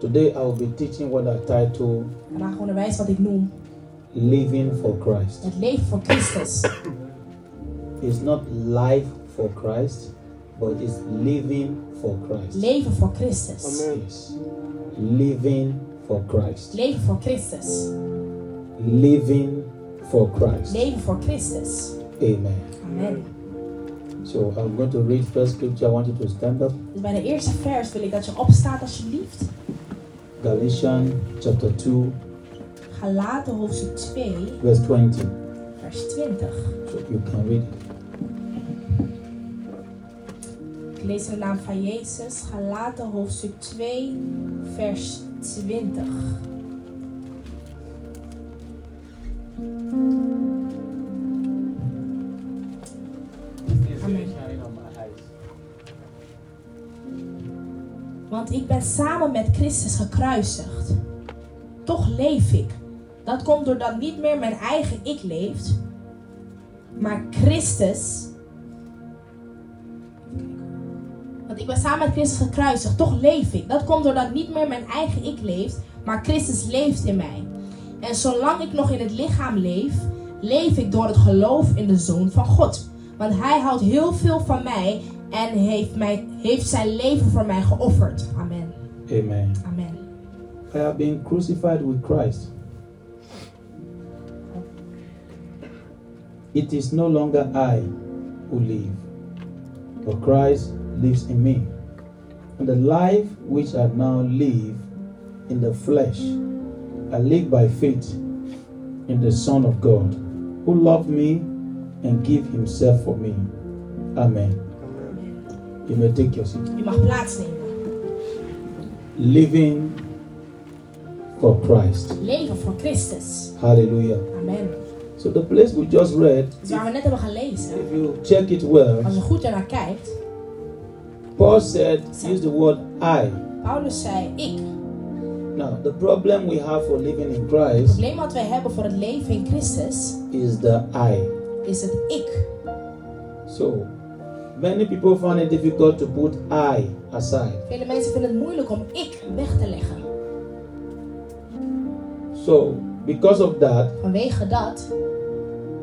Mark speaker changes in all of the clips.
Speaker 1: Today I will be teaching what I title
Speaker 2: Maar gewoon een wijs wat ik noem.
Speaker 1: Living for Christ.
Speaker 2: Het leven voor Christus.
Speaker 1: It's not life for Christ, but it's living for Christ.
Speaker 2: Leven voor Christus.
Speaker 1: Yes. Living for Christ.
Speaker 2: Leven voor Christus.
Speaker 1: Living for Christ.
Speaker 2: Leven voor Christus.
Speaker 1: Amen.
Speaker 2: Amen.
Speaker 1: So I'm going to read first scripture. I want you to stand up.
Speaker 2: Dus bij de eerste vers wil ik dat je opstaat alsjeblieft.
Speaker 1: Galatians chapter 2,
Speaker 2: Galaten hoofdstuk 2,
Speaker 1: verse 20.
Speaker 2: vers 20.
Speaker 1: So you can read it.
Speaker 2: Ik lees de naam van Jezus, Galaten hoofdstuk 2, vers 20. Amen. Want ik ben samen met Christus gekruisigd. Toch leef ik. Dat komt doordat niet meer mijn eigen ik leeft, maar Christus. Want ik ben samen met Christus gekruisigd. Toch leef ik. Dat komt doordat niet meer mijn eigen ik leeft, maar Christus leeft in mij. En zolang ik nog in het lichaam leef, leef ik door het geloof in de Zoon van God. Want Hij houdt heel veel van mij en heeft, mij, heeft zijn leven voor mij geofferd. Amen.
Speaker 1: Amen.
Speaker 2: Amen.
Speaker 1: I have been crucified with Christ. It is no longer I who live, but Christ lives in me. And the life which I now live in the flesh, I live by faith in the Son of God, who loved me and gave himself for me. Amen. You may take your seat.
Speaker 2: U mag plaatsnemen.
Speaker 1: Living for Christ.
Speaker 2: Leven voor Christus.
Speaker 1: Hallelujah.
Speaker 2: Amen.
Speaker 1: So the place we just read,
Speaker 2: Dus waar we net hebben gelezen,
Speaker 1: if you check it
Speaker 2: als je
Speaker 1: well,
Speaker 2: goed ernaar kijkt,
Speaker 1: Paul said, use the word I.
Speaker 2: Paulus zei: Ik.
Speaker 1: Now, the problem we have for living in
Speaker 2: Het
Speaker 1: Christ
Speaker 2: probleem wat wij hebben voor het leven in Christus
Speaker 1: is the I.
Speaker 2: is het ik.
Speaker 1: So, many people find it difficult to put I aside.
Speaker 2: Vele mensen vinden het moeilijk om ik weg te leggen.
Speaker 1: So, because of that,
Speaker 2: Vanwege dat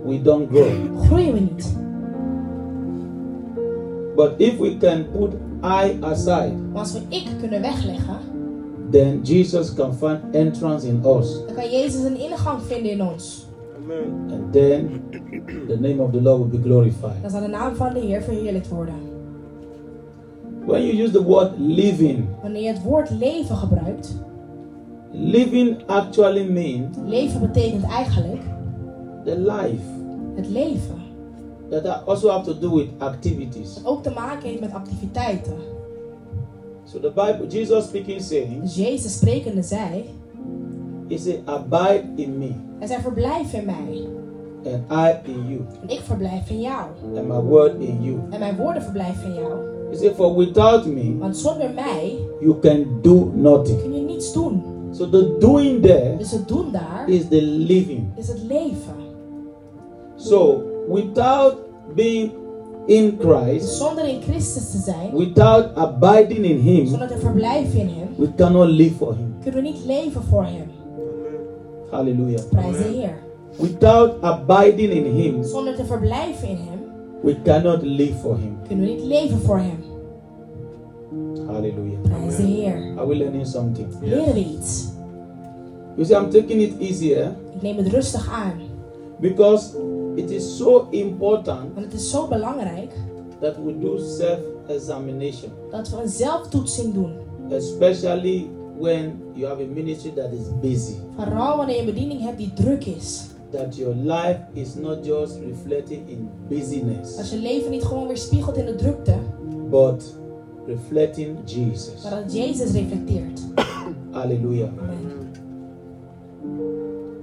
Speaker 1: we don't grow.
Speaker 2: groeien we niet.
Speaker 1: But if we can put I aside,
Speaker 2: Maar als we ik kunnen wegleggen,
Speaker 1: then Jesus can find entrance in us.
Speaker 2: dan kan Jezus een ingang vinden in ons.
Speaker 1: And then the name of the Lord will be glorified.
Speaker 2: Dan zal de naam van de Heer verheerlijkt worden.
Speaker 1: When you use the word living,
Speaker 2: Wanneer je het woord leven gebruikt,
Speaker 1: living actually means
Speaker 2: leven betekent eigenlijk
Speaker 1: the life
Speaker 2: het leven.
Speaker 1: that are- also have to do with activities.
Speaker 2: Ook te maken heeft met activiteiten.
Speaker 1: So the Bible, Jesus speaking, saying,
Speaker 2: Dus Jezus sprekende zei,
Speaker 1: He said, "Abide in me,
Speaker 2: en zij verblijf in mij.
Speaker 1: and I in you,
Speaker 2: En ik verblijf in jou.
Speaker 1: and my word in you."
Speaker 2: En mijn woorden verblijven in jou.
Speaker 1: He said, "For without me,
Speaker 2: Want zonder mij
Speaker 1: you can do nothing."
Speaker 2: kun je niets doen.
Speaker 1: So the doing there
Speaker 2: Dus het doen daar
Speaker 1: is the living.
Speaker 2: is het leven.
Speaker 1: So without being in
Speaker 2: Dus
Speaker 1: Christ,
Speaker 2: zonder in Christus te zijn,
Speaker 1: without abiding in Him,
Speaker 2: zonder te verblijven in Hem,
Speaker 1: we cannot live for Him.
Speaker 2: kunnen we niet leven voor Hem.
Speaker 1: Hallelujah.
Speaker 2: Prijs de Heer.
Speaker 1: Without abiding in Him,
Speaker 2: Zonder te verblijven in Hem,
Speaker 1: we cannot live for Him.
Speaker 2: kunnen we niet leven voor Hem.
Speaker 1: Hallelujah.
Speaker 2: Prijs de Heer.
Speaker 1: Are we learning something?
Speaker 2: Leren we iets.
Speaker 1: You see, I'm taking it easier
Speaker 2: Ik neem het rustig aan.
Speaker 1: because it is so important
Speaker 2: Want het is zo belangrijk
Speaker 1: that we do self examination,
Speaker 2: dat we een zelftoetsing doen.
Speaker 1: especially when you have a ministry that is busy,
Speaker 2: Vooral wanneer je een bediening hebt die druk is.
Speaker 1: that your life is not just reflecting in
Speaker 2: Als
Speaker 1: busyness,
Speaker 2: je leven niet gewoon weer spiegelt in de drukte,
Speaker 1: but reflecting Jesus.
Speaker 2: maar dat Jezus reflecteert.
Speaker 1: Hallelujah.
Speaker 2: Amen.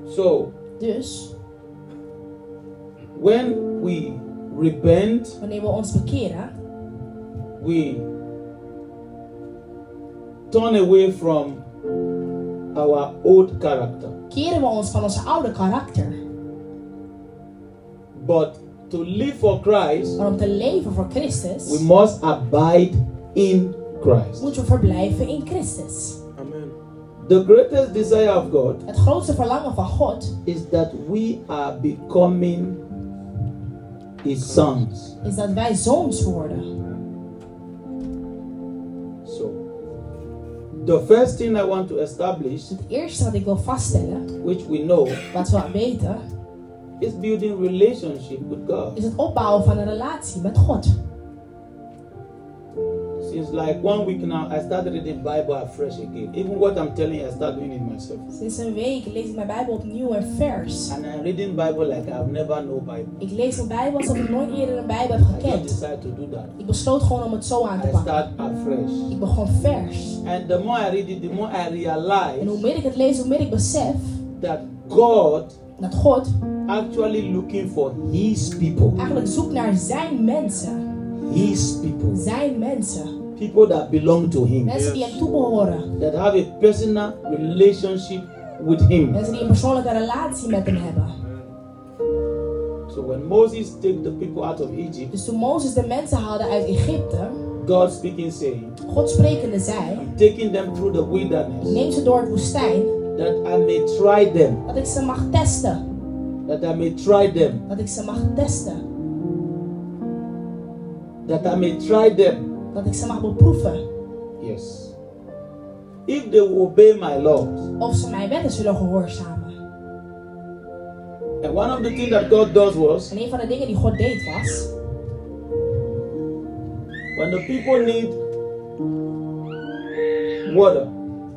Speaker 1: So,
Speaker 2: Dus
Speaker 1: when we repent,
Speaker 2: wanneer we ons bekeren,
Speaker 1: we turn away from our old character.
Speaker 2: keren we ons van ons oude karakter.
Speaker 1: But to live for Christ,
Speaker 2: Maar om te leven voor Christus,
Speaker 1: we must abide in Christ.
Speaker 2: moeten we verblijven in Christus.
Speaker 3: Amen.
Speaker 1: The greatest desire of God
Speaker 2: Het grootste verlangen van God
Speaker 1: is that we are becoming His sons.
Speaker 2: is dat wij zoons worden.
Speaker 1: So, the first thing I want to establish,
Speaker 2: Dus Het eerste wat ik wil vaststellen,
Speaker 1: which we know,
Speaker 2: wat we weten,
Speaker 1: is building relationship with God.
Speaker 2: is het opbouwen van een relatie met God.
Speaker 1: Since like one week now, I started reading Bible afresh again. Even what I'm telling you, I start doing it myself.
Speaker 2: Sinds een week lees ik mijn Bijbel opnieuw en vers.
Speaker 1: And I'm reading Bible like I've never know Bible.
Speaker 2: Ik lees mijn Bijbel alsof ik nooit eerder een Bijbel heb
Speaker 1: I just
Speaker 2: gekend.
Speaker 1: decided to do that.
Speaker 2: Ik besloot gewoon om het zo aan te
Speaker 1: I
Speaker 2: pakken.
Speaker 1: start afresh.
Speaker 2: Ik begon vers.
Speaker 1: And the more I read it, the more I
Speaker 2: En hoe
Speaker 1: realize
Speaker 2: meer ik het lees, hoe meer ik besef
Speaker 1: that God
Speaker 2: dat God
Speaker 1: actually looking for His people.
Speaker 2: eigenlijk zoekt naar zijn mensen.
Speaker 1: His people.
Speaker 2: Zijn mensen.
Speaker 1: People that belong to Him.
Speaker 2: Mensen die hem toebehoren.
Speaker 1: That have a personal relationship with Him.
Speaker 2: Mensen die een persoonlijke relatie met hem hebben.
Speaker 1: So when Moses took the people out of Egypt,
Speaker 2: Dus toen Mozes de mensen haalde uit Egypte,
Speaker 1: God speaking saying,
Speaker 2: God sprekende zei,
Speaker 1: I'm taking them through the
Speaker 2: ik
Speaker 1: wilderness
Speaker 2: neem ze door het woestijn,
Speaker 1: that I may try them.
Speaker 2: dat ik ze mag testen.
Speaker 1: That I may try them.
Speaker 2: Dat ik ze mag testen.
Speaker 1: That I may try them.
Speaker 2: Dat ik ze mag beproeven.
Speaker 1: Yes. If they will obey my laws.
Speaker 2: of ze mijn wetten zullen gehoorzamen.
Speaker 1: And one of the things that God does was
Speaker 2: En een van de dingen die God deed was,
Speaker 1: When the people need water,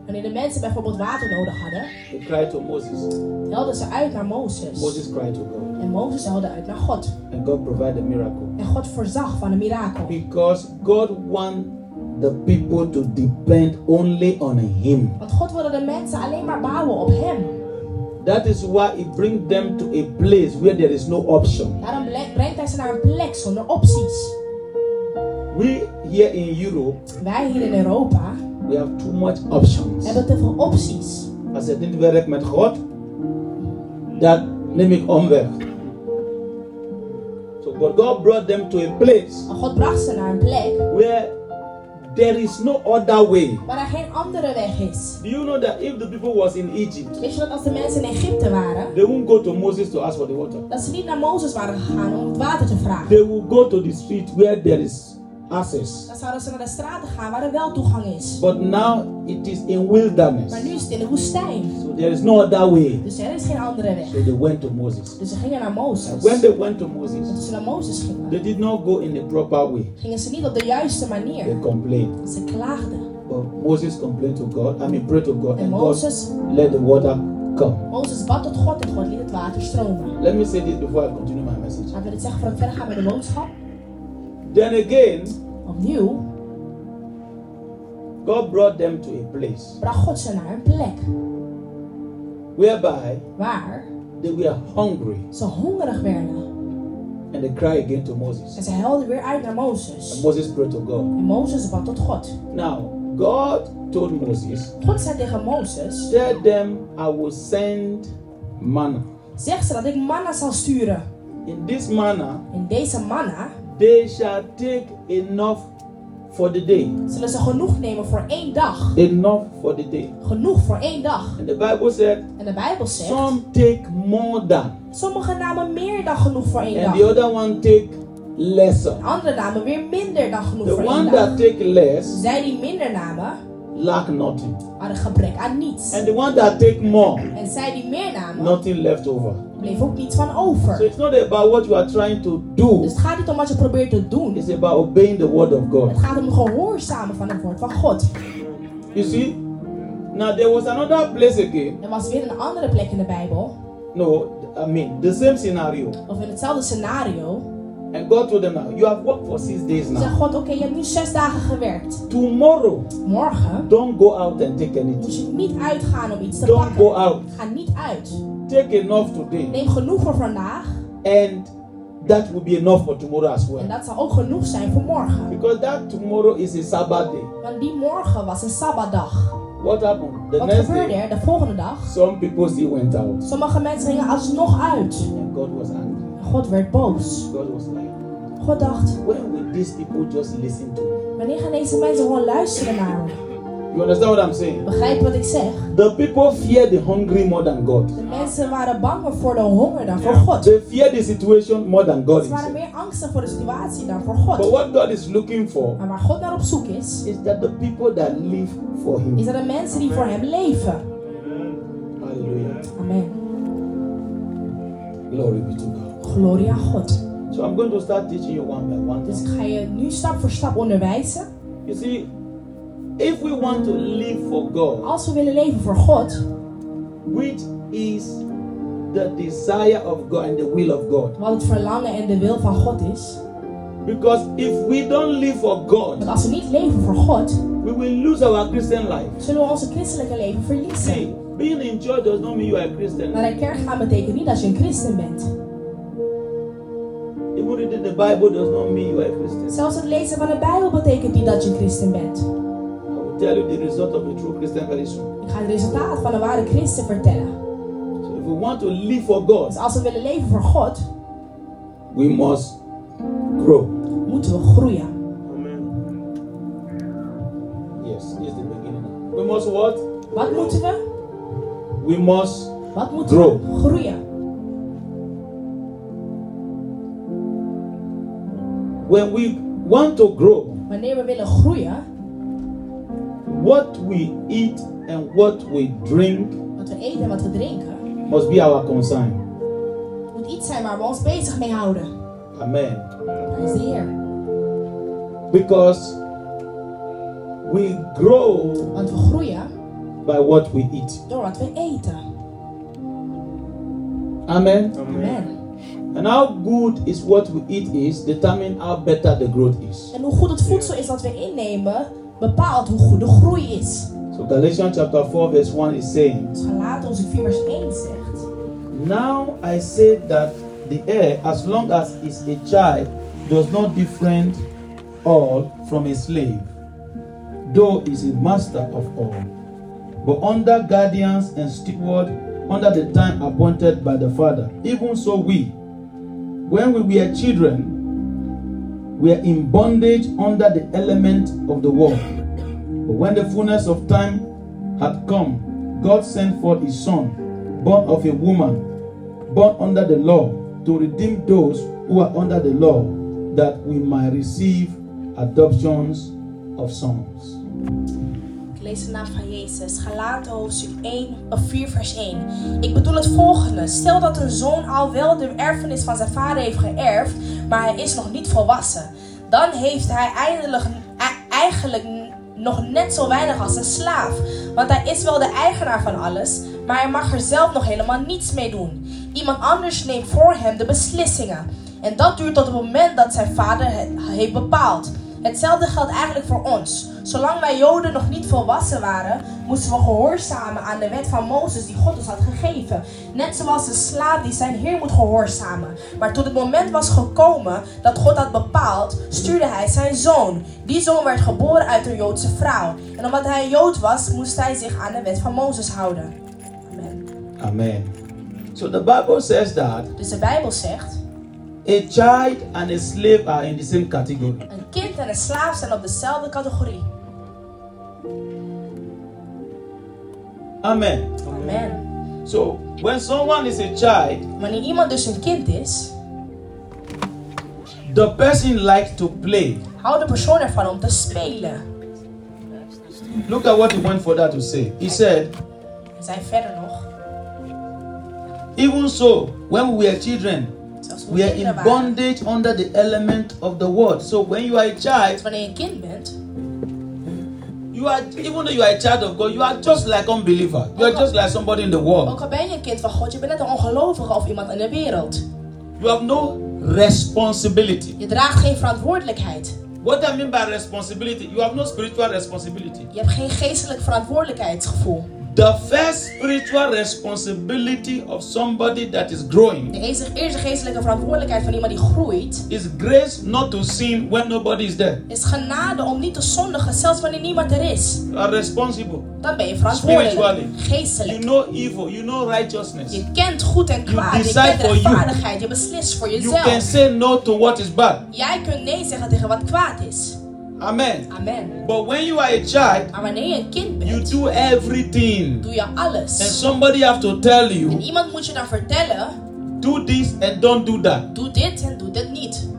Speaker 2: wanneer de mensen bijvoorbeeld water nodig hadden,
Speaker 1: they cry to Moses.
Speaker 2: helden ze uit naar Mozes.
Speaker 1: Moses cried to God,
Speaker 2: En Mozes helde uit naar God.
Speaker 1: and God provided a miracle.
Speaker 2: En God voorzag van een mirakel.
Speaker 1: Because God wants the people to depend only on Him.
Speaker 2: Want God wilde de mensen alleen maar bouwen op Hem.
Speaker 1: That is why He brings them to a place where there is no option.
Speaker 2: Daarom ble- brengt Hij ze naar een plek zonder opties.
Speaker 1: We here in Europe,
Speaker 2: Wij hier in Europa
Speaker 1: we have too much options.
Speaker 2: hebben te veel opties.
Speaker 1: Als het niet werkt met God, dat neem ik omweg. So, but God brought them to a place
Speaker 2: Maar God bracht ze naar een plek
Speaker 1: where there is no other way.
Speaker 2: waar er geen andere weg is.
Speaker 1: Do you know that if the people was in Egypt,
Speaker 2: Weet je dat als de mensen in Egypte waren,
Speaker 1: they won't go to Moses to ask for the water.
Speaker 2: dat ze niet naar Mozes waren gegaan om het water te vragen.
Speaker 1: They will go to the street where there is access.
Speaker 2: Dan zouden ze naar de straten gaan waar er wel toegang is.
Speaker 1: But now it is in
Speaker 2: Maar nu
Speaker 1: wilderness.
Speaker 2: is het in de woestijn.
Speaker 1: So there is no other way.
Speaker 2: Dus er is geen andere weg.
Speaker 1: So they went to Moses.
Speaker 2: Dus ze gingen naar
Speaker 1: And
Speaker 2: Mozes.
Speaker 1: when
Speaker 2: En
Speaker 1: they went to Moses,
Speaker 2: Toen ze naar Mozes
Speaker 1: they
Speaker 2: gingen,
Speaker 1: did not go in the proper way.
Speaker 2: gingen ze niet op de juiste
Speaker 1: They
Speaker 2: manier.
Speaker 1: complained.
Speaker 2: Ze klaagden.
Speaker 1: But Moses complained to God. I mean prayed to God
Speaker 2: En
Speaker 1: and God
Speaker 2: Mozes,
Speaker 1: let the water come.
Speaker 2: Mozes bad tot God en God liet het water stromen.
Speaker 1: Let me say this before I continue my message.
Speaker 2: Laten we dit zeggen voor ik verder ga met de boodschap.
Speaker 1: Then again,
Speaker 2: Opnieuw
Speaker 1: God brought them to a place
Speaker 2: bracht God ze naar een plek
Speaker 1: whereby
Speaker 2: waar
Speaker 1: they were hungry
Speaker 2: ze hongerig werden.
Speaker 1: and they cried again to Moses.
Speaker 2: En ze helden weer uit naar
Speaker 1: And
Speaker 2: Mozes.
Speaker 1: Moses prayed to God.
Speaker 2: En Mozes bad tot God.
Speaker 1: Now, God told Moses,
Speaker 2: God zei tegen Mozes,
Speaker 1: Tell them I will send manna.
Speaker 2: zeg ze dat ik manna zal sturen.
Speaker 1: In this manner,
Speaker 2: En deze manna
Speaker 1: they shall take enough for the day.
Speaker 2: zullen ze genoeg nemen voor één dag.
Speaker 1: Enough for the day.
Speaker 2: Genoeg voor één dag.
Speaker 1: And the Bible said,
Speaker 2: En de Bijbel zegt,
Speaker 1: Some take more than,
Speaker 2: sommigen namen meer dan genoeg voor één
Speaker 1: and
Speaker 2: dag.
Speaker 1: the other one take lesser.
Speaker 2: Andere namen weer minder dan genoeg
Speaker 1: The
Speaker 2: voor
Speaker 1: one
Speaker 2: één dag.
Speaker 1: that take less
Speaker 2: Zij die minder namen,
Speaker 1: lack nothing.
Speaker 2: hadden gebrek aan niets.
Speaker 1: And the one that take more,
Speaker 2: En zij die meer namen,
Speaker 1: nothing left over.
Speaker 2: bleef ook niets van
Speaker 1: So
Speaker 2: over.
Speaker 1: it's not about what you are trying to do.
Speaker 2: Dus het gaat niet om wat je probeert te doen.
Speaker 1: It's about obeying the word of
Speaker 2: Het
Speaker 1: God.
Speaker 2: gaat om gehoorzamen van het woord van God.
Speaker 1: You see? Now there was another place again.
Speaker 2: Er was weer een andere plek in de Bijbel,
Speaker 1: No, I mean the same scenario.
Speaker 2: of in hetzelfde scenario,
Speaker 1: And God told them now, you have worked for six days
Speaker 2: zegt
Speaker 1: now.
Speaker 2: God, oké, je hebt nu zes dagen gewerkt.
Speaker 1: Tomorrow,
Speaker 2: Morgen
Speaker 1: don't go out and take anything.
Speaker 2: moet je niet uitgaan om iets te
Speaker 1: Don't go
Speaker 2: pakken.
Speaker 1: out.
Speaker 2: Ga niet uit.
Speaker 1: Take enough today.
Speaker 2: Neem genoeg voor vandaag.
Speaker 1: And that will be enough for tomorrow as
Speaker 2: En
Speaker 1: well.
Speaker 2: dat zal ook genoeg zijn voor morgen.
Speaker 1: Because that tomorrow is a Sabbath day.
Speaker 2: Want die morgen was een sabbatdag.
Speaker 1: What happened? The
Speaker 2: Wat
Speaker 1: next
Speaker 2: gebeurde
Speaker 1: day,
Speaker 2: er de volgende dag?
Speaker 1: some people still went out.
Speaker 2: Sommige mensen gingen alsnog uit.
Speaker 1: And God was angry.
Speaker 2: En God werd boos.
Speaker 1: God was like,
Speaker 2: God dacht,
Speaker 1: when will these people just listen to me?
Speaker 2: wanneer gaan deze mensen gewoon luisteren naar me?
Speaker 1: You understand what I'm saying?
Speaker 2: Begrijp wat ik zeg.
Speaker 1: The people fear the hungry more than God.
Speaker 2: De mensen waren banger voor de honger dan voor God.
Speaker 1: They fear the situation more than God
Speaker 2: Ze waren
Speaker 1: Himself.
Speaker 2: meer angstig voor de situatie dan voor
Speaker 1: But
Speaker 2: God.
Speaker 1: what God is looking for
Speaker 2: Maar waar God naar op zoek is,
Speaker 1: is that the people that live for
Speaker 2: is
Speaker 1: Him.
Speaker 2: dat de mensen die voor Hem leven.
Speaker 1: Hallelujah.
Speaker 2: Amen.
Speaker 1: Glory be to God.
Speaker 2: Gloria God.
Speaker 1: So I'm going to start teaching you one by one.
Speaker 2: Dus ik ga je nu stap voor stap onderwijzen.
Speaker 1: You see, if we want to live for God,
Speaker 2: Als we willen leven voor God,
Speaker 1: which is the desire of God and the will of God.
Speaker 2: wat het verlangen en de wil van God is.
Speaker 1: Because if we don't live for
Speaker 2: Want
Speaker 1: God,
Speaker 2: als we niet leven voor God,
Speaker 1: we will lose our Christian life.
Speaker 2: zullen we onze christelijke leven verliezen.
Speaker 1: See, being in church does not mean you are a Christian.
Speaker 2: Naar een kerk gaan betekent niet dat je een christen bent.
Speaker 1: Even reading the Bible does not mean you are a Christian.
Speaker 2: Zelfs het lezen van de Bijbel betekent niet dat je een christen bent.
Speaker 1: I will tell you the result of the true Christian very soon.
Speaker 2: Ik ga het resultaat van een ware christen vertellen.
Speaker 1: So if we want to live for
Speaker 2: Dus
Speaker 1: God,
Speaker 2: als we willen leven voor God,
Speaker 1: we must grow.
Speaker 2: moeten we groeien.
Speaker 1: Amen. Yes, it's the beginning. We must what?
Speaker 2: Wat moeten we?
Speaker 1: We must
Speaker 2: Wat moeten we?
Speaker 1: Grow.
Speaker 2: Groeien.
Speaker 1: when we want to grow,
Speaker 2: Wanneer we willen groeien,
Speaker 1: what we eat and what we drink
Speaker 2: wat we eten en wat we drinken,
Speaker 1: must be our concern.
Speaker 2: moet iets zijn waar we ons bezig mee houden.
Speaker 1: Amen.
Speaker 2: Dat is de Heer.
Speaker 1: Because we grow
Speaker 2: Want we groeien
Speaker 1: by what we eat.
Speaker 2: door wat we eten.
Speaker 1: Amen.
Speaker 2: Amen.
Speaker 1: And how good is what we eat is determine how better the growth is.
Speaker 2: En hoe goed het voedsel is dat we innemen, bepaalt hoe goed de groei is.
Speaker 1: So Galatians chapter 4 verse 1 is saying,
Speaker 2: Dus Galaten onze 4 vers 1 zegt.
Speaker 1: Now I say that the heir, as long as is a child, does not different all from a slave, though is a master of all, but under guardians and steward under the time appointed by the father. Even so we, when we were children, were in bondage under the element of the world. But when the fullness of time had come, God sent forth his son, born of a woman, born under the law, to redeem those who are under the law, that we might receive adoptions of sons.
Speaker 2: Ik lees de naam van Jezus. Galaten hoofdstuk 1 of 4 vers 1. Ik bedoel het volgende. Stel dat een zoon al wel de erfenis van zijn vader heeft geërfd, maar hij is nog niet volwassen. Dan heeft hij eindelijk, e- eigenlijk nog net zo weinig als een slaaf. Want hij is wel de eigenaar van alles, maar hij mag er zelf nog helemaal niets mee doen. Iemand anders neemt voor hem de beslissingen. En dat duurt tot het moment dat zijn vader het heeft bepaald. Hetzelfde geldt eigenlijk voor ons. Zolang wij Joden nog niet volwassen waren, moesten we gehoorzamen aan de wet van Mozes die God ons had gegeven. Net zoals een slaaf die zijn heer moet gehoorzamen. Maar toen het moment was gekomen dat God had bepaald, stuurde hij zijn zoon. Die zoon werd geboren uit een Joodse vrouw. En omdat hij een Jood was, moest hij zich aan de wet van Mozes houden. Amen.
Speaker 1: Amen. So the Bible says that
Speaker 2: Dus de Bijbel zegt,
Speaker 1: a child and a slave are in the same category.
Speaker 2: een kind en een slaaf zijn op dezelfde categorie.
Speaker 1: Amen.
Speaker 2: Amen.
Speaker 1: So when someone is a child,
Speaker 2: Wanneer iemand dus een kind is,
Speaker 1: the person likes to play.
Speaker 2: Hou de persoon ervan om te spelen.
Speaker 1: Look at what he went for that to say. He said,
Speaker 2: Er zijn verder nog,
Speaker 1: Even so, when we were children,
Speaker 2: zelfs hoe
Speaker 1: we are in
Speaker 2: kinderen waren.
Speaker 1: bondage under the element of the world. So when you are a
Speaker 2: Dus
Speaker 1: child,
Speaker 2: wanneer je een kind bent,
Speaker 1: you are even though you are a child of God, you are just like unbeliever. You are just like somebody in the world.
Speaker 2: ook al ben je een kind van God, je bent net een ongelovige of iemand in de wereld.
Speaker 1: You have no responsibility.
Speaker 2: Je draagt geen verantwoordelijkheid.
Speaker 1: What I mean by responsibility, you have no spiritual responsibility.
Speaker 2: Je hebt geen geestelijk verantwoordelijkheidsgevoel.
Speaker 1: The first spiritual responsibility of somebody that is growing
Speaker 2: De eerste eerste geestelijke verantwoordelijkheid van iemand die groeit,
Speaker 1: is grace not to sin when nobody is there.
Speaker 2: is genade om niet te zondigen, zelfs wanneer niemand er is.
Speaker 1: You are responsible.
Speaker 2: Dan ben je verantwoordelijk.
Speaker 1: Spiritually. You
Speaker 2: Geestelijk.
Speaker 1: know evil, you know righteousness.
Speaker 2: Je kent goed en kwaad, je
Speaker 1: decide
Speaker 2: kent
Speaker 1: for you.
Speaker 2: rechtvaardigheid, je beslist voor
Speaker 1: You can
Speaker 2: jezelf.
Speaker 1: say no to what is bad.
Speaker 2: Jij kunt nee zeggen tegen wat kwaad is.
Speaker 1: Amen.
Speaker 2: Amen.
Speaker 1: But when you are a child,
Speaker 2: Maar wanneer je een kind
Speaker 1: you
Speaker 2: bent,
Speaker 1: do everything.
Speaker 2: doe je
Speaker 1: And
Speaker 2: alles.
Speaker 1: somebody have to tell
Speaker 2: En
Speaker 1: you,
Speaker 2: iemand moet je dan vertellen,
Speaker 1: do this and don't do that.
Speaker 2: doe dit en doe dit niet.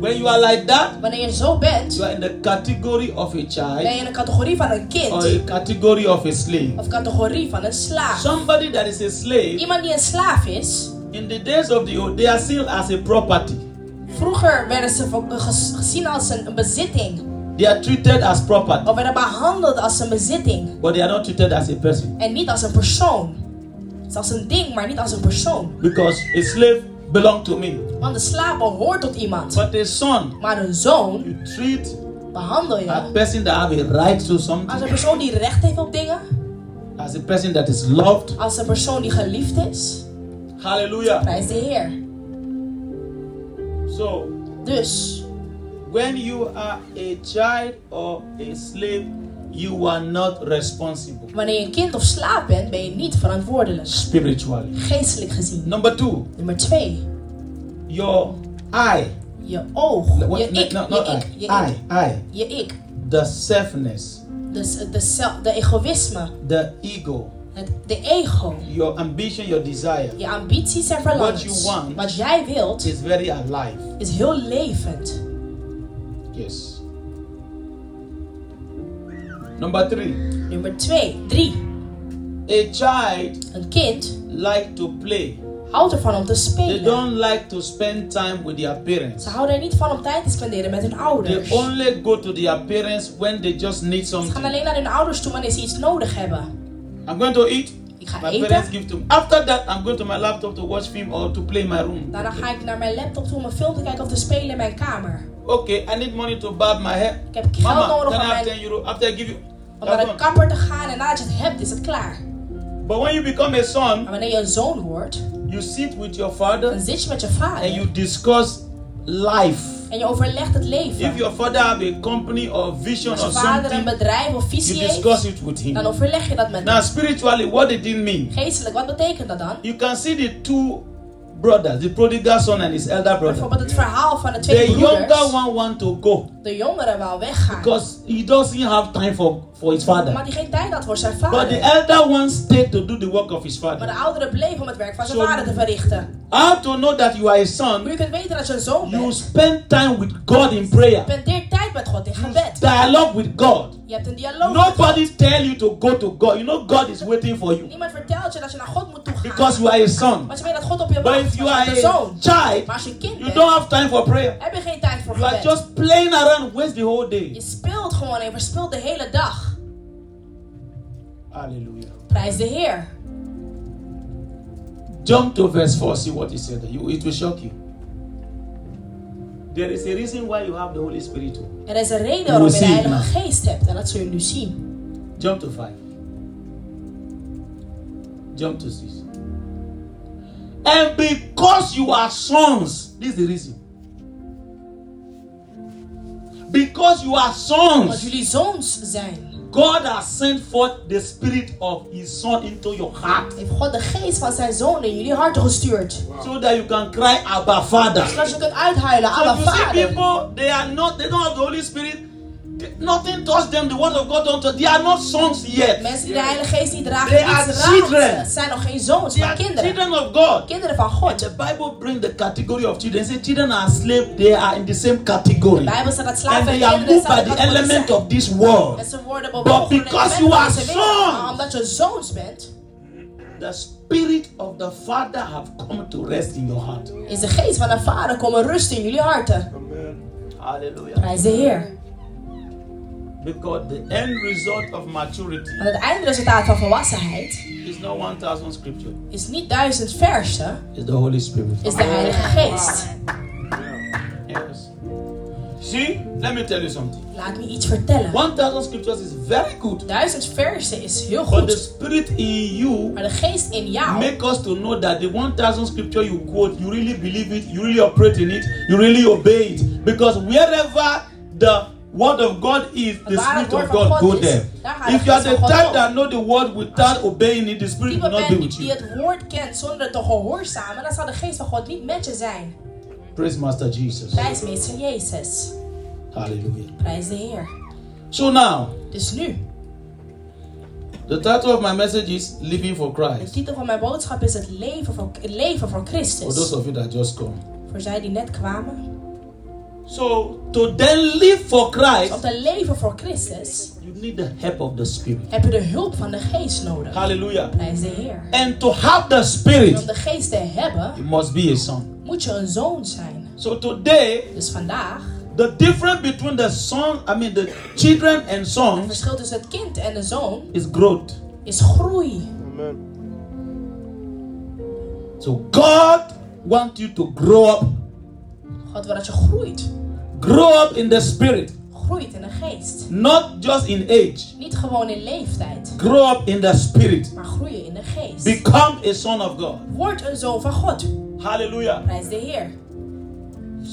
Speaker 1: When you are like that,
Speaker 2: Wanneer je zo bent,
Speaker 1: you are in the category of a
Speaker 2: ben
Speaker 1: child
Speaker 2: je in de categorie van een
Speaker 1: or a
Speaker 2: kind.
Speaker 1: category of a slave.
Speaker 2: Of categorie van een slaaf.
Speaker 1: Somebody that is a slave,
Speaker 2: Iemand die een slaaf is,
Speaker 1: in the days of the old, they are seen as a property.
Speaker 2: vroeger werden ze voor- ges- gezien als een een bezitting.
Speaker 1: They are treated as property,
Speaker 2: Of werden behandeld als een bezitting.
Speaker 1: but they are not treated as a person.
Speaker 2: En niet als een persoon. Het is als een ding, maar niet als een persoon.
Speaker 1: Because a slave belongs to me.
Speaker 2: Want de slaap behoort tot iemand.
Speaker 1: But a son,
Speaker 2: Maar een zoon
Speaker 1: you treat
Speaker 2: behandel
Speaker 1: a
Speaker 2: je
Speaker 1: person that have a right to
Speaker 2: als
Speaker 1: something,
Speaker 2: een persoon die recht heeft op dingen.
Speaker 1: as a person that is loved.
Speaker 2: Als een persoon die geliefd is.
Speaker 1: Hallelujah.
Speaker 2: Prijs de Heer.
Speaker 1: So,
Speaker 2: Dus,
Speaker 1: when you are a child or a slave, you are not responsible
Speaker 2: wanneer je kind of slaap bent, ben je niet verantwoordelijk.
Speaker 1: spiritually.
Speaker 2: Geestelijk gezien.
Speaker 1: Number two,
Speaker 2: Nummer 2.
Speaker 1: your eye.
Speaker 2: Je oog. Je
Speaker 1: What-
Speaker 2: ik.
Speaker 1: no,
Speaker 2: Je
Speaker 1: not
Speaker 2: ik.
Speaker 1: I.
Speaker 2: Je ik.
Speaker 1: I, I.
Speaker 2: Je ik.
Speaker 1: The selfness,
Speaker 2: Dus eh, de, zelf, de egoïsme.
Speaker 1: the ego,
Speaker 2: Het, de ego.
Speaker 1: your ambition, your desire
Speaker 2: Je ambities en
Speaker 1: What
Speaker 2: verlangens.
Speaker 1: you want.
Speaker 2: Wat jij wilt.
Speaker 1: is very alive.
Speaker 2: is heel levend.
Speaker 1: Yes. Number three,
Speaker 2: Nummer 2. 3.
Speaker 1: a child
Speaker 2: Een kind
Speaker 1: like to play.
Speaker 2: houdt ervan om te
Speaker 1: They
Speaker 2: spelen.
Speaker 1: don't like to spend time with their parents.
Speaker 2: Ze houden er niet van om tijd te spenderen met hun
Speaker 1: They
Speaker 2: ouders. Ze
Speaker 1: only go to their parents when they just need
Speaker 2: gaan
Speaker 1: something.
Speaker 2: alleen naar hun ouders toe wanneer ze iets nodig hebben.
Speaker 1: I'm going to eat.
Speaker 2: Ik ga
Speaker 1: My parents
Speaker 2: eten.
Speaker 1: give to me. After that, I'm going to my laptop to watch film or to play in my room.
Speaker 2: Daarna Nou, ga ik naar mijn laptop toe om een film te kijken of te spelen in mijn kamer.
Speaker 1: Okay, I need money to barb my hair.
Speaker 2: Ik heb geld
Speaker 1: Mama,
Speaker 2: nodig
Speaker 1: then
Speaker 2: om,
Speaker 1: I have
Speaker 2: mijn,
Speaker 1: 10 euro. After I give you.
Speaker 2: om naar de
Speaker 1: that's all.
Speaker 2: kapper te gaan en nadat je het hebt is het klaar.
Speaker 1: But when you become a
Speaker 2: Maar
Speaker 1: son,
Speaker 2: wanneer je een zoon wordt,
Speaker 1: you sit with your
Speaker 2: dan
Speaker 1: father
Speaker 2: zit je met je
Speaker 1: and you
Speaker 2: vader
Speaker 1: discuss life.
Speaker 2: en je overlegt het
Speaker 1: If
Speaker 2: leven.
Speaker 1: your father have a company or vision
Speaker 2: Als
Speaker 1: or
Speaker 2: je vader een
Speaker 1: something,
Speaker 2: bedrijf of
Speaker 1: you
Speaker 2: visie
Speaker 1: discuss
Speaker 2: heeft,
Speaker 1: it with
Speaker 2: dan
Speaker 1: him.
Speaker 2: overleg je dat met
Speaker 1: Now,
Speaker 2: hem.
Speaker 1: spiritually, what it did mean,
Speaker 2: Geestelijk, wat betekent dat dan?
Speaker 1: you can see the two brothers, the prodigal son and his elder brother.
Speaker 2: Bijvoorbeeld het verhaal van de
Speaker 1: The
Speaker 2: twee
Speaker 1: younger
Speaker 2: broeders.
Speaker 1: one want to go
Speaker 2: De jongeren wou weggaan.
Speaker 1: because he doesn't have time for, for his father.
Speaker 2: Maar die geen tijd had voor zijn
Speaker 1: But the
Speaker 2: vader.
Speaker 1: elder one stayed to do the work of his
Speaker 2: Maar
Speaker 1: father.
Speaker 2: de oudere bleef om het werk van zijn
Speaker 1: Zo-
Speaker 2: vader te verrichten.
Speaker 1: How to know that you are a
Speaker 2: Maar
Speaker 1: son?
Speaker 2: je kunt weten dat je een zoon
Speaker 1: You
Speaker 2: bent.
Speaker 1: spend time with God in prayer.
Speaker 2: Spendeer tijd met God in
Speaker 1: You
Speaker 2: gebed.
Speaker 1: dialogue with God.
Speaker 2: Je hebt een dialoog met God.
Speaker 1: Nobody tell you to go to God. You know God is waiting for you
Speaker 2: Niemand vertelt je dat je naar God moet toegaan.
Speaker 1: because you are a son.
Speaker 2: Want je weet dat God op je
Speaker 1: But
Speaker 2: wacht.
Speaker 1: if you
Speaker 2: want
Speaker 1: are
Speaker 2: je bent een
Speaker 1: a
Speaker 2: zoon.
Speaker 1: child,
Speaker 2: Maar als je kind
Speaker 1: you
Speaker 2: bent,
Speaker 1: don't have time for prayer.
Speaker 2: heb je geen tijd voor
Speaker 1: You are
Speaker 2: gebed.
Speaker 1: just playing around, waste the whole
Speaker 2: Je
Speaker 1: day.
Speaker 2: speelt gewoon en je verspilt de hele dag.
Speaker 1: Hallelujah.
Speaker 2: Prijs de Heer.
Speaker 1: Jump to verse 4, see what he said. You, it will shock you. There is a reason why you have the Holy Spirit. too.
Speaker 2: Er is een reden
Speaker 1: Hoe
Speaker 2: waarom je de
Speaker 1: zie je
Speaker 2: Heilige
Speaker 1: nou?
Speaker 2: Geest hebt. En dat zul je nu zien.
Speaker 1: Jump to 5. Jump to 6. And because you are sons, this is the reason. Because you are
Speaker 2: Want
Speaker 1: sons,
Speaker 2: jullie zoons zijn.
Speaker 1: God has sent forth the spirit of his son into your heart
Speaker 2: Heeft God de geest van zijn zoon in jullie harten gestuurd.
Speaker 1: so that you can cry Abba Father.
Speaker 2: Zodat je kunt uithuilen,
Speaker 1: So
Speaker 2: Abba
Speaker 1: you see
Speaker 2: Vader.
Speaker 1: people, they are not, they don't have the Holy Spirit. They- nothing touched them. The word of God don't touch. They are not sons yet.
Speaker 2: Mensen die de Heilige Geest niet dragen,
Speaker 1: They
Speaker 2: niets
Speaker 1: are
Speaker 2: raken.
Speaker 1: children.
Speaker 2: Het zijn nog geen zoons,
Speaker 1: They
Speaker 2: maar
Speaker 1: are
Speaker 2: kinderen.
Speaker 1: children of God.
Speaker 2: Kinderen van God.
Speaker 1: The Bible brings the category of children. Say children are slaves. They are in the same
Speaker 2: De
Speaker 1: category.
Speaker 2: Bijbel staat dat
Speaker 1: And
Speaker 2: slaven en
Speaker 1: they are
Speaker 2: kinderen
Speaker 1: moved
Speaker 2: staan
Speaker 1: by the
Speaker 2: in categorie
Speaker 1: element
Speaker 2: zijn.
Speaker 1: of this world.
Speaker 2: Mensen worden
Speaker 1: But
Speaker 2: bewogen door de
Speaker 1: because
Speaker 2: elementen
Speaker 1: you
Speaker 2: van deze
Speaker 1: are
Speaker 2: wereld.
Speaker 1: sons.
Speaker 2: Maar Ah, omdat je zoons bent,
Speaker 1: The spirit of the Father have come to rest in your heart.
Speaker 2: is de geest van de Vader komen rusten in jullie harten.
Speaker 1: Hallelujah.
Speaker 2: Prijs de Heer.
Speaker 1: Because the end result of maturity
Speaker 2: Want het eindresultaat van volwassenheid
Speaker 1: is not 1,000 scripture,
Speaker 2: is niet duizend versen,
Speaker 1: it's the Holy Spirit.
Speaker 2: is de Heilige Geest.
Speaker 1: Yes. See, let me tell you something.
Speaker 2: Laat me iets vertellen.
Speaker 1: 1,000 scriptures is very good,
Speaker 2: Duizend versen is heel
Speaker 1: but the
Speaker 2: goed,
Speaker 1: spirit in you
Speaker 2: maar de geest in jou
Speaker 1: make us to know that the 1,000 scripture you quote, you really believe it, you really operate in it, you really obey it. Because wherever the word of God is, the
Speaker 2: Waar
Speaker 1: spirit
Speaker 2: het
Speaker 1: of
Speaker 2: woord van
Speaker 1: God
Speaker 2: God
Speaker 1: go
Speaker 2: is,
Speaker 1: there.
Speaker 2: daar gaat
Speaker 1: If
Speaker 2: het
Speaker 1: you are
Speaker 2: woord
Speaker 1: the
Speaker 2: van God
Speaker 1: type
Speaker 2: op.
Speaker 1: that know the word without obeying it, the spirit
Speaker 2: Iemand
Speaker 1: will not be
Speaker 2: bent
Speaker 1: with
Speaker 2: die
Speaker 1: you.
Speaker 2: het woord kent zonder het te gehoorzamen, dan zal de geest van God niet met je zijn.
Speaker 1: Praise Master Jesus.
Speaker 2: Wijsmeester Jezus.
Speaker 1: Hallelujah.
Speaker 2: Prijs de Heer.
Speaker 1: So now,
Speaker 2: Dus nu,
Speaker 1: the title of my message is Living for
Speaker 2: de
Speaker 1: Christ.
Speaker 2: titel van mijn boodschap is het leven van, het leven van
Speaker 1: For those
Speaker 2: Christus.
Speaker 1: of you that just come.
Speaker 2: Voor zij die net kwamen.
Speaker 1: So to then live for
Speaker 2: Dus om
Speaker 1: Christ,
Speaker 2: te leven voor Christus
Speaker 1: you need the help of the Spirit.
Speaker 2: heb je de hulp van de geest nodig.
Speaker 1: Hallelujah.
Speaker 2: Prijs de Heer.
Speaker 1: And to have the
Speaker 2: En
Speaker 1: Spirit,
Speaker 2: om de geest te hebben,
Speaker 1: you must be a son.
Speaker 2: moet je een zoon zijn.
Speaker 1: So today,
Speaker 2: Dus vandaag,
Speaker 1: the difference between the son, I mean the children and
Speaker 2: het
Speaker 1: sons
Speaker 2: verschil tussen het kind en de zoon
Speaker 1: is growth.
Speaker 2: is groei.
Speaker 3: Amen.
Speaker 1: So God wants you to grow up.
Speaker 2: God wil dat je groeit.
Speaker 1: Grow up in the spirit,
Speaker 2: Groeit in de geest.
Speaker 1: not just in age.
Speaker 2: Niet gewoon in leeftijd,
Speaker 1: Grow up in the spirit.
Speaker 2: maar groeien in de geest.
Speaker 1: Become a son of God.
Speaker 2: Word een zoon van God.
Speaker 1: Hallelujah.
Speaker 2: Prijs de Heer.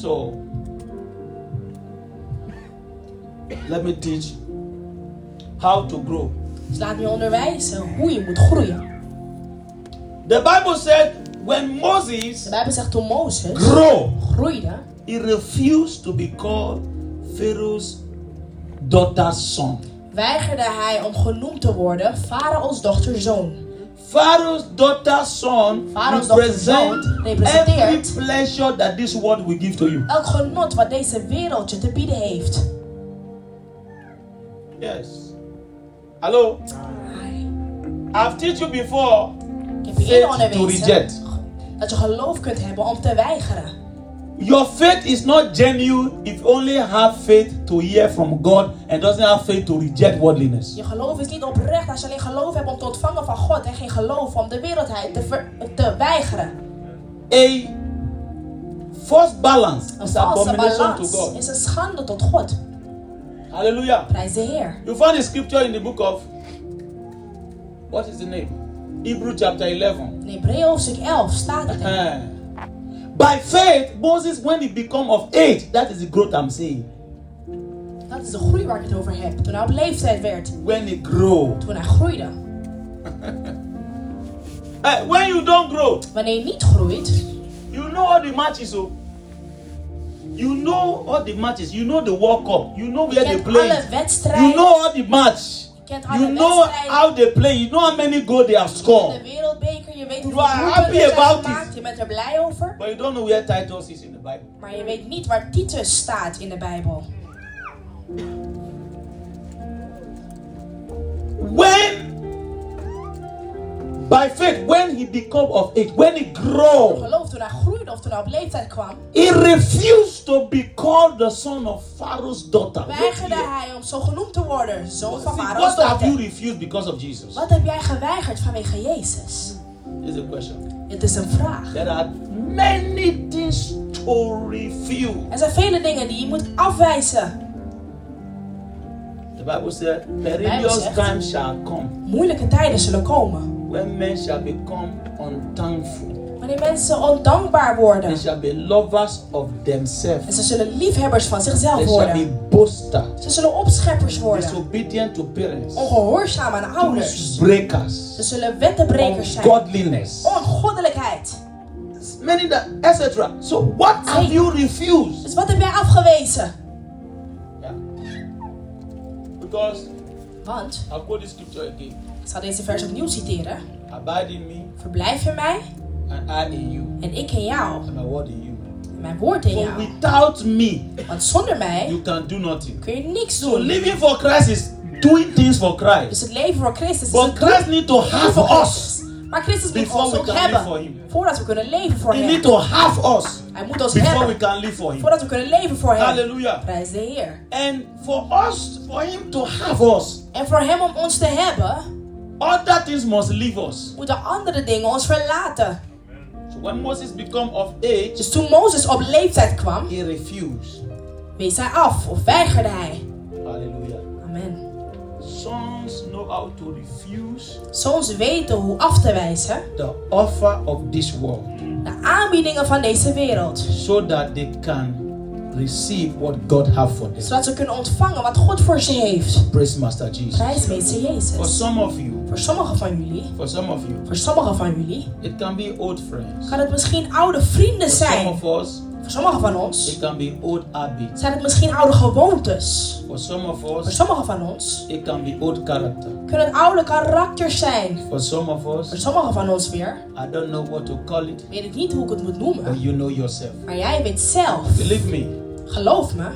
Speaker 1: So, let me teach how to grow.
Speaker 2: Dus laat me onderwijzen hoe je moet groeien.
Speaker 1: The Bible said when
Speaker 2: De
Speaker 1: Moses
Speaker 2: Bijbel zegt toen Mozes
Speaker 1: grew,
Speaker 2: groeide,
Speaker 1: he refused to be called Pharaoh's daughter's son.
Speaker 2: weigerde hij om genoemd te worden Farao's dochterzoon.
Speaker 1: Pharaoh's daughter's son
Speaker 2: Pharaoh's
Speaker 1: represents
Speaker 2: daughter's son
Speaker 1: every
Speaker 2: representeert-
Speaker 1: pleasure that this world will give to you.
Speaker 2: Elk genot wat deze wereld je te bieden heeft.
Speaker 1: Yes. Hello. I've taught you before.
Speaker 2: Ik heb je
Speaker 1: Faith
Speaker 2: eerder
Speaker 1: to reject.
Speaker 2: onderwezen dat je geloof kunt hebben om te weigeren.
Speaker 1: Your faith is not genuine if you only have faith to hear from God and doesn't have faith to reject worldliness.
Speaker 2: Je geloof is niet oprecht als je alleen geloof hebt om te ontvangen van God en geen geloof om de wereldheid te, ver- te weigeren.
Speaker 1: A false balance
Speaker 2: Een
Speaker 1: is
Speaker 2: valse
Speaker 1: abomination to
Speaker 2: balans
Speaker 1: God.
Speaker 2: is een schande tot God.
Speaker 1: Hallelujah.
Speaker 2: Prijs de Heer.
Speaker 1: You find a scripture in the book of what is the name? Hebrew chapter 11.
Speaker 2: In Hebreeën hoofdstuk 11 staat het. er.
Speaker 1: Eh. By faith, Moses, when he become of age, that is the growth I'm saying.
Speaker 2: Dat is de groei waar ik het over heb. Toen hij op leeftijd werd,
Speaker 1: When he grow.
Speaker 2: toen hij groeide.
Speaker 1: Eh, when you don't grow,
Speaker 2: Wanneer je niet groeit,
Speaker 1: You know all the matches, oh. You know all the matches. You know the World Cup. You know where
Speaker 2: je
Speaker 1: they
Speaker 2: kent
Speaker 1: play.
Speaker 2: alle
Speaker 1: it.
Speaker 2: wedstrijden.
Speaker 1: You know all the match.
Speaker 2: je kent alle
Speaker 1: You know how
Speaker 2: wedstrijden.
Speaker 1: they play. You know how many goals they have
Speaker 2: De
Speaker 1: scored.
Speaker 2: wereldbeker, je weet
Speaker 1: You
Speaker 2: hoeveel
Speaker 1: are
Speaker 2: doelpunten
Speaker 1: happy
Speaker 2: er zijn
Speaker 1: about it.
Speaker 2: gemaakt. Je bent er blij over.
Speaker 1: But you don't know where Titus is in the Bible.
Speaker 2: Maar je weet niet waar Titus staat in de Bijbel.
Speaker 1: When, by faith, when he become of age, when he
Speaker 2: Door
Speaker 1: grow,
Speaker 2: geloof toen hij groeide of toen hij op leeftijd kwam,
Speaker 1: he refused to be called the son of Pharaoh's daughter. Look
Speaker 2: weigerde
Speaker 1: here.
Speaker 2: hij om zo genoemd te worden. Zoon van Pharaoh's
Speaker 1: What have you
Speaker 2: dochter.
Speaker 1: refused because of Jesus?
Speaker 2: Wat heb jij geweigerd vanwege Jezus?
Speaker 1: Is the question.
Speaker 2: Het is een vraag.
Speaker 1: There are many things to refuse.
Speaker 2: Er zijn vele dingen die je moet afwijzen.
Speaker 1: The Bible said,
Speaker 2: Bible
Speaker 1: perilous
Speaker 2: says-
Speaker 1: time shall come
Speaker 2: Moeilijke tijden zullen komen.
Speaker 1: when men shall become unthankful.
Speaker 2: Wanneer mensen ondankbaar
Speaker 1: They
Speaker 2: worden.
Speaker 1: shall be lovers of
Speaker 2: En
Speaker 1: themselves.
Speaker 2: ze zullen liefhebbers van
Speaker 1: They
Speaker 2: zichzelf
Speaker 1: shall be
Speaker 2: worden.
Speaker 1: boasters,
Speaker 2: Ze zullen opscheppers worden.
Speaker 1: disobedient to parents,
Speaker 2: Oh, Ongehoorzaam aan
Speaker 1: truth
Speaker 2: ouders. Ze
Speaker 1: breakers,
Speaker 2: zullen wettenbrekers zijn.
Speaker 1: godliness,
Speaker 2: Ongoddelijkheid.
Speaker 1: Oh, many that etc. So what have
Speaker 2: Hey.
Speaker 1: you refused?
Speaker 2: Dus wat heb jij afgewezen?
Speaker 1: Yeah. Because
Speaker 2: Want,
Speaker 1: I'll quote this scripture again.
Speaker 2: ik zal deze vers opnieuw citeren.
Speaker 1: Abide in me
Speaker 2: Verblijf in mij
Speaker 1: and I in you
Speaker 2: en ik in jou.
Speaker 1: and my word in you.
Speaker 2: En Mijn woord in
Speaker 1: For
Speaker 2: jou.
Speaker 1: without me,
Speaker 2: Want zonder mij
Speaker 1: you can do nothing.
Speaker 2: kun je niks
Speaker 1: So
Speaker 2: doen.
Speaker 1: living for Christ is doing things for
Speaker 2: Dus
Speaker 1: Christ.
Speaker 2: het leven voor Christus is
Speaker 1: But
Speaker 2: het
Speaker 1: Christ need to
Speaker 2: leven
Speaker 1: have
Speaker 2: voor
Speaker 1: us.
Speaker 2: ons. Maar Christus moet
Speaker 1: Before
Speaker 2: ons
Speaker 1: we
Speaker 2: ook
Speaker 1: can live for
Speaker 2: hebben.
Speaker 1: him.
Speaker 2: Voordat we kunnen leven voor
Speaker 1: He
Speaker 2: hem.
Speaker 1: need to have us
Speaker 2: Hij moet ons
Speaker 1: before
Speaker 2: hebben.
Speaker 1: we can live for him.
Speaker 2: Voordat we kunnen leven voor hem.
Speaker 1: Hallelujah.
Speaker 2: Prijs de Heer.
Speaker 1: And for us, for him to have us,
Speaker 2: En voor hem om ons te hebben,
Speaker 1: other things must leave us.
Speaker 2: moeten andere dingen ons verlaten.
Speaker 1: So when Moses become of age,
Speaker 2: Dus toen Mozes op leeftijd kwam,
Speaker 1: he refused.
Speaker 2: wees hij af of weigerde hij.
Speaker 1: Hallelujah.
Speaker 2: Amen.
Speaker 1: Sons know how to refuse
Speaker 2: Soms weten hoe af te wijzen
Speaker 1: the offer of this world
Speaker 2: de aanbiedingen van deze wereld.
Speaker 1: so that they can receive what God have for them.
Speaker 2: Zodat ze kunnen ontvangen wat God voor ze heeft.
Speaker 1: Praise Master Jesus.
Speaker 2: Prijs meester
Speaker 1: For
Speaker 2: Jezus.
Speaker 1: some of you,
Speaker 2: Voor sommigen van jullie,
Speaker 1: for some of you,
Speaker 2: voor sommigen van jullie,
Speaker 1: it can be old friends.
Speaker 2: kan het misschien oude vrienden
Speaker 1: Some
Speaker 2: zijn.
Speaker 1: of us,
Speaker 2: Voor sommigen van
Speaker 1: It
Speaker 2: ons
Speaker 1: can be old habits.
Speaker 2: zijn het misschien oude gewoontes.
Speaker 1: For some of
Speaker 2: Voor
Speaker 1: us,
Speaker 2: sommigen van ons
Speaker 1: it can be old character.
Speaker 2: kunnen het oude karakters zijn.
Speaker 1: For some of
Speaker 2: Voor
Speaker 1: us,
Speaker 2: sommigen van ons weer
Speaker 1: I don't know what to call it,
Speaker 2: weet ik niet hoe ik het moet
Speaker 1: but
Speaker 2: noemen.
Speaker 1: you know yourself.
Speaker 2: Maar jij weet zelf.
Speaker 1: Believe me,
Speaker 2: Geloof me.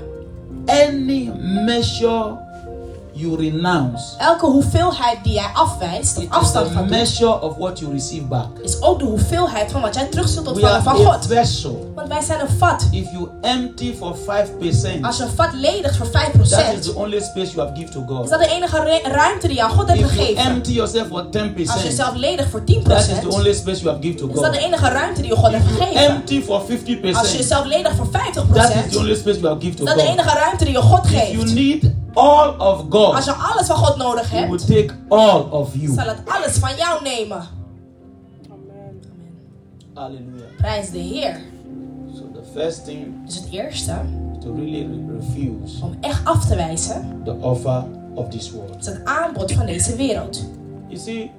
Speaker 1: any measure you renounce
Speaker 2: Elke hoeveelheid die jij afwijst, of
Speaker 1: it is
Speaker 2: afstand
Speaker 1: a
Speaker 2: van doet,
Speaker 1: measure of what you receive back.
Speaker 2: is ook de hoeveelheid van wat jij terugzult
Speaker 1: We
Speaker 2: ontvangen
Speaker 1: are
Speaker 2: van
Speaker 1: a
Speaker 2: God.
Speaker 1: vessel.
Speaker 2: Want wij zijn een vat.
Speaker 1: If you empty for 5%,
Speaker 2: Als je een vat ledigt voor 5%,
Speaker 1: that is the only space you have give to
Speaker 2: is
Speaker 1: God.
Speaker 2: dat de enige re- ruimte die je aan God hebt
Speaker 1: If you
Speaker 2: gegeven.
Speaker 1: empty yourself for
Speaker 2: Als je jezelf
Speaker 1: 10%,
Speaker 2: ledigt voor 10%,
Speaker 1: that is the only space you have give to
Speaker 2: is dat de
Speaker 1: God.
Speaker 2: enige ruimte die je God hebt gegeven.
Speaker 1: Empty for
Speaker 2: Als je
Speaker 1: 50%,
Speaker 2: jezelf ledigt voor 50%,
Speaker 1: that is the
Speaker 2: is
Speaker 1: only space you have give to
Speaker 2: dat de
Speaker 1: God.
Speaker 2: enige ruimte die je God
Speaker 1: If you
Speaker 2: geeft.
Speaker 1: need all of
Speaker 2: Als
Speaker 1: God,
Speaker 2: je alles van God nodig
Speaker 1: He will
Speaker 2: hebt,
Speaker 1: take all of you.
Speaker 2: zal het alles van jou nemen.
Speaker 1: Hallelujah.
Speaker 2: Prijs de Heer.
Speaker 1: So the first thing
Speaker 2: Dus het eerste,
Speaker 1: is to really re- refuse
Speaker 2: om echt af te wijzen,
Speaker 1: the offer of this world.
Speaker 2: is het aanbod van deze wereld.
Speaker 1: You see,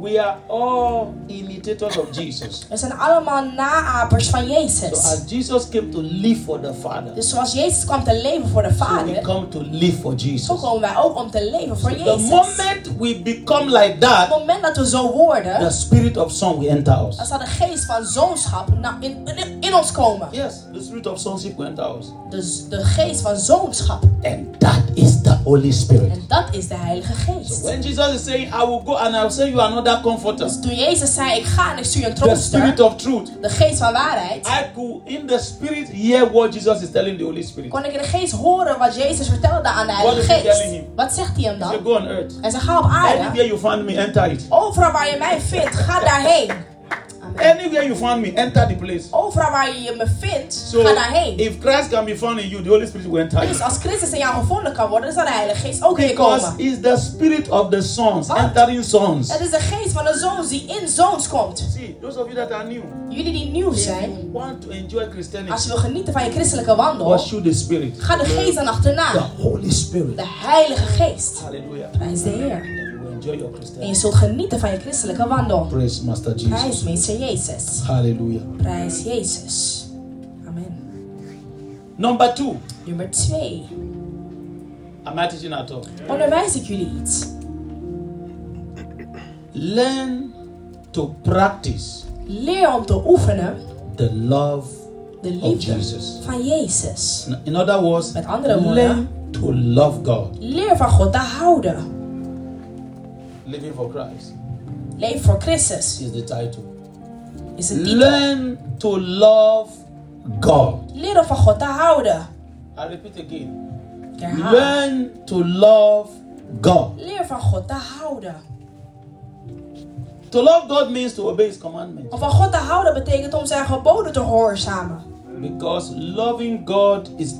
Speaker 1: we are all imitators of Jesus.
Speaker 2: We zijn allemaal naapers van
Speaker 1: So
Speaker 2: Jezus.
Speaker 1: as Jesus came to live for the Father,
Speaker 2: Dus zoals Jezus kwam te leven voor de
Speaker 1: so we
Speaker 2: Vader,
Speaker 1: come to live for Jesus.
Speaker 2: zo
Speaker 1: So
Speaker 2: komen wij ook om te leven voor
Speaker 1: the
Speaker 2: Jezus. Op
Speaker 1: moment we become like
Speaker 2: het
Speaker 1: that,
Speaker 2: moment dat we zo worden,
Speaker 1: the spirit of son will enter
Speaker 2: dan
Speaker 1: us.
Speaker 2: zal de geest van zoonschap na- in, in, in ons komen.
Speaker 1: Yes, the spirit of sonship will enter us.
Speaker 2: Dus de geest van zoonschap.
Speaker 1: And that is the Holy Spirit.
Speaker 2: En dat is de Heilige
Speaker 1: So
Speaker 2: Geest.
Speaker 1: when Jesus is saying, I will go and I'll send you another comforter,
Speaker 2: Dus toen Jezus zei, ik ga en ik stuur je een
Speaker 1: the spirit
Speaker 2: trooster,
Speaker 1: of truth.
Speaker 2: de geest van waarheid,
Speaker 1: I could, in the spirit, hear what Jesus is telling the Holy Spirit.
Speaker 2: kon ik in de geest horen wat Jezus vertelde aan de Heilige
Speaker 1: What is he telling
Speaker 2: Geest.
Speaker 1: him?
Speaker 2: Wat zegt hij hem
Speaker 1: He said,
Speaker 2: dan?
Speaker 1: go on earth.
Speaker 2: Hij zei, ga op aarde.
Speaker 1: Anywhere you find me, enter it.
Speaker 2: Overal waar je mij vindt, ga daarheen. Amen.
Speaker 1: Anywhere you find me, enter the place.
Speaker 2: Overal waar je me vindt,
Speaker 1: So
Speaker 2: ga daarheen.
Speaker 1: if Christ can be found in you, the Holy Spirit will enter you.
Speaker 2: Dus als Christus in jou gevonden kan worden, dan zal de Heilige Geest ook in je
Speaker 1: Because
Speaker 2: komen.
Speaker 1: it's the spirit of the sons,
Speaker 2: What?
Speaker 1: entering sons.
Speaker 2: Het is de geest van de zoons die in zoons komt.
Speaker 1: See, those of you that are new,
Speaker 2: Jullie die nieuw
Speaker 1: if you
Speaker 2: zijn,
Speaker 1: want to enjoy
Speaker 2: als je
Speaker 1: Christianity,
Speaker 2: wil genieten van je christelijke wandel,
Speaker 1: pursue the spirit.
Speaker 2: ga de geest dan
Speaker 1: The
Speaker 2: achterna.
Speaker 1: Holy Spirit.
Speaker 2: De Heilige Geest.
Speaker 1: Hallelujah.
Speaker 2: Prijs de Heer.
Speaker 1: That you will enjoy your
Speaker 2: En je
Speaker 1: Christianity.
Speaker 2: zult genieten van je christelijke wandel.
Speaker 1: Praise Master
Speaker 2: Prijs
Speaker 1: Jesus.
Speaker 2: Meester Jezus.
Speaker 1: Hallelujah.
Speaker 2: Prijs Jezus. Amen.
Speaker 1: Number two.
Speaker 2: Nummer 2.
Speaker 1: Am I teaching at all?
Speaker 2: Onderwijs ik jullie iets.
Speaker 1: Learn to practice
Speaker 2: Leer om te oefenen
Speaker 1: the love.
Speaker 2: de
Speaker 1: Of
Speaker 2: liefde
Speaker 1: Oh, Jesus.
Speaker 2: van Jezus.
Speaker 1: In other words,
Speaker 2: Met andere woorden.
Speaker 1: learn to love God.
Speaker 2: Leer van God te houden.
Speaker 1: Living for Christ
Speaker 2: Leef voor Christus
Speaker 1: is the title.
Speaker 2: is het titel.
Speaker 1: Learn to love God.
Speaker 2: Leren van God te houden.
Speaker 1: I repeat again.
Speaker 2: Ik herhaal.
Speaker 1: Learn to love God.
Speaker 2: Leer van God te houden.
Speaker 1: To love God means to obey His commandments.
Speaker 2: Om van God te houden betekent om zijn geboden te gehoorzamen.
Speaker 1: Because loving God is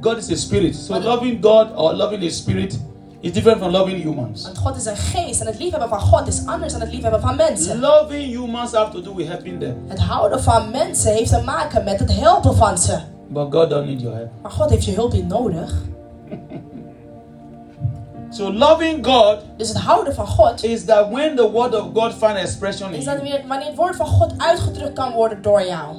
Speaker 1: God is a spirit. So loving God or loving a spirit is different from loving humans.
Speaker 2: Want God is een geest en het liefhebben van God is anders dan het liefhebben van mensen.
Speaker 1: Loving humans have to do with helping them.
Speaker 2: Het houden van mensen heeft te maken met het helpen van ze.
Speaker 1: But God don't need your help.
Speaker 2: Maar God heeft je hulp niet nodig.
Speaker 1: So loving God
Speaker 2: Dus het houden van God
Speaker 1: is that when the word of God finds expression in
Speaker 2: is dat
Speaker 1: you.
Speaker 2: weer wanneer het woord van God uitgedrukt kan worden door jou.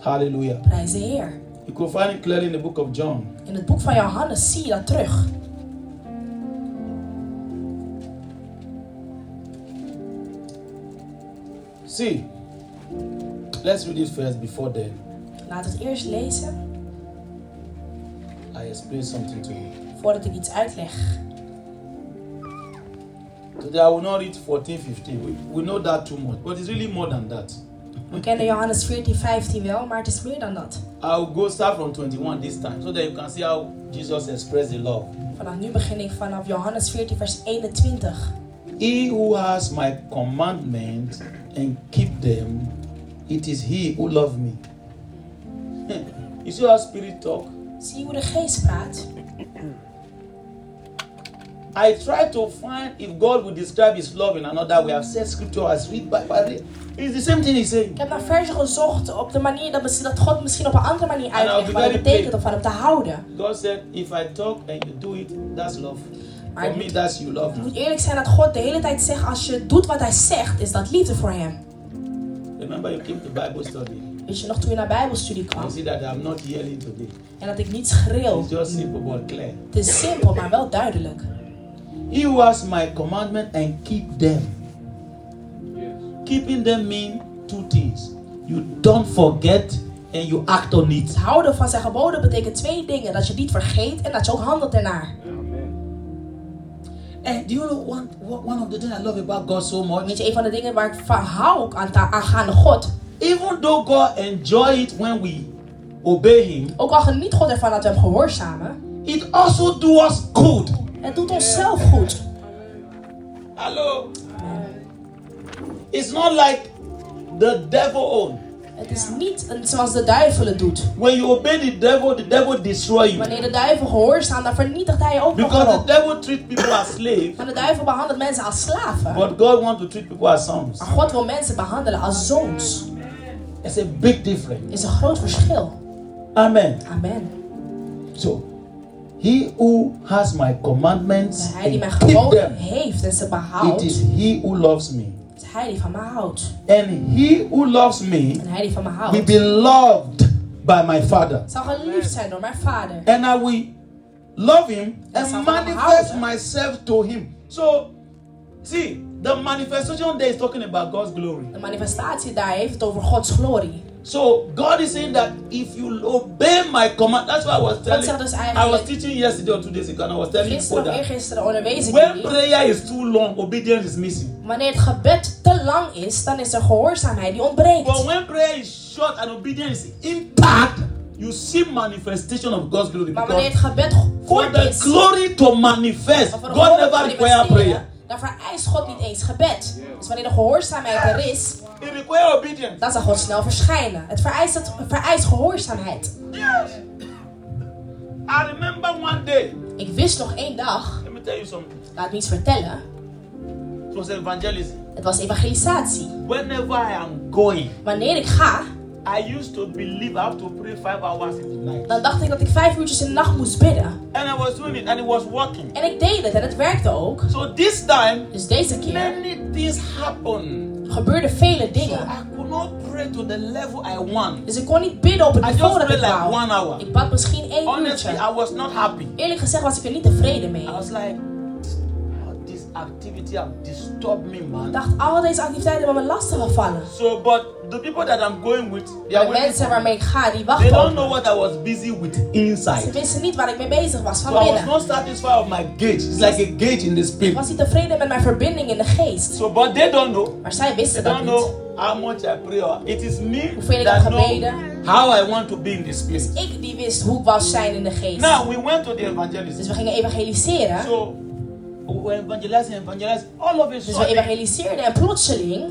Speaker 1: Hallelujah.
Speaker 2: Prijs de Heer.
Speaker 1: You could find it clearly in the book of John.
Speaker 2: In het boek van Johannes zie je dat terug.
Speaker 1: See, let's read it first before then.
Speaker 2: Laat het eerst lezen
Speaker 1: I explain something to you.
Speaker 2: voordat ik iets uitleg.
Speaker 1: Today I will not read 14, 15. We, we know that too much, but it's really more than that.
Speaker 2: We kennen Johannes 14, 15 wel, maar het is meer dan dat.
Speaker 1: I'll go start from 21 this time so that you can see how Jesus expressed the love.
Speaker 2: Vanaf nu begin ik vanaf Johannes 14, vers 21.
Speaker 1: He who has my commandment and keep them, it is he who love me. you see how spirit talk?
Speaker 2: Zie je hoe de geest praat?
Speaker 1: I try to find if God would describe his love in another way. I've said scripture as read by Bible. It's the same thing he's saying.
Speaker 2: Ik heb naar versen gezocht op de manier dat, misschien, dat God misschien op een andere manier uitlegt wat het betekent om van hem te houden.
Speaker 1: God said, if I talk and you do it, that's love.
Speaker 2: I
Speaker 1: For me, that's you love
Speaker 2: Het
Speaker 1: me.
Speaker 2: moet eerlijk zijn dat God de hele tijd zegt, als je doet wat hij zegt, is dat liefde voor hem.
Speaker 1: Remember you came to Bible study.
Speaker 2: Weet je nog, toen je naar Bijbelstudie kwam
Speaker 1: You see that I'm not yelling today.
Speaker 2: en dat ik niet schreeuw.
Speaker 1: It's just simple but clear.
Speaker 2: Het is simpel, maar wel duidelijk.
Speaker 1: He who has my commandment and keep them. Keeping them mean two things. You don't forget and you act on it.
Speaker 2: Het houden van zijn geboden betekent twee dingen. Dat je het niet vergeet en dat je ook handelt ernaar.
Speaker 1: And Eh, do you know one one of the things I love about God so
Speaker 2: Weet
Speaker 1: much?
Speaker 2: je, een van de dingen waar ik van hou ook aan ta- aangaande God.
Speaker 1: Even though God enjoy it when we obey Him,
Speaker 2: Ook al geniet God ervan dat we hem gehoorzamen.
Speaker 1: it also do us good.
Speaker 2: Het doet ons zelf goed.
Speaker 1: Hello. It's not like the devil own.
Speaker 2: Het is niet een- zoals de duivel het doet.
Speaker 1: When you obey the devil, the devil destroy you.
Speaker 2: Wanneer de duivel gehoorzaamt, dan vernietigt hij je ook nog
Speaker 1: Because the
Speaker 2: erop.
Speaker 1: devil treat people as slaves,
Speaker 2: Want de duivel behandelt mensen als slaven.
Speaker 1: but God want to treat people as sons.
Speaker 2: Maar God wil mensen behandelen als zoons.
Speaker 1: It's a big difference.
Speaker 2: Is een groot verschil.
Speaker 1: Amen.
Speaker 2: Amen.
Speaker 1: So, he who has my commandments
Speaker 2: Hij die
Speaker 1: and
Speaker 2: mij
Speaker 1: keep
Speaker 2: geboden
Speaker 1: them,
Speaker 2: heeft en ze
Speaker 1: it
Speaker 2: behoudt,
Speaker 1: is he who loves me.
Speaker 2: is hij die van mij houdt.
Speaker 1: And he who loves me
Speaker 2: En hij die van mij
Speaker 1: will
Speaker 2: houdt,
Speaker 1: be loved by my Father.
Speaker 2: zal geliefd zijn door mijn vader.
Speaker 1: And I will love him
Speaker 2: That's how
Speaker 1: and
Speaker 2: God
Speaker 1: manifest
Speaker 2: helps.
Speaker 1: myself to him. So, see, the manifestation there is talking about God's glory.
Speaker 2: De manifestatie daar heeft het over Gods glorie.
Speaker 1: So God is saying that if you obey my command, that's why I was telling.
Speaker 2: zegt dus eigenlijk-
Speaker 1: I was teaching yesterday or two days ago, and I was telling people
Speaker 2: Gisteren of
Speaker 1: that
Speaker 2: eergisteren onderwees ik
Speaker 1: when
Speaker 2: jullie.
Speaker 1: prayer is too long, obedience is missing.
Speaker 2: Wanneer het gebed te lang is, dan is er gehoorzaamheid die
Speaker 1: But
Speaker 2: ontbreekt.
Speaker 1: when prayer is short and obedience is intact, you see manifestation of God's glory.
Speaker 2: Maar wanneer het
Speaker 1: Because
Speaker 2: gebed
Speaker 1: for
Speaker 2: kort
Speaker 1: the
Speaker 2: is,
Speaker 1: glory to manifest,
Speaker 2: of voor de
Speaker 1: God
Speaker 2: gehoor te
Speaker 1: never requires
Speaker 2: manifesteren,
Speaker 1: prayer.
Speaker 2: dan vereist God niet eens gebed. Dus wanneer de gehoorzaamheid er is,
Speaker 1: It requires obedience.
Speaker 2: dan zal God snel verschijnen. Het vereist, het vereist gehoorzaamheid.
Speaker 1: Yes. I remember one day.
Speaker 2: Ik wist nog één dag,
Speaker 1: Let me tell you something.
Speaker 2: laat me iets vertellen.
Speaker 1: It was evangelism.
Speaker 2: Het was evangelisatie.
Speaker 1: Whenever I am going.
Speaker 2: Wanneer ik ga,
Speaker 1: I used to believe I have to pray five hours in the night.
Speaker 2: dan dacht ik dat ik vijf uurtjes in de nacht moest bidden.
Speaker 1: And I was doing it and it was working.
Speaker 2: En ik deed het en het werkte ook.
Speaker 1: So this time,
Speaker 2: Dus deze keer
Speaker 1: many things happened.
Speaker 2: gebeurden vele
Speaker 1: So
Speaker 2: dingen.
Speaker 1: I could not pray to the level I want.
Speaker 2: Dus ik kon niet bidden op het
Speaker 1: I
Speaker 2: niveau
Speaker 1: just
Speaker 2: dat ik
Speaker 1: prayed like one
Speaker 2: wou.
Speaker 1: hour.
Speaker 2: Ik bad misschien één
Speaker 1: Honestly, I
Speaker 2: uurtje.
Speaker 1: was not happy.
Speaker 2: Eerlijk gezegd was ik er niet tevreden mee.
Speaker 1: I was like, "Oh, this activity have disturbed me,
Speaker 2: Ik
Speaker 1: man.
Speaker 2: dacht, al deze activiteiten hebben me lastig gevallen.
Speaker 1: So, but the people that I'm going with, they
Speaker 2: De
Speaker 1: are waiting.
Speaker 2: mensen waarmee ik ga, die
Speaker 1: They
Speaker 2: wachten
Speaker 1: don't
Speaker 2: op
Speaker 1: know what I was busy with
Speaker 2: me. Ze
Speaker 1: inside.
Speaker 2: wisten niet waar ik mee bezig was
Speaker 1: So
Speaker 2: van
Speaker 1: I was
Speaker 2: binnen.
Speaker 1: not satisfied with my gauge. It's like a gauge in the
Speaker 2: Ik
Speaker 1: spirit.
Speaker 2: was niet tevreden met mijn verbinding in de geest.
Speaker 1: So, but they don't know.
Speaker 2: Maar zij
Speaker 1: I
Speaker 2: wisten dat
Speaker 1: don't
Speaker 2: niet.
Speaker 1: know how much I pray. or- It is me
Speaker 2: Hoeveel ik
Speaker 1: that
Speaker 2: heb
Speaker 1: know
Speaker 2: gebeden.
Speaker 1: how I want to be in this place.
Speaker 2: Ik die wist hoe ik wou zijn in de geest.
Speaker 1: Now we went to the
Speaker 2: Dus
Speaker 1: evangelist.
Speaker 2: we gingen evangeliseren.
Speaker 1: Nou. So we were evangelizing, evangelizing. All of a
Speaker 2: Dus we
Speaker 1: sudden,
Speaker 2: evangeliseerden en plotseling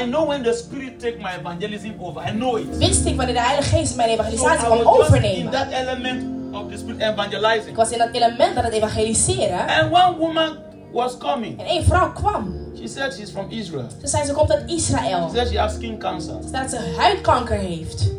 Speaker 1: I know when the spirit take my evangelism over. I know it.
Speaker 2: wist ik wanneer de Heilige Geest mijn
Speaker 1: So I
Speaker 2: evangelisatie kwam
Speaker 1: was just in
Speaker 2: overnemen.
Speaker 1: that element of the spirit
Speaker 2: Ik
Speaker 1: evangelizing.
Speaker 2: was in dat element aan het evangeliseren.
Speaker 1: And one woman was coming.
Speaker 2: En één vrouw kwam.
Speaker 1: She said she's from Israel.
Speaker 2: Ze zei ze komt uit Israël.
Speaker 1: She
Speaker 2: Ze
Speaker 1: said she has skin cancer.
Speaker 2: zei dat ze huidkanker heeft.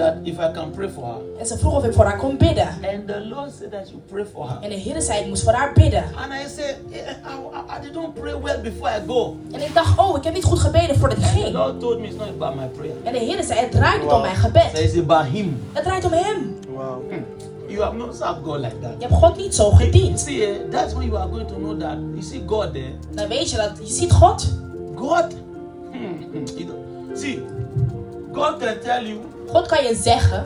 Speaker 1: That if I can pray for her.
Speaker 2: En ze vroeg of ik voor haar kon bidden.
Speaker 1: And the Lord said that you pray for her.
Speaker 2: En de Heer zei ik moest voor haar bidden.
Speaker 1: And I said, eh, I, I, I didn't pray well before I go.
Speaker 2: En ik dacht, oh, ik heb niet goed gebeden voordat ik
Speaker 1: The
Speaker 2: ging.
Speaker 1: Lord told me it's not about my prayer.
Speaker 2: En de Heer zei, het draait niet om mijn gebed.
Speaker 1: It's about Him.
Speaker 2: Het draait om Hem.
Speaker 1: You have not served God like that.
Speaker 2: Je hebt God niet zo
Speaker 1: You
Speaker 2: gediend.
Speaker 1: see, eh, that's when you are going to know that. You see, God there.
Speaker 2: Dan weet je dat, je ziet God.
Speaker 1: God. Hmm, hmm, you don't- see, God can tell you,
Speaker 2: God kan je zeggen,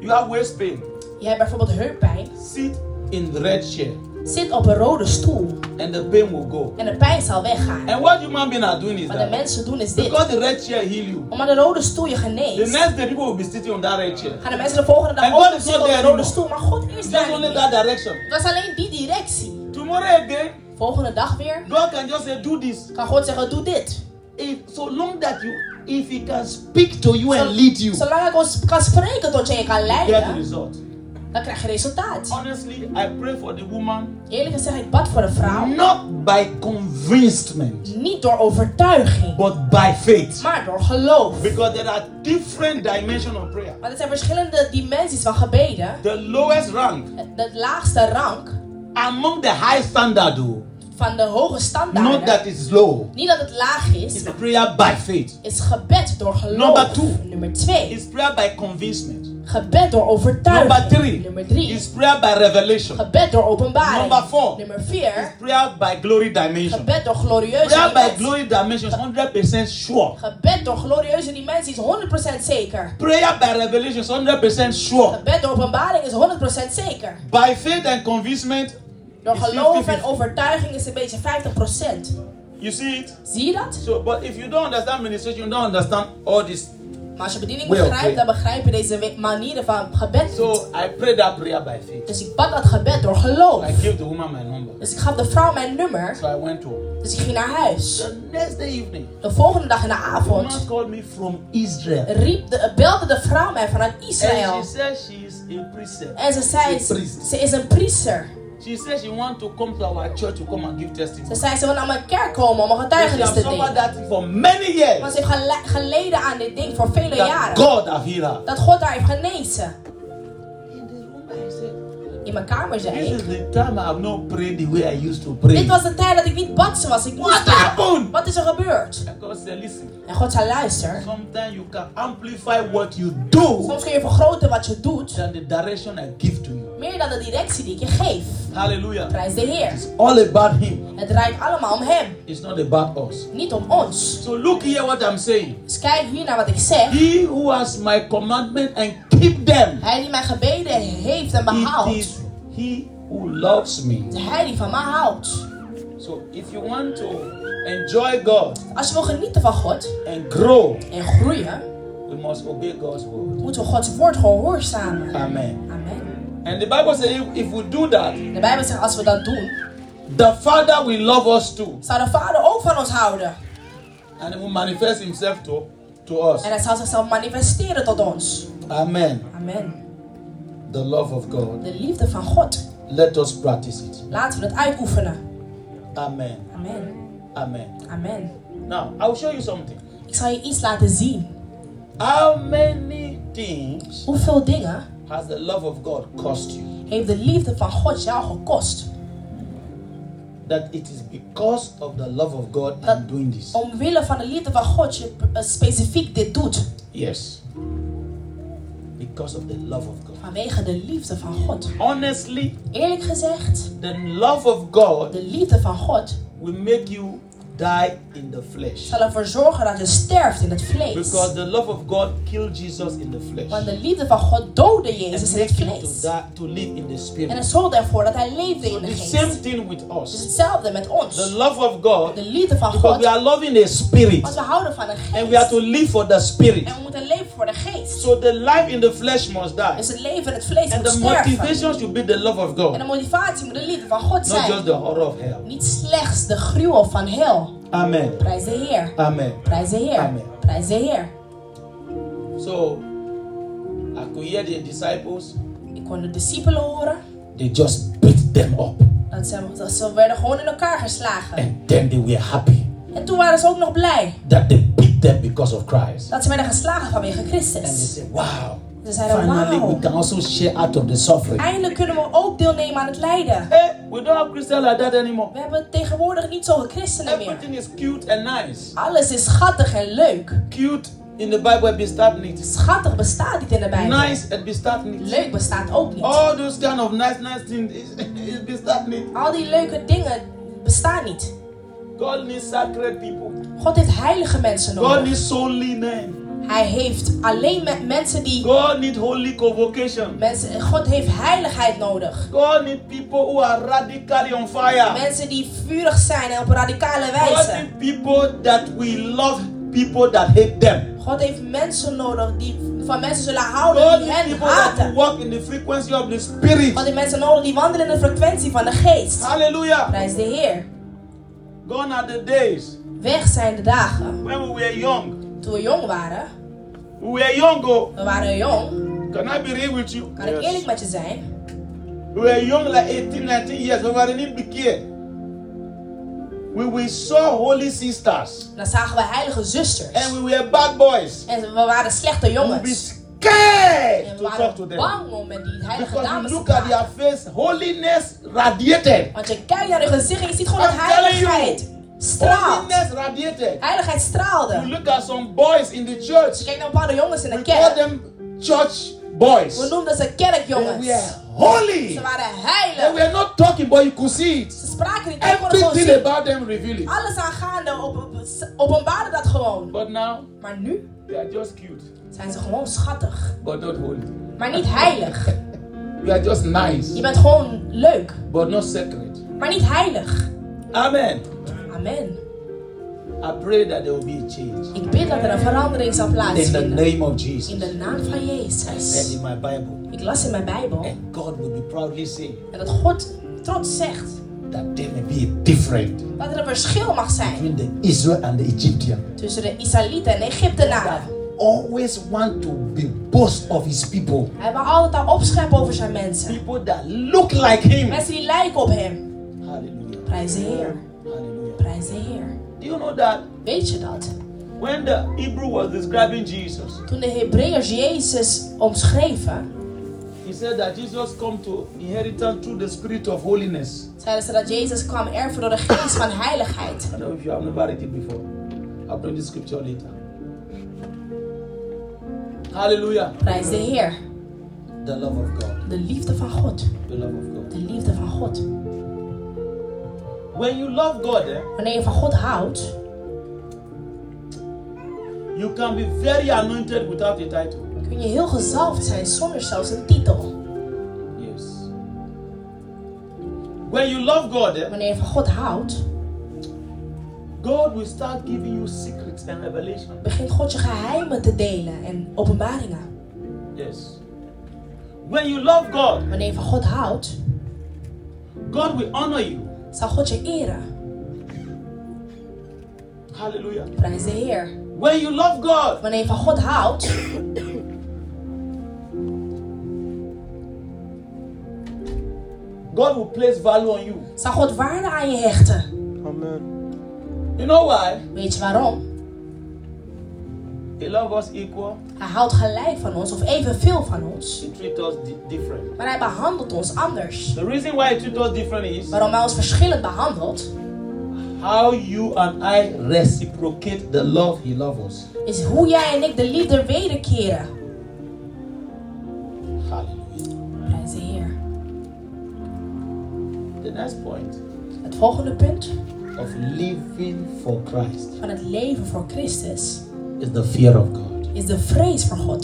Speaker 1: you have waist pain.
Speaker 2: je hebt bijvoorbeeld heuppijn.
Speaker 1: Sit in the red chair
Speaker 2: Zit op een rode stoel.
Speaker 1: and the pain will go.
Speaker 2: En de pijn zal weggaan.
Speaker 1: And what human beings are doing is
Speaker 2: Wat de
Speaker 1: that
Speaker 2: mensen doen is dit.
Speaker 1: because the red chair heal you,
Speaker 2: Om aan de rode stoel je
Speaker 1: the
Speaker 2: geneest.
Speaker 1: next day people will be sitting on that red chair.
Speaker 2: Gaan de mensen de volgende
Speaker 1: En
Speaker 2: dag
Speaker 1: God
Speaker 2: ook
Speaker 1: is not
Speaker 2: zitten op de
Speaker 1: there
Speaker 2: rode
Speaker 1: anymore.
Speaker 2: stoel. Maar God is
Speaker 1: It's
Speaker 2: daar
Speaker 1: just only
Speaker 2: niet meer.
Speaker 1: that direction.
Speaker 2: Het was alleen die directie.
Speaker 1: Tomorrow again,
Speaker 2: Volgende dag weer
Speaker 1: God can just say, do this.
Speaker 2: kan God zeggen, doe dit.
Speaker 1: if so long that you if he can speak to you and
Speaker 2: Zol-
Speaker 1: lead you
Speaker 2: Zolang ik ons kan spreken tot je je kan
Speaker 1: you get the
Speaker 2: leiden,
Speaker 1: result
Speaker 2: dan krijg je resultaat.
Speaker 1: honestly i pray for the woman
Speaker 2: Eerlijk gezegd, ik bad voor een vrouw.
Speaker 1: not by convincement
Speaker 2: Niet door overtuiging,
Speaker 1: but by faith
Speaker 2: maar door geloof.
Speaker 1: because there are different dimensions of prayer
Speaker 2: Want er zijn verschillende dimensies van gebeden.
Speaker 1: the lowest rank
Speaker 2: De laagste rank
Speaker 1: among the high standard though,
Speaker 2: van de hoge
Speaker 1: Not
Speaker 2: standaarden.
Speaker 1: that it's low.
Speaker 2: Niet dat het laag is,
Speaker 1: It's prayer by faith.
Speaker 2: is gebed door
Speaker 1: Number
Speaker 2: geloof.
Speaker 1: two.
Speaker 2: Nummer twee.
Speaker 1: It's prayer by convincement.
Speaker 2: Gebed
Speaker 1: Number
Speaker 2: door overtuiging.
Speaker 1: three.
Speaker 2: Nummer
Speaker 1: It's
Speaker 2: drie.
Speaker 1: prayer by revelation.
Speaker 2: Gebed door openbaring.
Speaker 1: Number four.
Speaker 2: Nummer vier.
Speaker 1: It's prayer by glory dimension.
Speaker 2: Gebed door glorieuze
Speaker 1: Prayer by
Speaker 2: dimensies.
Speaker 1: glory dimension is 100% sure.
Speaker 2: Gebed door glorieuze dimensies, 100% zeker.
Speaker 1: Prayer by revelation is 100% sure.
Speaker 2: Gebed door openbaring is 100% zeker.
Speaker 1: By faith and convincement,
Speaker 2: Door
Speaker 1: Is
Speaker 2: geloof
Speaker 1: 50-50.
Speaker 2: en overtuiging is een beetje 50%.
Speaker 1: you see it.
Speaker 2: Zie je dat?
Speaker 1: So, but if you don't understand ministration, you don't understand all this.
Speaker 2: Maar als je bediening
Speaker 1: Well,
Speaker 2: begrijpt,
Speaker 1: well.
Speaker 2: dan begrijp je deze we- manieren van gebed. niet.
Speaker 1: So I pray that prayer by faith.
Speaker 2: Dus ik bad dat gebed door geloof.
Speaker 1: I gave the woman my number.
Speaker 2: Dus ik gaf de vrouw mijn nummer,
Speaker 1: So I went home.
Speaker 2: dus ik ging naar huis.
Speaker 1: The next day evening,
Speaker 2: De volgende dag in de
Speaker 1: the woman
Speaker 2: avond
Speaker 1: called me from Israel.
Speaker 2: riep de, belde de vrouw mij vanuit Israël.
Speaker 1: And she said she is a priest.
Speaker 2: En ze zei,
Speaker 1: She's a priest.
Speaker 2: ze is een priester.
Speaker 1: She said she wants to come to our church to come and give testimony.
Speaker 2: Ze zei, ze wil naar mijn kerk komen om een
Speaker 1: She
Speaker 2: getuigenis
Speaker 1: has
Speaker 2: te delen.
Speaker 1: suffered that for many years.
Speaker 2: Want ze heeft gele- geleden aan dit ding voor vele
Speaker 1: That
Speaker 2: jaren.
Speaker 1: God have healed her.
Speaker 2: Dat God haar heeft genezen.
Speaker 1: In the room, I said,
Speaker 2: In mijn kamer zei
Speaker 1: This is
Speaker 2: ik.
Speaker 1: the time I have not prayed the way I used to pray.
Speaker 2: Dit was de tijd dat ik niet bad zoals ik moest.
Speaker 1: What
Speaker 2: doen.
Speaker 1: happened?
Speaker 2: Wat is er gebeurd?
Speaker 1: And God said, Listen,
Speaker 2: En God zei, luister.
Speaker 1: sometimes you can amplify what you do
Speaker 2: Soms kun je vergroten wat je doet.
Speaker 1: than the direction I give to you.
Speaker 2: Meer dan de directie die ik je geef.
Speaker 1: Hallelujah.
Speaker 2: Prijs de Heer.
Speaker 1: It's all about Him,
Speaker 2: Het draait allemaal om Hem.
Speaker 1: it's not about us.
Speaker 2: Niet om ons.
Speaker 1: So look here what I'm saying.
Speaker 2: Dus kijk hier naar wat ik zeg.
Speaker 1: He who has my commandment and keep them,
Speaker 2: Hij die mijn gebeden heeft en
Speaker 1: it
Speaker 2: behoudt.
Speaker 1: is he who loves me.
Speaker 2: is Hij die van mij houdt.
Speaker 1: So if you want to enjoy God
Speaker 2: Als je wil genieten van God
Speaker 1: and grow,
Speaker 2: en groeien,
Speaker 1: we must obey God's word.
Speaker 2: moeten we Gods woord gehoorzamen.
Speaker 1: Amen.
Speaker 2: Amen.
Speaker 1: And the Bible says if, if we do that,
Speaker 2: De Bijbel zegt als we dat doen,
Speaker 1: the Father will love us too.
Speaker 2: zou de Vader ook van ons houden.
Speaker 1: And he will manifest himself to, to
Speaker 2: En
Speaker 1: us.
Speaker 2: hij zal zichzelf manifesteren tot ons.
Speaker 1: Amen.
Speaker 2: Amen.
Speaker 1: The love of God.
Speaker 2: De liefde van God.
Speaker 1: Let us practice it.
Speaker 2: Laten we dat uitoefenen.
Speaker 1: Amen.
Speaker 2: Amen.
Speaker 1: Amen.
Speaker 2: Amen.
Speaker 1: Now, I'll show you something.
Speaker 2: Ik zal je iets laten zien.
Speaker 1: How many things
Speaker 2: Hoeveel dingen
Speaker 1: has the love of God cost you?
Speaker 2: heeft de liefde van God jou gekost?
Speaker 1: That it is because of the love of God I'm doing this.
Speaker 2: Omwille van de liefde van God je eh, specifiek dit doet.
Speaker 1: Yes. Because of the love of God.
Speaker 2: Vanwege de liefde van God.
Speaker 1: Honestly,
Speaker 2: Eerlijk gezegd,
Speaker 1: the love of God
Speaker 2: de liefde van God
Speaker 1: will make you die in the flesh.
Speaker 2: zal ervoor zorgen dat je sterft in het vlees.
Speaker 1: Because the love of God killed Jesus in the
Speaker 2: Want
Speaker 1: flesh.
Speaker 2: de liefde van God doodde Jezus
Speaker 1: And
Speaker 2: in het
Speaker 1: make you to
Speaker 2: vlees.
Speaker 1: die to live in the
Speaker 2: En het
Speaker 1: spirit.
Speaker 2: zorgde ervoor dat hij leefde in de
Speaker 1: The same
Speaker 2: geest.
Speaker 1: thing with
Speaker 2: Dus
Speaker 1: us.
Speaker 2: hetzelfde met
Speaker 1: The
Speaker 2: ons.
Speaker 1: love of
Speaker 2: De
Speaker 1: God,
Speaker 2: liefde van
Speaker 1: because we
Speaker 2: God.
Speaker 1: are loving the spirit.
Speaker 2: Als we houden van de
Speaker 1: And we are
Speaker 2: geest.
Speaker 1: to live for the spirit.
Speaker 2: En we moeten leven voor de geest.
Speaker 1: So the life in the flesh must die.
Speaker 2: Dus het leven in het vlees
Speaker 1: And
Speaker 2: moet
Speaker 1: the
Speaker 2: sterven.
Speaker 1: motivation should be the love of
Speaker 2: En de
Speaker 1: God,
Speaker 2: motivatie moet de liefde van God
Speaker 1: not just
Speaker 2: zijn.
Speaker 1: the horror of hell.
Speaker 2: Niet slechts de gruwel van hel.
Speaker 1: Amen.
Speaker 2: Prijs de Heer.
Speaker 1: Amen.
Speaker 2: Prijs de Heer.
Speaker 1: Amen.
Speaker 2: Prijs de Heer.
Speaker 1: So I could hear the disciples,
Speaker 2: Ik kon de discipelen horen.
Speaker 1: they just beat them up.
Speaker 2: Dat ze, dat ze werden gewoon in elkaar geslagen.
Speaker 1: And then they were happy
Speaker 2: En toen waren ze ook nog blij.
Speaker 1: that they beat them because of Christ.
Speaker 2: Dat ze werden geslagen vanwege
Speaker 1: And they
Speaker 2: Christus.
Speaker 1: said, Wow.
Speaker 2: Ze zeiden,
Speaker 1: Finally, we
Speaker 2: wauw.
Speaker 1: can also share out of the suffering.
Speaker 2: Eindelijk kunnen we ook deelnemen aan het lijden.
Speaker 1: Hey, we don't have Christians like that anymore.
Speaker 2: We hebben tegenwoordig niet zoveel christenen meer.
Speaker 1: Everything is cute and nice.
Speaker 2: Alles is schattig en leuk.
Speaker 1: Cute in the Bible it bestaat niet.
Speaker 2: Schattig bestaat niet in de Bijbel.
Speaker 1: Nice Oh. it bestaat niet.
Speaker 2: Leuk bestaat ook niet.
Speaker 1: All those kind of nice, nice things is- it bestaat niet.
Speaker 2: Al die leuke dingen bestaan niet.
Speaker 1: God needs sacred people.
Speaker 2: God heeft heilige mensen
Speaker 1: God
Speaker 2: nodig.
Speaker 1: needs holy men.
Speaker 2: Hij heeft alleen met mensen die...
Speaker 1: God needs holy convocation.
Speaker 2: Mensen, God heeft heiligheid nodig.
Speaker 1: God needs people who are radically on fire.
Speaker 2: Mensen die vurig zijn en op radicale
Speaker 1: God
Speaker 2: wijze.
Speaker 1: needs people that will love people that hate them.
Speaker 2: God heeft mensen nodig die van mensen zullen houden
Speaker 1: God
Speaker 2: die
Speaker 1: needs
Speaker 2: hen
Speaker 1: people that will
Speaker 2: haten.
Speaker 1: walk in the frequency of the spirit.
Speaker 2: God heeft mensen nodig die wandelen in de frequentie van de geest.
Speaker 1: Hallelujah.
Speaker 2: Prijs de Heer.
Speaker 1: Gone are the days
Speaker 2: Weg zijn de dagen.
Speaker 1: when we were young.
Speaker 2: Toen we jong waren,
Speaker 1: We were young, oh.
Speaker 2: we waren jong,
Speaker 1: Can I be real with you?
Speaker 2: kan ik eerlijk met je zijn?
Speaker 1: We were young like 18, 19 years. We were in Ibikia. We, we saw holy sisters
Speaker 2: Dan zagen we heilige zusters.
Speaker 1: and we were bad boys.
Speaker 2: En we waren slechte
Speaker 1: We
Speaker 2: jongens.
Speaker 1: scared
Speaker 2: En we
Speaker 1: to talk to
Speaker 2: waren
Speaker 1: them.
Speaker 2: bang om met die heilige
Speaker 1: Because
Speaker 2: dames
Speaker 1: you
Speaker 2: te
Speaker 1: look at their
Speaker 2: praten.
Speaker 1: face, holiness radiated.
Speaker 2: Want je kijkt naar hun gezicht en je ziet gewoon
Speaker 1: I'm
Speaker 2: dat
Speaker 1: telling you.
Speaker 2: heiligheid straalt.
Speaker 1: Holiness radiated.
Speaker 2: Heiligheid
Speaker 1: You
Speaker 2: straalde.
Speaker 1: look at some boys in the church.
Speaker 2: Je kijkt naar bepaalde jongens in de
Speaker 1: We call
Speaker 2: kerk.
Speaker 1: them church boys.
Speaker 2: We noemden
Speaker 1: They
Speaker 2: ze kerkjongens.
Speaker 1: were holy.
Speaker 2: Ze waren
Speaker 1: They
Speaker 2: heilig.
Speaker 1: were not talking, but you could see it.
Speaker 2: Ze spraken niet. Je kon het gewoon
Speaker 1: Everything
Speaker 2: zien.
Speaker 1: about them revealed it.
Speaker 2: Alles aangaande op, op, openbaarde dat gewoon.
Speaker 1: But now
Speaker 2: Maar nu
Speaker 1: they are just cute,
Speaker 2: zijn ze gewoon schattig.
Speaker 1: but not holy.
Speaker 2: Maar niet heilig.
Speaker 1: You are just nice,
Speaker 2: Je bent gewoon leuk.
Speaker 1: but not sacred.
Speaker 2: Maar niet heilig.
Speaker 1: Amen.
Speaker 2: Amen.
Speaker 1: I pray that there will be a change
Speaker 2: Ik bid dat er een verandering zal
Speaker 1: in the
Speaker 2: plaatsvinden.
Speaker 1: name of
Speaker 2: In de
Speaker 1: Jesus.
Speaker 2: naam van
Speaker 1: Said
Speaker 2: Jezus.
Speaker 1: in my Bible,
Speaker 2: Ik las in mijn Bijbel
Speaker 1: and God will be proudly saying
Speaker 2: en dat God trots zegt
Speaker 1: that there may be a difference
Speaker 2: dat er een verschil mag zijn
Speaker 1: between the Israel and the Egyptian.
Speaker 2: tussen de Israëlieten en de Egyptenaren.
Speaker 1: Always want to be boast of his people,
Speaker 2: Hij wil altijd al opscheppen over zijn mensen.
Speaker 1: people that look like him.
Speaker 2: Mensen die lijken op hem.
Speaker 1: Hallelujah.
Speaker 2: Prijs de Heer.
Speaker 1: Hallelujah.
Speaker 2: Prijs de Heer.
Speaker 1: Do you know that
Speaker 2: Weet je dat?
Speaker 1: when the Hebrew was describing Jesus,
Speaker 2: Toen de Hebreeërs Jezus omschreven,
Speaker 1: he said that Jesus come to inheritance through the spirit of holiness.
Speaker 2: zeiden ze dat Jezus kwam erven door de geest van heiligheid.
Speaker 1: I don't know if you have never read it before. I'll bring the scripture later. Hallelujah.
Speaker 2: Prijs de Heer.
Speaker 1: The love of God.
Speaker 2: De liefde van God.
Speaker 1: The love of God.
Speaker 2: De liefde van God.
Speaker 1: When you love God, eh,
Speaker 2: Wanneer je van God houdt,
Speaker 1: you can be very anointed without a title.
Speaker 2: kun je heel gezalfd zijn zonder zelfs een titel.
Speaker 1: Yes. When you love God, eh,
Speaker 2: Wanneer je van God houdt,
Speaker 1: God will start giving you secrets and revelation.
Speaker 2: begint God je geheimen te delen en openbaringen.
Speaker 1: Yes. When you love God,
Speaker 2: Wanneer je van God houdt,
Speaker 1: God will honor you.
Speaker 2: zal God je eren.
Speaker 1: Hallelujah.
Speaker 2: Prijs de Heer.
Speaker 1: When you love God,
Speaker 2: Wanneer je van God houdt,
Speaker 1: God will place value on you.
Speaker 2: zal God waarde aan je hechten.
Speaker 3: Amen.
Speaker 1: You know why?
Speaker 2: Weet je waarom?
Speaker 1: He loves us equal.
Speaker 2: Hij houdt gelijk van ons of evenveel van ons,
Speaker 1: He treats us di- different.
Speaker 2: maar hij behandelt ons anders.
Speaker 1: The reason why he treats us different is
Speaker 2: Waarom hij ons verschillend behandelt,
Speaker 1: how you and I reciprocate the love he loves us.
Speaker 2: is hoe jij en ik de liefde wederkeren.
Speaker 1: Hallelujah.
Speaker 2: Prijs de Heer.
Speaker 1: The next point
Speaker 2: Het volgende punt
Speaker 1: of living for Christ
Speaker 2: van het leven voor Christus
Speaker 1: is the fear of God.
Speaker 2: is de vrees voor God.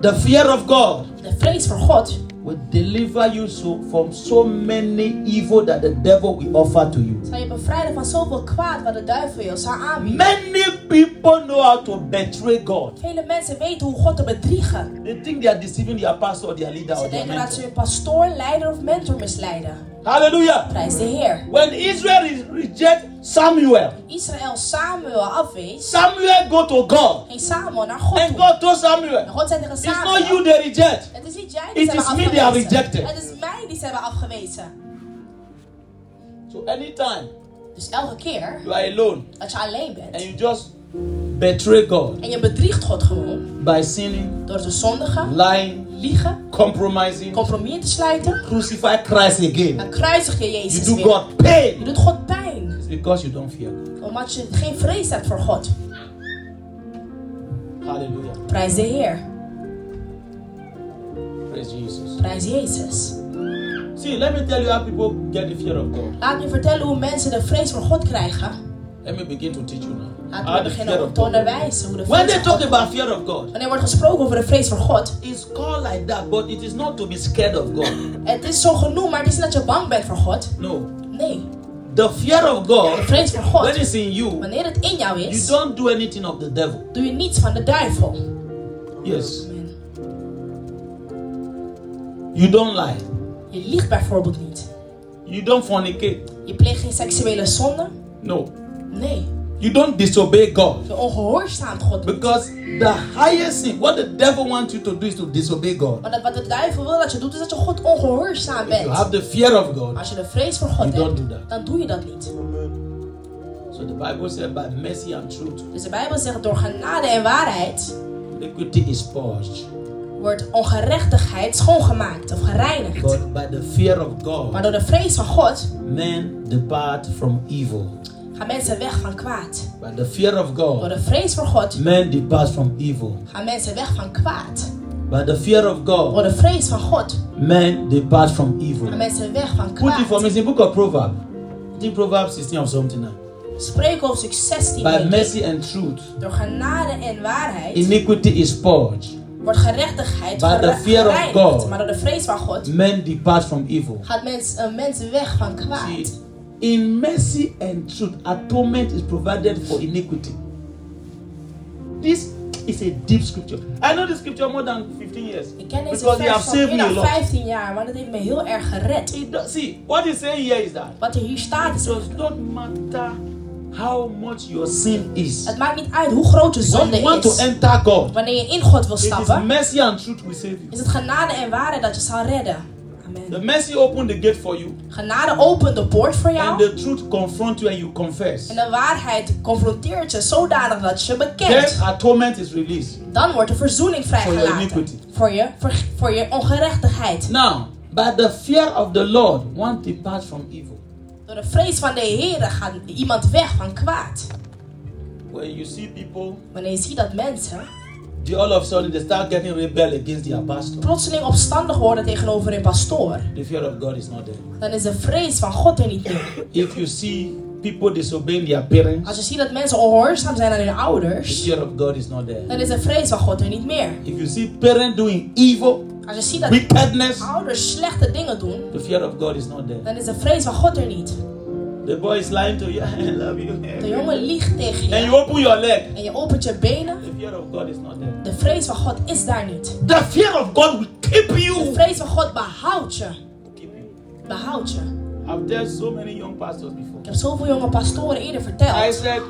Speaker 1: The fear of God
Speaker 2: De vrees voor God
Speaker 1: will deliver you so, from so many evil that the devil will offer to you.
Speaker 2: zal je bevrijden van zoveel kwaad wat de duivel je zal aanbieden.
Speaker 1: Many people know how to betray God.
Speaker 2: Vele mensen weten hoe God te bedriegen.
Speaker 1: They think they are deceiving their pastor or their leader
Speaker 2: Ze
Speaker 1: or their
Speaker 2: denken dat ze
Speaker 1: mentor.
Speaker 2: hun pastoor, leider of mentor misleiden.
Speaker 1: Hallelujah.
Speaker 2: Prijs de Heer.
Speaker 1: When Israel is reject Samuel,
Speaker 2: Israël Samuel afwees,
Speaker 1: Samuel go to God.
Speaker 2: ging Samuel naar God
Speaker 1: And
Speaker 2: toe.
Speaker 1: God told
Speaker 2: En
Speaker 1: Samuel,
Speaker 2: God zei tegen
Speaker 1: it's not you
Speaker 2: Samuel,
Speaker 1: they reject.
Speaker 2: het is niet jij
Speaker 1: It
Speaker 2: die ze
Speaker 1: is me
Speaker 2: hebben
Speaker 1: they have
Speaker 2: afgewezen.
Speaker 1: rejected.
Speaker 2: Het is mij die ze hebben afgewezen.
Speaker 1: So anytime
Speaker 2: Dus elke keer
Speaker 1: you are alone
Speaker 2: dat je alleen
Speaker 1: and
Speaker 2: bent
Speaker 1: you just betray God
Speaker 2: en je bedriegt God gewoon
Speaker 1: by sinning,
Speaker 2: door te zondigen,
Speaker 1: lying,
Speaker 2: liegen,
Speaker 1: compromising,
Speaker 2: compromis te sluiten,
Speaker 1: crucify Christ again.
Speaker 2: dan kruisig je
Speaker 1: You
Speaker 2: Jezus
Speaker 1: do
Speaker 2: weer.
Speaker 1: God
Speaker 2: Je
Speaker 1: pain.
Speaker 2: doet God pijn.
Speaker 1: It's because you don't fear God.
Speaker 2: Omdat je geen vrees hebt voor God.
Speaker 1: Hallelujah.
Speaker 2: Prijs de Heer.
Speaker 1: Praise Jesus.
Speaker 2: Prijs Jezus.
Speaker 1: See, let me tell you how people get the fear of God.
Speaker 2: Laat me vertellen hoe mensen de vrees voor God krijgen.
Speaker 1: Let me begin to teach you now.
Speaker 2: Laat
Speaker 1: How
Speaker 2: me
Speaker 1: the
Speaker 2: beginnen
Speaker 1: fear
Speaker 2: om
Speaker 1: of
Speaker 2: te
Speaker 1: God.
Speaker 2: onderwijzen hoe de
Speaker 1: When
Speaker 2: vrees
Speaker 1: they
Speaker 2: voor
Speaker 1: talk
Speaker 2: God...
Speaker 1: about fear of God,
Speaker 2: Wanneer wordt gesproken over de vrees voor God.
Speaker 1: It's called like that, but it is not to be scared of God.
Speaker 2: Het is zo genoemd, maar het is niet dat je bang bent voor God.
Speaker 1: No.
Speaker 2: Nee.
Speaker 1: The fear of
Speaker 2: De
Speaker 1: God,
Speaker 2: vrees voor
Speaker 1: when
Speaker 2: God.
Speaker 1: it's in you,
Speaker 2: Wanneer het in jou
Speaker 1: you
Speaker 2: is,
Speaker 1: don't do anything of the devil.
Speaker 2: doe je niets van de duivel.
Speaker 1: Yes.
Speaker 2: Amen.
Speaker 1: You don't lie.
Speaker 2: Je liegt bijvoorbeeld niet.
Speaker 1: You don't fornicate.
Speaker 2: Je pleegt geen seksuele zonde.
Speaker 1: No.
Speaker 2: Nee.
Speaker 1: You don't disobey God.
Speaker 2: Je ongehoorzaamt God niet.
Speaker 1: Because the highest thing, what the devil wants you to do is to disobey God.
Speaker 2: Want dat- wat de duivel wil dat je doet, is dat je God ongehoorzaam
Speaker 1: If you
Speaker 2: bent.
Speaker 1: have the fear of God,
Speaker 2: Als je de vrees voor God
Speaker 1: You don't
Speaker 2: hebt,
Speaker 1: do that.
Speaker 2: dan doe je dat niet.
Speaker 3: Amen.
Speaker 1: So the Bible said, by mercy and truth,
Speaker 2: Dus de Bijbel zegt, door genade en waarheid
Speaker 1: iniquity is purged.
Speaker 2: wordt ongerechtigheid schoongemaakt of gereinigd.
Speaker 1: But by the fear of
Speaker 2: Maar
Speaker 1: God,
Speaker 2: door de vrees van God
Speaker 1: men depart from evil.
Speaker 2: gaan mensen weg van kwaad.
Speaker 1: By the fear of
Speaker 2: Door
Speaker 1: God,
Speaker 2: de vrees voor God
Speaker 1: men depart from evil.
Speaker 2: gaan mensen weg van kwaad.
Speaker 1: By the fear of
Speaker 2: Door
Speaker 1: God,
Speaker 2: de vrees van God
Speaker 1: men depart from
Speaker 2: gaan
Speaker 1: evil.
Speaker 2: mensen weg van
Speaker 1: Put it for me,
Speaker 2: kwaad.
Speaker 1: it's in book of Proverbs. I think Proverbs 16 or something now.
Speaker 2: Spreek over 16.
Speaker 1: By
Speaker 2: denk ik.
Speaker 1: mercy and truth,
Speaker 2: Door genade en waarheid
Speaker 1: iniquity is purged.
Speaker 2: wordt gerechtigheid
Speaker 1: By the
Speaker 2: gere-
Speaker 1: fear of
Speaker 2: gereinigd.
Speaker 1: God. Mm.
Speaker 2: Maar door de vrees van God
Speaker 1: Men depart from evil.
Speaker 2: gaat mens, een mens weg van
Speaker 1: See,
Speaker 2: kwaad.
Speaker 1: in mercy and truth, atonement is provided for iniquity. This is a deep scripture. I know this scripture more than 15 years.
Speaker 2: Ik ken deze
Speaker 1: Because you have
Speaker 2: vers van
Speaker 1: saved
Speaker 2: meer
Speaker 1: me a
Speaker 2: dan
Speaker 1: lot.
Speaker 2: 15 jaar, want het heeft me heel erg gered.
Speaker 1: It does, see, what he's saying here is that
Speaker 2: Wat er hier staat is,
Speaker 1: it does not matter how much your sin is.
Speaker 2: het maakt niet uit hoe groot je
Speaker 1: When
Speaker 2: zonde
Speaker 1: you want to
Speaker 2: is.
Speaker 1: enter God,
Speaker 2: Wanneer je in God wil
Speaker 1: it is
Speaker 2: stappen,
Speaker 1: mercy and truth will save you.
Speaker 2: is het genade en waarheid dat je zal redden.
Speaker 1: The
Speaker 2: Amen.
Speaker 1: mercy opened the gate for you,
Speaker 2: Genade opent de poort voor
Speaker 1: and
Speaker 2: jou.
Speaker 1: the truth confronts you and you confess.
Speaker 2: En de waarheid confronteert je zodanig dat je
Speaker 1: Then
Speaker 2: bekent.
Speaker 1: atonement is released.
Speaker 2: Dan wordt de verzoening vrijgelaten.
Speaker 1: iniquity.
Speaker 2: Voor je, voor, voor je ongerechtigheid.
Speaker 1: Now, by the fear of the Lord, one departs from evil.
Speaker 2: Door de vrees van de Heer gaat iemand weg van kwaad.
Speaker 1: When you see people,
Speaker 2: Wanneer je ziet dat mensen
Speaker 1: they all of a sudden they start getting rebel against their pastor.
Speaker 2: plotseling opstandig worden tegenover hun pastoor,
Speaker 1: The fear of God is not there.
Speaker 2: dan is de vrees van God er niet meer.
Speaker 1: If you see people disobeying their
Speaker 2: Als je
Speaker 1: parents,
Speaker 2: ziet dat mensen ongehoorzaam zijn aan hun
Speaker 1: the
Speaker 2: ouders,
Speaker 1: fear of God is not there.
Speaker 2: dan is de vrees van God er niet meer.
Speaker 1: If you see parents doing evil,
Speaker 2: Als je ziet dat
Speaker 1: wickedness,
Speaker 2: ouders slechte dingen doen,
Speaker 1: the fear of God is not there.
Speaker 2: dan is de vrees van God er niet.
Speaker 1: The boy is lying to you, I love you.
Speaker 2: De jongen liegt tegen
Speaker 1: And
Speaker 2: je
Speaker 1: you open your leg,
Speaker 2: en je opent je benen.
Speaker 1: the fear of God is not there.
Speaker 2: De vrees van God is daar niet.
Speaker 1: The fear of God will keep
Speaker 2: De
Speaker 1: you.
Speaker 2: vrees van God behoudt je.
Speaker 1: Keep you.
Speaker 2: Behoudt je.
Speaker 1: I've told so many young pastors before.
Speaker 2: Ik heb zoveel jonge pastoren eerder
Speaker 1: I
Speaker 2: verteld.
Speaker 1: said,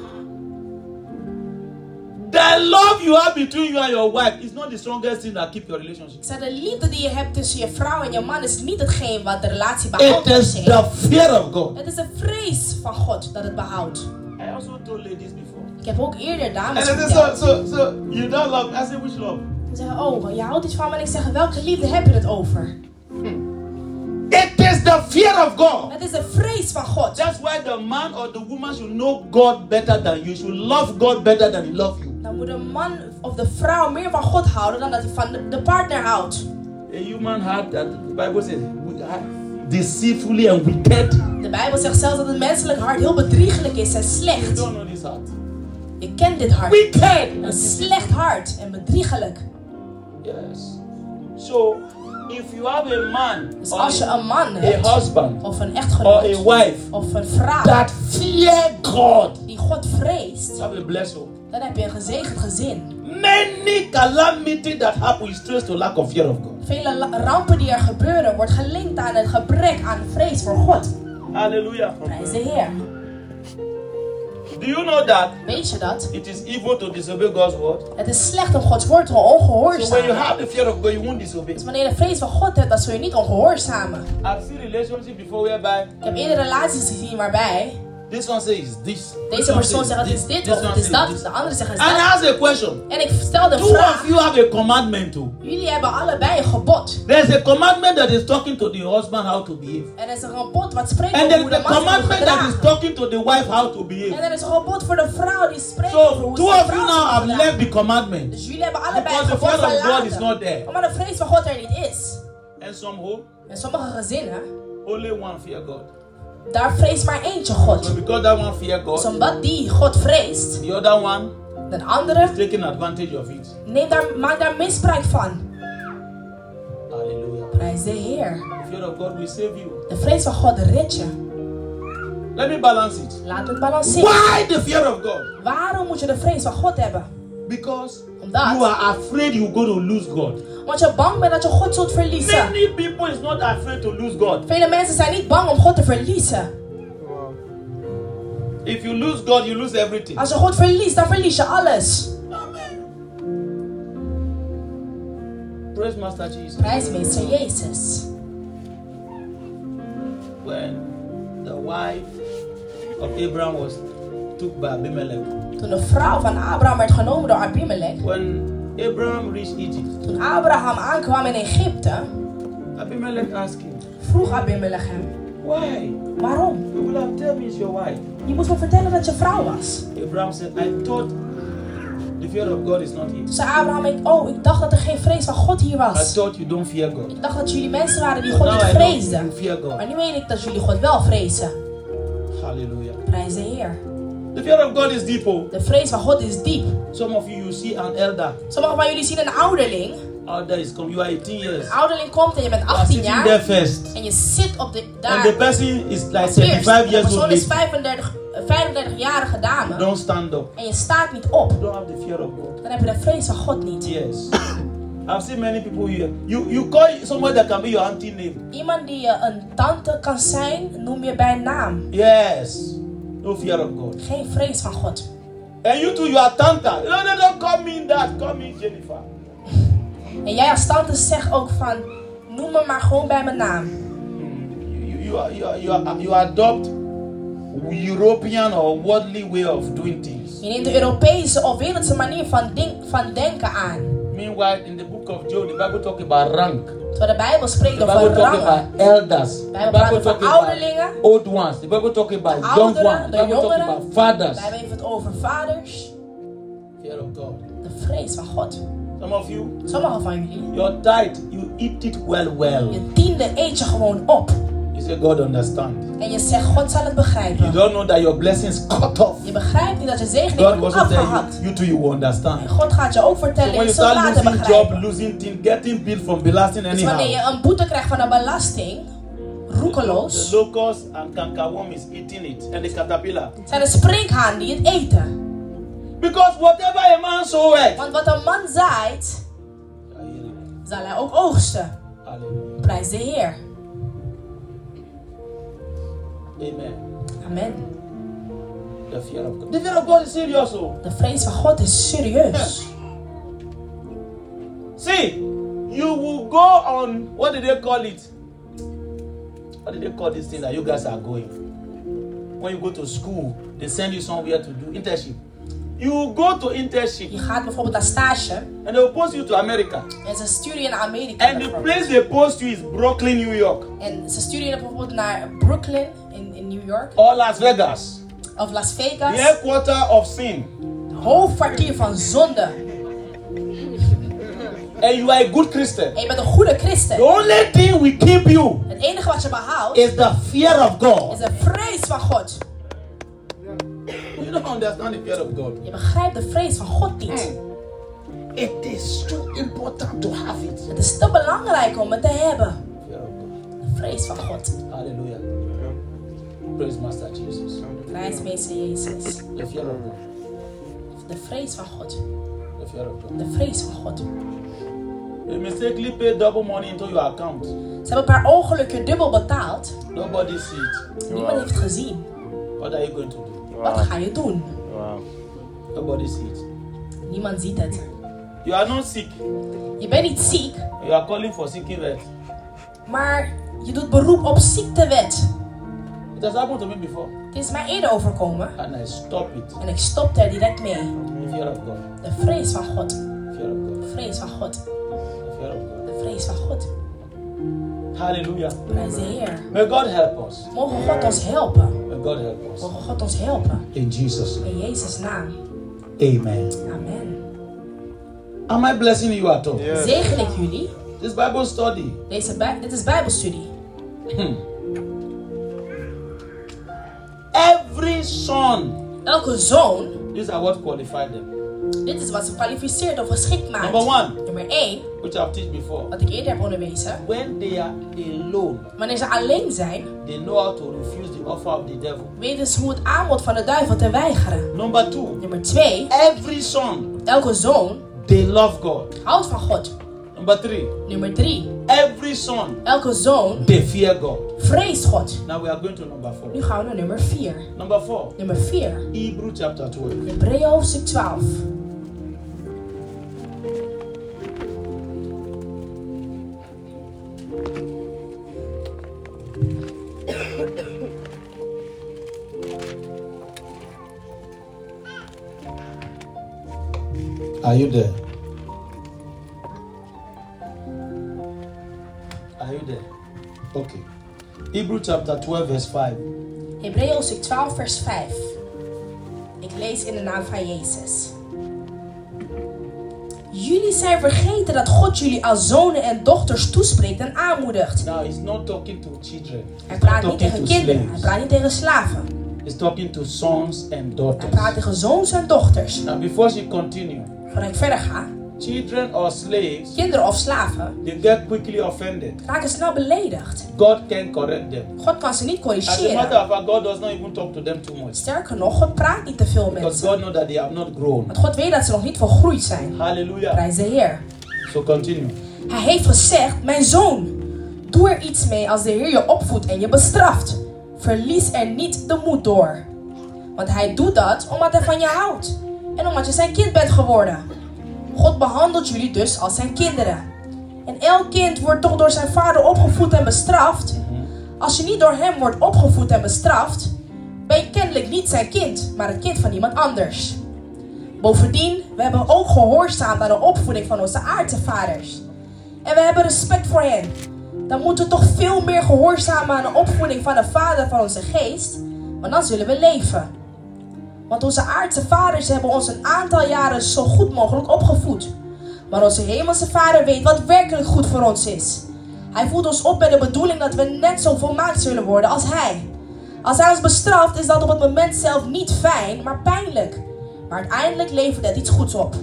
Speaker 1: the love you have between you and your wife is not the strongest thing that keep your relationship.
Speaker 2: Ik zei, de liefde die je hebt tussen je vrouw en je man is niet hetgeen wat de relatie behoudt.
Speaker 1: It
Speaker 2: per
Speaker 1: is
Speaker 2: se.
Speaker 1: the fear of God.
Speaker 2: Het is de vrees van God dat het behoudt.
Speaker 1: I also told ladies before.
Speaker 2: Ik heb ook eerder
Speaker 1: And
Speaker 2: dames
Speaker 1: they said, so,
Speaker 2: verteld.
Speaker 1: so, so, you don't love. I said, which love?
Speaker 2: Ze zeggen, oh, je houdt iets van me. En ik zeg, welke liefde heb je het over?
Speaker 1: It is the fear of God.
Speaker 2: Het is de vrees van God.
Speaker 1: That's why the man or the woman should know God better than you, should love God better than He loves you.
Speaker 2: Dan moet de man of de vrouw meer van God houden dan dat hij van de- de partner houdt.
Speaker 1: A human heart that the Bible says, we are deceitfully and wicked.
Speaker 2: De Bijbel zegt zelfs dat het menselijk hart heel bedriegelijk is en
Speaker 1: You
Speaker 2: slecht.
Speaker 1: don't know this heart.
Speaker 2: Ik ken dit hart.
Speaker 1: Wicked!
Speaker 2: Een slecht hart en bedriegelijk.
Speaker 1: Yes. So, if you have a man
Speaker 2: Dus
Speaker 1: or
Speaker 2: als je een man
Speaker 1: Oh, a
Speaker 2: hebt,
Speaker 1: husband
Speaker 2: of een
Speaker 1: or a
Speaker 2: echtgenoot,
Speaker 1: wife
Speaker 2: of een vrouw
Speaker 1: that fear God,
Speaker 2: die God vreest,
Speaker 1: have a blessing.
Speaker 2: dan heb je een gezegend gezin.
Speaker 1: Many calamity that happen is traced to lack of fear of God.
Speaker 2: Vele la- rampen die er gebeuren, wordt gelinkt aan het gebrek aan vrees voor God.
Speaker 1: Hallelujah.
Speaker 2: Prijs de Heer.
Speaker 1: Do you know that
Speaker 2: Weet je dat?
Speaker 1: it is evil to disobey God's word?
Speaker 2: Het is slecht om Gods woord te
Speaker 1: So when you
Speaker 2: ongehoorzamen.
Speaker 1: have the fear of God, you won't disobey.
Speaker 2: Dus wanneer je de vrees van God hebt, dan zul je niet ongehoorzamen.
Speaker 1: I've seen relationship before whereby
Speaker 2: Ik heb eerder relaties gezien waarbij
Speaker 1: this one says this. this
Speaker 2: Deze
Speaker 1: one
Speaker 2: persoon
Speaker 1: says
Speaker 2: zegt het is dit
Speaker 1: this
Speaker 2: of het
Speaker 1: one
Speaker 2: is
Speaker 1: says
Speaker 2: dat,
Speaker 1: this.
Speaker 2: de andere zegt het
Speaker 1: And
Speaker 2: is dat.
Speaker 1: I ask a question.
Speaker 2: En ik stelde een
Speaker 1: Two
Speaker 2: vraag.
Speaker 1: of you have a commandment oh. too.
Speaker 2: Jullie hebben allebei een gebod.
Speaker 1: There's a commandment that is talking to the husband how to behave.
Speaker 2: Er is een gebod wat spreekt
Speaker 1: And
Speaker 2: over
Speaker 1: there's
Speaker 2: hoe de
Speaker 1: a commandment
Speaker 2: man zich moet
Speaker 1: that is
Speaker 2: gedragen.
Speaker 1: talking to the wife how to
Speaker 2: En
Speaker 1: behave.
Speaker 2: er is een gebod voor de vrouw die spreekt over
Speaker 1: So
Speaker 2: hoe
Speaker 1: two
Speaker 2: ze
Speaker 1: of
Speaker 2: vrouw
Speaker 1: you
Speaker 2: zich
Speaker 1: now
Speaker 2: moet
Speaker 1: have
Speaker 2: gedragen.
Speaker 1: left the commandment.
Speaker 2: Dus jullie hebben allebei
Speaker 1: Because
Speaker 2: een
Speaker 1: the
Speaker 2: gebod
Speaker 1: fear of God is
Speaker 2: verlaten.
Speaker 1: not there.
Speaker 2: Omdat de vrees van God er niet is.
Speaker 1: And some hope,
Speaker 2: In sommige gezinnen,
Speaker 1: only one fear God.
Speaker 2: daar vreest maar eentje God.
Speaker 1: So because that one fear
Speaker 2: Dus
Speaker 1: God,
Speaker 2: omdat die God vreest,
Speaker 1: the other one
Speaker 2: de andere
Speaker 1: taking advantage of it.
Speaker 2: neem daar, maakt daar misbruik van.
Speaker 1: Hallelujah.
Speaker 2: Prijs de Heer.
Speaker 1: The fear of God will save you.
Speaker 2: De vrees van God redt je.
Speaker 1: Let me balance it.
Speaker 2: Laat het balanceren.
Speaker 1: Why the fear of God?
Speaker 2: Waarom moet je de vrees van God hebben?
Speaker 1: Because you
Speaker 2: Omdat-
Speaker 1: are afraid you're going to lose God.
Speaker 2: Want je bang bent dat je God zult verliezen.
Speaker 1: Many people is not afraid to lose God.
Speaker 2: Vele mensen zijn niet bang om God te verliezen.
Speaker 1: If you lose God, you lose everything.
Speaker 2: Als je God verliest, dan verlies je alles.
Speaker 1: Amen. Praise Master Jesus.
Speaker 2: Prijsmeester Jezus.
Speaker 1: When the wife of Abraham was took by Abimelech.
Speaker 2: Toen de vrouw van Abraham werd genomen door Abimelech.
Speaker 1: When Abraham reached Egypt,
Speaker 2: Toen Abraham aankwam in Egypte,
Speaker 1: Abimelech asked him,
Speaker 2: vroeg Abimelech hem:
Speaker 1: Why?
Speaker 2: Waarom?
Speaker 1: You will have told me it's your wife.
Speaker 2: Je moet me vertellen dat je vrouw was.
Speaker 1: Abraham said, I thought the fear of God is not here.
Speaker 2: Toen zei Abraham: ik, Oh, ik dacht dat er geen vrees van God hier
Speaker 1: I
Speaker 2: was.
Speaker 1: thought you don't fear God.
Speaker 2: Ik dacht dat jullie mensen waren die
Speaker 1: But
Speaker 2: God
Speaker 1: now
Speaker 2: niet
Speaker 1: I know you
Speaker 2: vreesden.
Speaker 1: fear
Speaker 2: Maar
Speaker 1: God.
Speaker 2: nu weet ik dat jullie God wel vrezen.
Speaker 1: Hallelujah.
Speaker 2: Prijs de Heer.
Speaker 1: The fear of God is deep. oh.
Speaker 2: De vrees van God is diep.
Speaker 1: Some of you, you see an elder.
Speaker 2: Sommigen van jullie zien een ouderling.
Speaker 1: Elder is come. You are 18 years.
Speaker 2: Een ouderling komt en je bent
Speaker 1: You are
Speaker 2: 18
Speaker 1: sitting there
Speaker 2: jaar.
Speaker 1: first.
Speaker 2: En je zit op de,
Speaker 1: And the
Speaker 2: daar.
Speaker 1: person is like
Speaker 2: als eerst. En
Speaker 1: 75
Speaker 2: De
Speaker 1: years old.
Speaker 2: persoon is
Speaker 1: lady.
Speaker 2: 35, 35-jarige dame.
Speaker 1: Don't stand up.
Speaker 2: En je staat niet op.
Speaker 1: You don't have the fear of God.
Speaker 2: Dan heb je de vrees van God niet.
Speaker 1: Yes. I've seen many people here. You you call somebody that can be your auntie name.
Speaker 2: Iemand die je een tante kan zijn, noem je bij naam.
Speaker 1: Yes. No fear of God.
Speaker 2: Geen vrees van God.
Speaker 1: And you too, you are tanta. No, no, don't call me that. Call me Jennifer.
Speaker 2: En jij als tante zegt ook van, noem me maar gewoon bij mijn naam.
Speaker 1: you, you, are- you, are- you, are- you adopt European or worldly way of doing things.
Speaker 2: Je neemt de Europese of wereldse manier van, ding- van denken aan.
Speaker 1: Meanwhile, in the book of Job, the Bible talk about rank.
Speaker 2: Terwijl de Bijbel spreekt
Speaker 1: The
Speaker 2: over
Speaker 1: Bible talk
Speaker 2: rangen.
Speaker 1: about elders. The
Speaker 2: Bijbel
Speaker 1: Bible
Speaker 2: praat
Speaker 1: talk
Speaker 2: over
Speaker 1: about
Speaker 2: ouderlingen,
Speaker 1: old ones. The Bible talk about young
Speaker 2: ouderen,
Speaker 1: ones.
Speaker 2: de
Speaker 1: The Bible talk about
Speaker 2: jongeren.
Speaker 1: fathers.
Speaker 2: Wij hebben het over vaders.
Speaker 1: Fear of God.
Speaker 2: De vrees van God.
Speaker 1: Some of you,
Speaker 2: Sommigen van jullie,
Speaker 1: your tithe, you eat it well, well.
Speaker 2: je tiende eet je gewoon op.
Speaker 1: You say God understand.
Speaker 2: En je zegt, God zal het
Speaker 1: You
Speaker 2: begrijpen.
Speaker 1: don't know that your blessings cut off.
Speaker 2: Je begrijpt niet dat je zegening
Speaker 1: God
Speaker 2: wordt
Speaker 1: was tell
Speaker 2: afgehakt.
Speaker 1: you. You too, you will understand.
Speaker 2: En God gaat je ook
Speaker 1: So
Speaker 2: vertellen,
Speaker 1: when
Speaker 2: je
Speaker 1: you
Speaker 2: zult
Speaker 1: start
Speaker 2: later
Speaker 1: losing job,
Speaker 2: begrijpen.
Speaker 1: losing thing, getting bill from belasting
Speaker 2: Dus wanneer je
Speaker 1: anyhow.
Speaker 2: een boete krijgt van een belasting, roekeloos,
Speaker 1: The locust and cankerworm is eating it, and the caterpillar.
Speaker 2: zijn de sprinkhaan die het eten.
Speaker 1: Because whatever a man soweth,
Speaker 2: Want wat een man zaait, zal hij ook oogsten.
Speaker 1: Hallelujah.
Speaker 2: Prijs de Heer.
Speaker 1: Amen.
Speaker 2: Amen.
Speaker 1: The fear of God. The fear of God is serious. oh.
Speaker 2: De vrees van God is serieus.
Speaker 1: See, you will go on. What do they call it? What do they call this thing that you guys are going? When you go to school, they send you somewhere to do internship. You will go to
Speaker 2: Je
Speaker 1: internship,
Speaker 2: gaat bijvoorbeeld naar stage
Speaker 1: and they will post you to America.
Speaker 2: en ze sturen je naar Amerika.
Speaker 1: And the
Speaker 2: bijvoorbeeld.
Speaker 1: place they post you is Brooklyn, New York,
Speaker 2: En ze sturen je bijvoorbeeld naar Brooklyn in, in New York
Speaker 1: or Las Vegas,
Speaker 2: of Las
Speaker 1: the
Speaker 2: Vegas.
Speaker 1: headquarter of sin.
Speaker 2: Hoofdkwartier van zonde.
Speaker 1: And you are a good Christian.
Speaker 2: En je bent een goede
Speaker 1: The
Speaker 2: christen.
Speaker 1: only thing we keep you
Speaker 2: Het enige wat je behoudt
Speaker 1: is the fear of
Speaker 2: is
Speaker 1: God.
Speaker 2: de vrees van God.
Speaker 1: You don't understand the fear of God.
Speaker 2: Je begrijpt de vrees van God niet.
Speaker 1: It is so important to have it.
Speaker 2: Het is te belangrijk om het te hebben.
Speaker 1: Fear of
Speaker 2: De vrees van God.
Speaker 1: God. Hallelujah. Praise Master Jesus.
Speaker 2: Prijs meester Jezus.
Speaker 1: The fear of God.
Speaker 2: De vrees van God.
Speaker 1: The fear of God.
Speaker 2: De vrees van God.
Speaker 1: You mistakenly pay double money into your account.
Speaker 2: Ze hebben per ongeluk je dubbel betaald.
Speaker 1: Nobody see it.
Speaker 2: Niemand heeft gezien.
Speaker 1: What are you going to do?
Speaker 2: Wat ga je doen?
Speaker 1: Nobody see it.
Speaker 2: Niemand ziet het.
Speaker 1: You are not sick.
Speaker 2: Je bent niet ziek,
Speaker 1: You are calling for sick event.
Speaker 2: maar je doet beroep op ziektewet.
Speaker 1: It has happened to me before.
Speaker 2: Het is mij eerder overkomen
Speaker 1: And I stop it.
Speaker 2: en ik stopte er direct mee.
Speaker 1: The fear of God.
Speaker 2: De vrees van God.
Speaker 1: Fear of God.
Speaker 2: De vrees van God.
Speaker 1: The fear of God.
Speaker 2: De vrees van God.
Speaker 1: Hallelujah.
Speaker 2: Prijs de Heer.
Speaker 1: May God help us.
Speaker 2: Mogen God ons helpen.
Speaker 1: May God help us.
Speaker 2: Mogen God ons helpen.
Speaker 1: In Jesus' name.
Speaker 2: In Jezus' naam.
Speaker 1: Amen.
Speaker 2: Amen.
Speaker 1: Am I blessing you at all?
Speaker 2: Zegen ik jullie.
Speaker 1: This Bible study.
Speaker 2: Deze bij- dit is Bijbelstudie.
Speaker 1: Hmm. Every son.
Speaker 2: Elke zoon,
Speaker 1: These are what qualified them.
Speaker 2: dit is wat ze kwalificeert of geschikt maakt.
Speaker 1: Number one,
Speaker 2: Nummer 1,
Speaker 1: which I've taught before.
Speaker 2: wat ik eerder heb onderwezen.
Speaker 1: When they are alone,
Speaker 2: Wanneer ze alleen zijn,
Speaker 1: they know how to refuse the offer of the devil.
Speaker 2: weten ze hoe het aanbod van de duivel te weigeren.
Speaker 1: Number two,
Speaker 2: Nummer 2,
Speaker 1: every son,
Speaker 2: elke zoon
Speaker 1: they love God.
Speaker 2: houdt van God.
Speaker 1: Number three,
Speaker 2: Nummer 3,
Speaker 1: every son,
Speaker 2: elke zoon
Speaker 1: they fear God.
Speaker 2: vreest God.
Speaker 1: Now we are going to number four.
Speaker 2: Nu gaan we naar nummer 4.
Speaker 1: Number four,
Speaker 2: Nummer 4,
Speaker 1: Hebrew chapter 12.
Speaker 2: Hebreeën hoofdstuk 12.
Speaker 4: Are you there?
Speaker 1: Are you there?
Speaker 4: Okay.
Speaker 1: Hebrew chapter 12, verse 5.
Speaker 2: Hebreeën hoofdstuk 12, vers 5. Ik lees in de naam van Jezus. Jullie zijn vergeten dat God jullie als zonen en dochters toespreekt en aanmoedigt.
Speaker 1: Now, he's not talking to children,
Speaker 2: Hij
Speaker 1: he's not
Speaker 2: praat niet
Speaker 1: talking
Speaker 2: tegen
Speaker 1: to
Speaker 2: kinderen, hij
Speaker 1: slaves,
Speaker 2: praat niet tegen slaven.
Speaker 1: he's talking to sons and
Speaker 2: Hij
Speaker 1: daughters.
Speaker 2: praat tegen zoons en dochters.
Speaker 1: Now, before she continue,
Speaker 2: Voordat ik verder ga,
Speaker 1: children or slaves,
Speaker 2: kinderen of slaven
Speaker 1: they get quickly offended.
Speaker 2: raken snel beledigd.
Speaker 1: God can correct them.
Speaker 2: God kan ze niet
Speaker 1: As a matter
Speaker 2: corrigeren.
Speaker 1: of fact, God does not even talk to them too much
Speaker 2: Sterker nog, God praat niet te veel met
Speaker 1: because
Speaker 2: ze.
Speaker 1: God knows that they have not grown.
Speaker 2: Want God weet dat ze nog niet volgroeid zijn.
Speaker 1: Hallelujah.
Speaker 2: Prijs de Heer.
Speaker 1: So continue.
Speaker 2: Hij heeft gezegd: Mijn zoon, doe er iets mee als de Heer je opvoedt en je bestraft. Verlies er niet de moed door. Want hij doet dat omdat hij van je houdt en omdat je zijn kind bent geworden. God behandelt jullie dus als zijn kinderen. En elk kind wordt toch door zijn vader opgevoed en bestraft. Als je niet door hem wordt opgevoed en bestraft, ben je kennelijk niet zijn kind, maar het kind van iemand anders. Bovendien, we hebben ook gehoorzaamd aan de opvoeding van onze aardse vaders. En we hebben respect voor hen. Dan moeten we toch veel meer gehoorzamen aan de opvoeding van de vader van onze geest, want dan zullen we leven. Want onze aardse vaders hebben ons een aantal jaren zo goed mogelijk opgevoed. Maar onze hemelse vader weet wat werkelijk goed voor ons is. Hij voedt ons op met de bedoeling dat we net zo volmaakt zullen worden als hij. Als hij ons bestraft is dat op het moment zelf niet fijn, maar pijnlijk. Maar uiteindelijk levert het iets goeds op.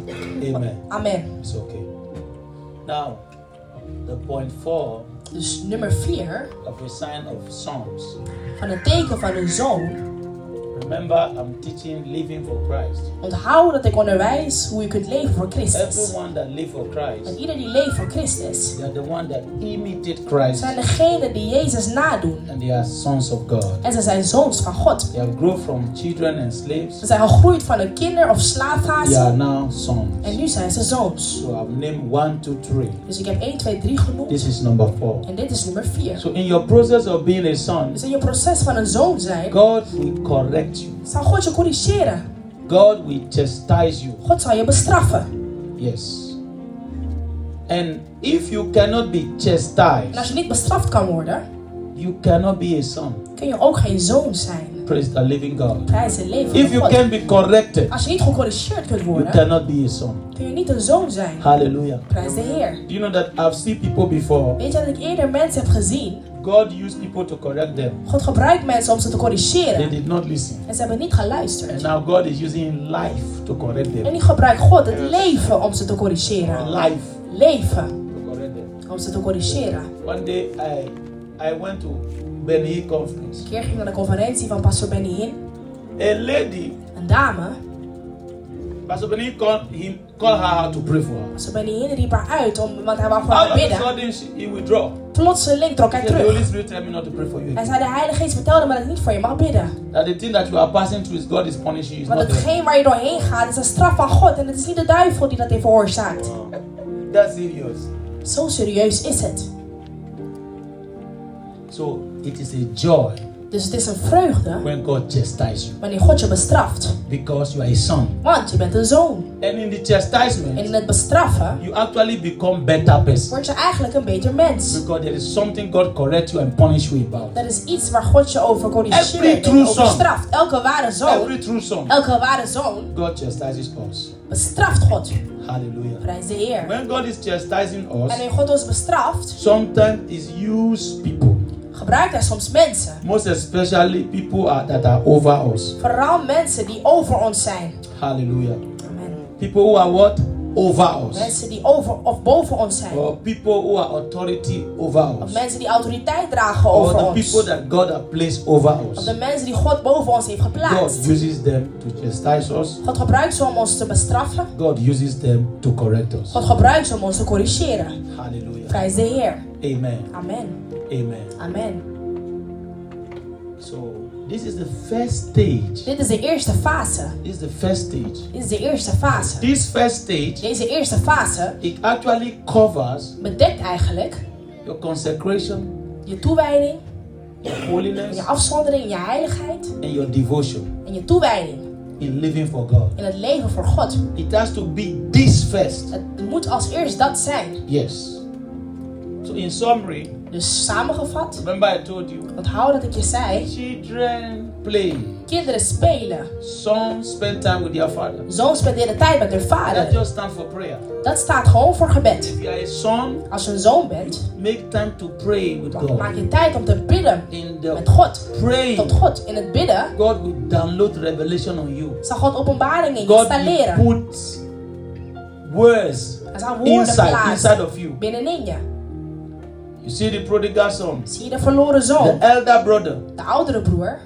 Speaker 1: Amen.
Speaker 2: Amen.
Speaker 1: It's okay. Now, the point four
Speaker 2: Dus nummer 4
Speaker 1: of the sign of sons.
Speaker 2: van het teken van een zoon.
Speaker 1: Remember, I'm teaching living for Christ.
Speaker 2: Onthoud dat ik onderwijs hoe je kunt leven voor Christus.
Speaker 1: Everyone that live for
Speaker 2: Want
Speaker 1: Christ,
Speaker 2: ieder die leeft voor Christus,
Speaker 1: they are the one that imitate Christ,
Speaker 2: zijn degenen die Jezus nadoen.
Speaker 1: and they are sons of God.
Speaker 2: En ze zijn zoons van God.
Speaker 1: They have grown from children and
Speaker 2: Ze
Speaker 1: slaves.
Speaker 2: zijn gegroeid van een kinder- of
Speaker 1: They are
Speaker 2: slaafhaas.
Speaker 1: now
Speaker 2: En
Speaker 1: sons.
Speaker 2: nu zijn ze zoons.
Speaker 1: So I've named one, two, three.
Speaker 2: Dus ik heb 1, 2, 3 genoemd.
Speaker 1: This is number four.
Speaker 2: En dit is nummer 4.
Speaker 1: So in your process of being a son,
Speaker 2: Dus in je proces van een zoon zijn,
Speaker 1: God will correct you.
Speaker 2: zal God je corrigeren.
Speaker 1: God will chastise you.
Speaker 2: God zal je bestraffen.
Speaker 1: Yes. And if you cannot be
Speaker 2: En als je
Speaker 1: chastised,
Speaker 2: niet bestraft kan worden,
Speaker 1: you cannot be a son.
Speaker 2: kun je ook geen zoon zijn.
Speaker 1: Praise the living God.
Speaker 2: Prijs en leven
Speaker 1: If you
Speaker 2: van God.
Speaker 1: can be corrected,
Speaker 2: Als je niet gecorrigeerd kunt
Speaker 1: you
Speaker 2: worden,
Speaker 1: cannot be a son.
Speaker 2: kun je niet een zoon zijn.
Speaker 1: Hallelujah.
Speaker 2: Prijs de Heer.
Speaker 1: Do you know that I've seen people before?
Speaker 2: Weet je dat ik eerder mensen heb gezien?
Speaker 1: God used people to correct them.
Speaker 2: God gebruikt mensen om ze te
Speaker 1: They
Speaker 2: corrigeren.
Speaker 1: did not listen.
Speaker 2: En ze hebben niet
Speaker 1: And
Speaker 2: geluisterd.
Speaker 1: now God is using life to correct
Speaker 2: En
Speaker 1: them.
Speaker 2: die gebruikt God het leven om ze te corrigeren.
Speaker 1: Life
Speaker 2: Leven
Speaker 1: to correct them.
Speaker 2: om ze te corrigeren.
Speaker 1: One day I I went to Benny Hinn conference.
Speaker 2: Een keer ging ik naar de conferentie van Pastor Benny Hinn.
Speaker 1: A lady,
Speaker 2: Een dame,
Speaker 1: Pastor Benny Hinn called him called her out to pray for her.
Speaker 2: Pastor Benny Hinn riep haar uit, om, want hij wou voor
Speaker 1: All
Speaker 2: haar
Speaker 1: of a
Speaker 2: bidden.
Speaker 1: sudden she, he withdraw.
Speaker 2: Plotseling trok hij
Speaker 1: Said, The Holy
Speaker 2: terug.
Speaker 1: Spirit tell me not to pray for you.
Speaker 2: Hij zei, de Heilige Geest vertelde me dat ik niet voor je mag bidden.
Speaker 1: That the thing that you are passing through is God is punishing you. It's
Speaker 2: Want
Speaker 1: not them.
Speaker 2: hetgeen waar je doorheen gaat is een straf van God. En het is niet de duivel die dat heeft veroorzaakt.
Speaker 1: That's serious.
Speaker 2: Zo serieus is het.
Speaker 1: So it is a joy
Speaker 2: Dus het is een vreugde
Speaker 1: when God chastises you
Speaker 2: wanneer God je bestraft.
Speaker 1: because you are a son.
Speaker 2: Want je bent een zoon.
Speaker 1: And in the
Speaker 2: En in
Speaker 1: chastisement,
Speaker 2: het bestraffen
Speaker 1: you actually become better person
Speaker 2: word je eigenlijk een beter mens.
Speaker 1: because there is something God correct you and punish you about.
Speaker 2: Dat is iets waar God je over
Speaker 1: Every
Speaker 2: corrigeert en
Speaker 1: true
Speaker 2: over
Speaker 1: son.
Speaker 2: straft. Elke ware zoon,
Speaker 1: Every true son,
Speaker 2: elke ware zoon
Speaker 1: God chastises us.
Speaker 2: bestraft God.
Speaker 1: Hallelujah.
Speaker 2: Prijs de Heer.
Speaker 1: When God is chastising
Speaker 2: En
Speaker 1: us,
Speaker 2: nu God ons bestraft,
Speaker 1: sometimes is use people.
Speaker 2: gebruikt hij soms mensen.
Speaker 1: Most especially people are, that are over us.
Speaker 2: Vooral mensen die over ons zijn.
Speaker 1: Hallelujah.
Speaker 2: Amen.
Speaker 1: People who are what? Over us.
Speaker 2: Mensen die over of boven ons zijn.
Speaker 1: Or people who are authority over
Speaker 2: Of
Speaker 1: us.
Speaker 2: mensen die autoriteit dragen
Speaker 1: Or
Speaker 2: over
Speaker 1: the people
Speaker 2: ons.
Speaker 1: that God has placed over
Speaker 2: Of
Speaker 1: us.
Speaker 2: de mensen die God boven ons heeft
Speaker 1: God
Speaker 2: geplaatst.
Speaker 1: uses them to chastise us.
Speaker 2: God gebruikt ze om ons te bestraffen.
Speaker 1: God uses them to correct us.
Speaker 2: God gebruikt ze om ons te corrigeren.
Speaker 1: Hallelujah.
Speaker 2: Prijs de Heer.
Speaker 1: Amen.
Speaker 2: Amen.
Speaker 1: Amen.
Speaker 2: Amen.
Speaker 1: So this is the first stage.
Speaker 2: Dit is de eerste fase.
Speaker 1: This is the first stage.
Speaker 2: Dit is de eerste fase.
Speaker 1: This first stage
Speaker 2: Deze eerste fase
Speaker 1: it actually covers
Speaker 2: bedekt eigenlijk
Speaker 1: your consecration,
Speaker 2: je toewijding,
Speaker 1: your
Speaker 2: en
Speaker 1: holiness,
Speaker 2: je afzondering, je heiligheid
Speaker 1: and your devotion.
Speaker 2: en je toewijding.
Speaker 1: in living for God.
Speaker 2: in het leven voor God.
Speaker 1: It has to be this first.
Speaker 2: Het moet als eerst dat zijn.
Speaker 1: Yes. So, in summary,
Speaker 2: Dus samengevat,
Speaker 1: remember I told you
Speaker 2: onthoud dat ik je zei:
Speaker 1: children play,
Speaker 2: kinderen spelen.
Speaker 1: sons spend time with their father.
Speaker 2: Zoons spenderen tijd met
Speaker 1: That
Speaker 2: hun vader.
Speaker 1: just stands for prayer.
Speaker 2: Dat staat gewoon voor gebed.
Speaker 1: If you are a son,
Speaker 2: Als je een zoon bent,
Speaker 1: make time to pray with
Speaker 2: ma- maak
Speaker 1: God.
Speaker 2: je tijd om te bidden
Speaker 1: In
Speaker 2: met
Speaker 1: the
Speaker 2: God.
Speaker 1: praying,
Speaker 2: Tot God. In het bidden
Speaker 1: God will download revelation on you.
Speaker 2: zal God openbaringen
Speaker 1: God
Speaker 2: installeren.
Speaker 1: will put words
Speaker 2: Er zijn woorden
Speaker 1: inside inside
Speaker 2: plaatsen
Speaker 1: of you.
Speaker 2: binnenin je.
Speaker 1: You see the prodigal son,
Speaker 2: Zie je de verloren
Speaker 1: the
Speaker 2: zoon,
Speaker 1: elder brother,
Speaker 2: de oudere broer,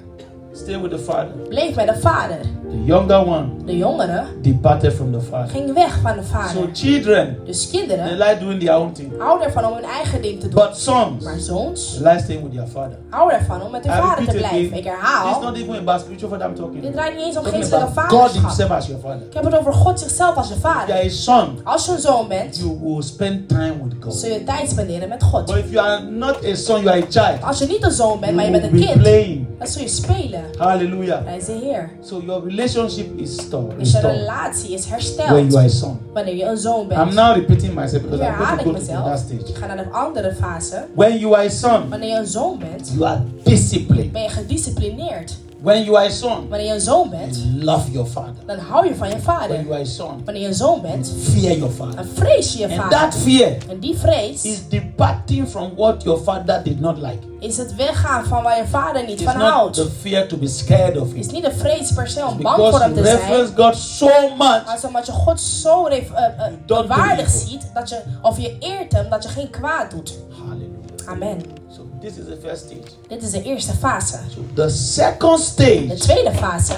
Speaker 1: stay with the father.
Speaker 2: bleef bij de vader.
Speaker 1: The younger one
Speaker 2: De jongere
Speaker 1: departed from the father.
Speaker 2: ging weg van de
Speaker 1: So
Speaker 2: vader.
Speaker 1: children,
Speaker 2: Dus
Speaker 1: they
Speaker 2: kinderen
Speaker 1: like doing their own thing.
Speaker 2: houden ervan om hun eigen ding te doen.
Speaker 1: But sons,
Speaker 2: Maar
Speaker 1: they
Speaker 2: zoons
Speaker 1: like staying with their father.
Speaker 2: houden ervan om met hun
Speaker 1: I
Speaker 2: vader te
Speaker 1: repeat again,
Speaker 2: blijven. Ik
Speaker 1: it's not
Speaker 2: herhaal,
Speaker 1: even about spiritual father I'm talking.
Speaker 2: dit
Speaker 1: I'm
Speaker 2: draait niet eens om
Speaker 1: talking
Speaker 2: geestelijke
Speaker 1: about God
Speaker 2: vaderschap.
Speaker 1: himself as your father.
Speaker 2: Ik heb het over God zichzelf als je
Speaker 1: If you are
Speaker 2: vader.
Speaker 1: a son,
Speaker 2: Als je een zoon bent,
Speaker 1: you will spend time with God.
Speaker 2: zul je tijd spenderen met God.
Speaker 1: But if you are not a son, you are a child.
Speaker 2: Als je niet een zoon bent,
Speaker 1: You
Speaker 2: maar je bent
Speaker 1: will
Speaker 2: een
Speaker 1: be
Speaker 2: kind,
Speaker 1: playing.
Speaker 2: dan zul je spelen.
Speaker 1: Hallelujah.
Speaker 2: Hij is de Heer.
Speaker 1: So your relationship is stored.
Speaker 2: Dus je relatie is
Speaker 1: When you are
Speaker 2: hersteld
Speaker 1: a son.
Speaker 2: wanneer je een zoon
Speaker 1: I'm
Speaker 2: bent.
Speaker 1: now repeating myself
Speaker 2: Nu
Speaker 1: because I'm
Speaker 2: herhaal
Speaker 1: going to
Speaker 2: ik
Speaker 1: go to that
Speaker 2: mezelf.
Speaker 1: stage.
Speaker 2: Ik ga naar een andere fase.
Speaker 1: When you are a son,
Speaker 2: Wanneer je een zoon bent,
Speaker 1: you are disciplined.
Speaker 2: ben je gedisciplineerd.
Speaker 1: When you are a son,
Speaker 2: Wanneer je een zoon bent,
Speaker 1: you love your father.
Speaker 2: dan hou je van je
Speaker 1: When
Speaker 2: vader.
Speaker 1: you are a son,
Speaker 2: Wanneer je een zoon
Speaker 1: you
Speaker 2: bent,
Speaker 1: fear your father.
Speaker 2: dan vrees je je
Speaker 1: And that
Speaker 2: vader.
Speaker 1: fear
Speaker 2: En die vrees
Speaker 1: is departing from what your father did not like.
Speaker 2: is het weggaan van waar je vader niet
Speaker 1: It's
Speaker 2: van
Speaker 1: not
Speaker 2: houdt.
Speaker 1: the fear to be scared of
Speaker 2: Het is
Speaker 1: it.
Speaker 2: niet de vrees per se om bang voor
Speaker 1: Because
Speaker 2: hem
Speaker 1: you
Speaker 2: te zijn.
Speaker 1: reference God so much.
Speaker 2: Maar is omdat je God zo ref- eh, eh,
Speaker 1: don't
Speaker 2: waardig
Speaker 1: believe.
Speaker 2: ziet, dat je, of je eert hem, dat je geen kwaad doet.
Speaker 1: Hallelujah.
Speaker 2: Amen.
Speaker 1: So this is the first stage.
Speaker 2: Dit is de eerste fase.
Speaker 1: So the second
Speaker 2: De
Speaker 1: stage,
Speaker 2: tweede fase,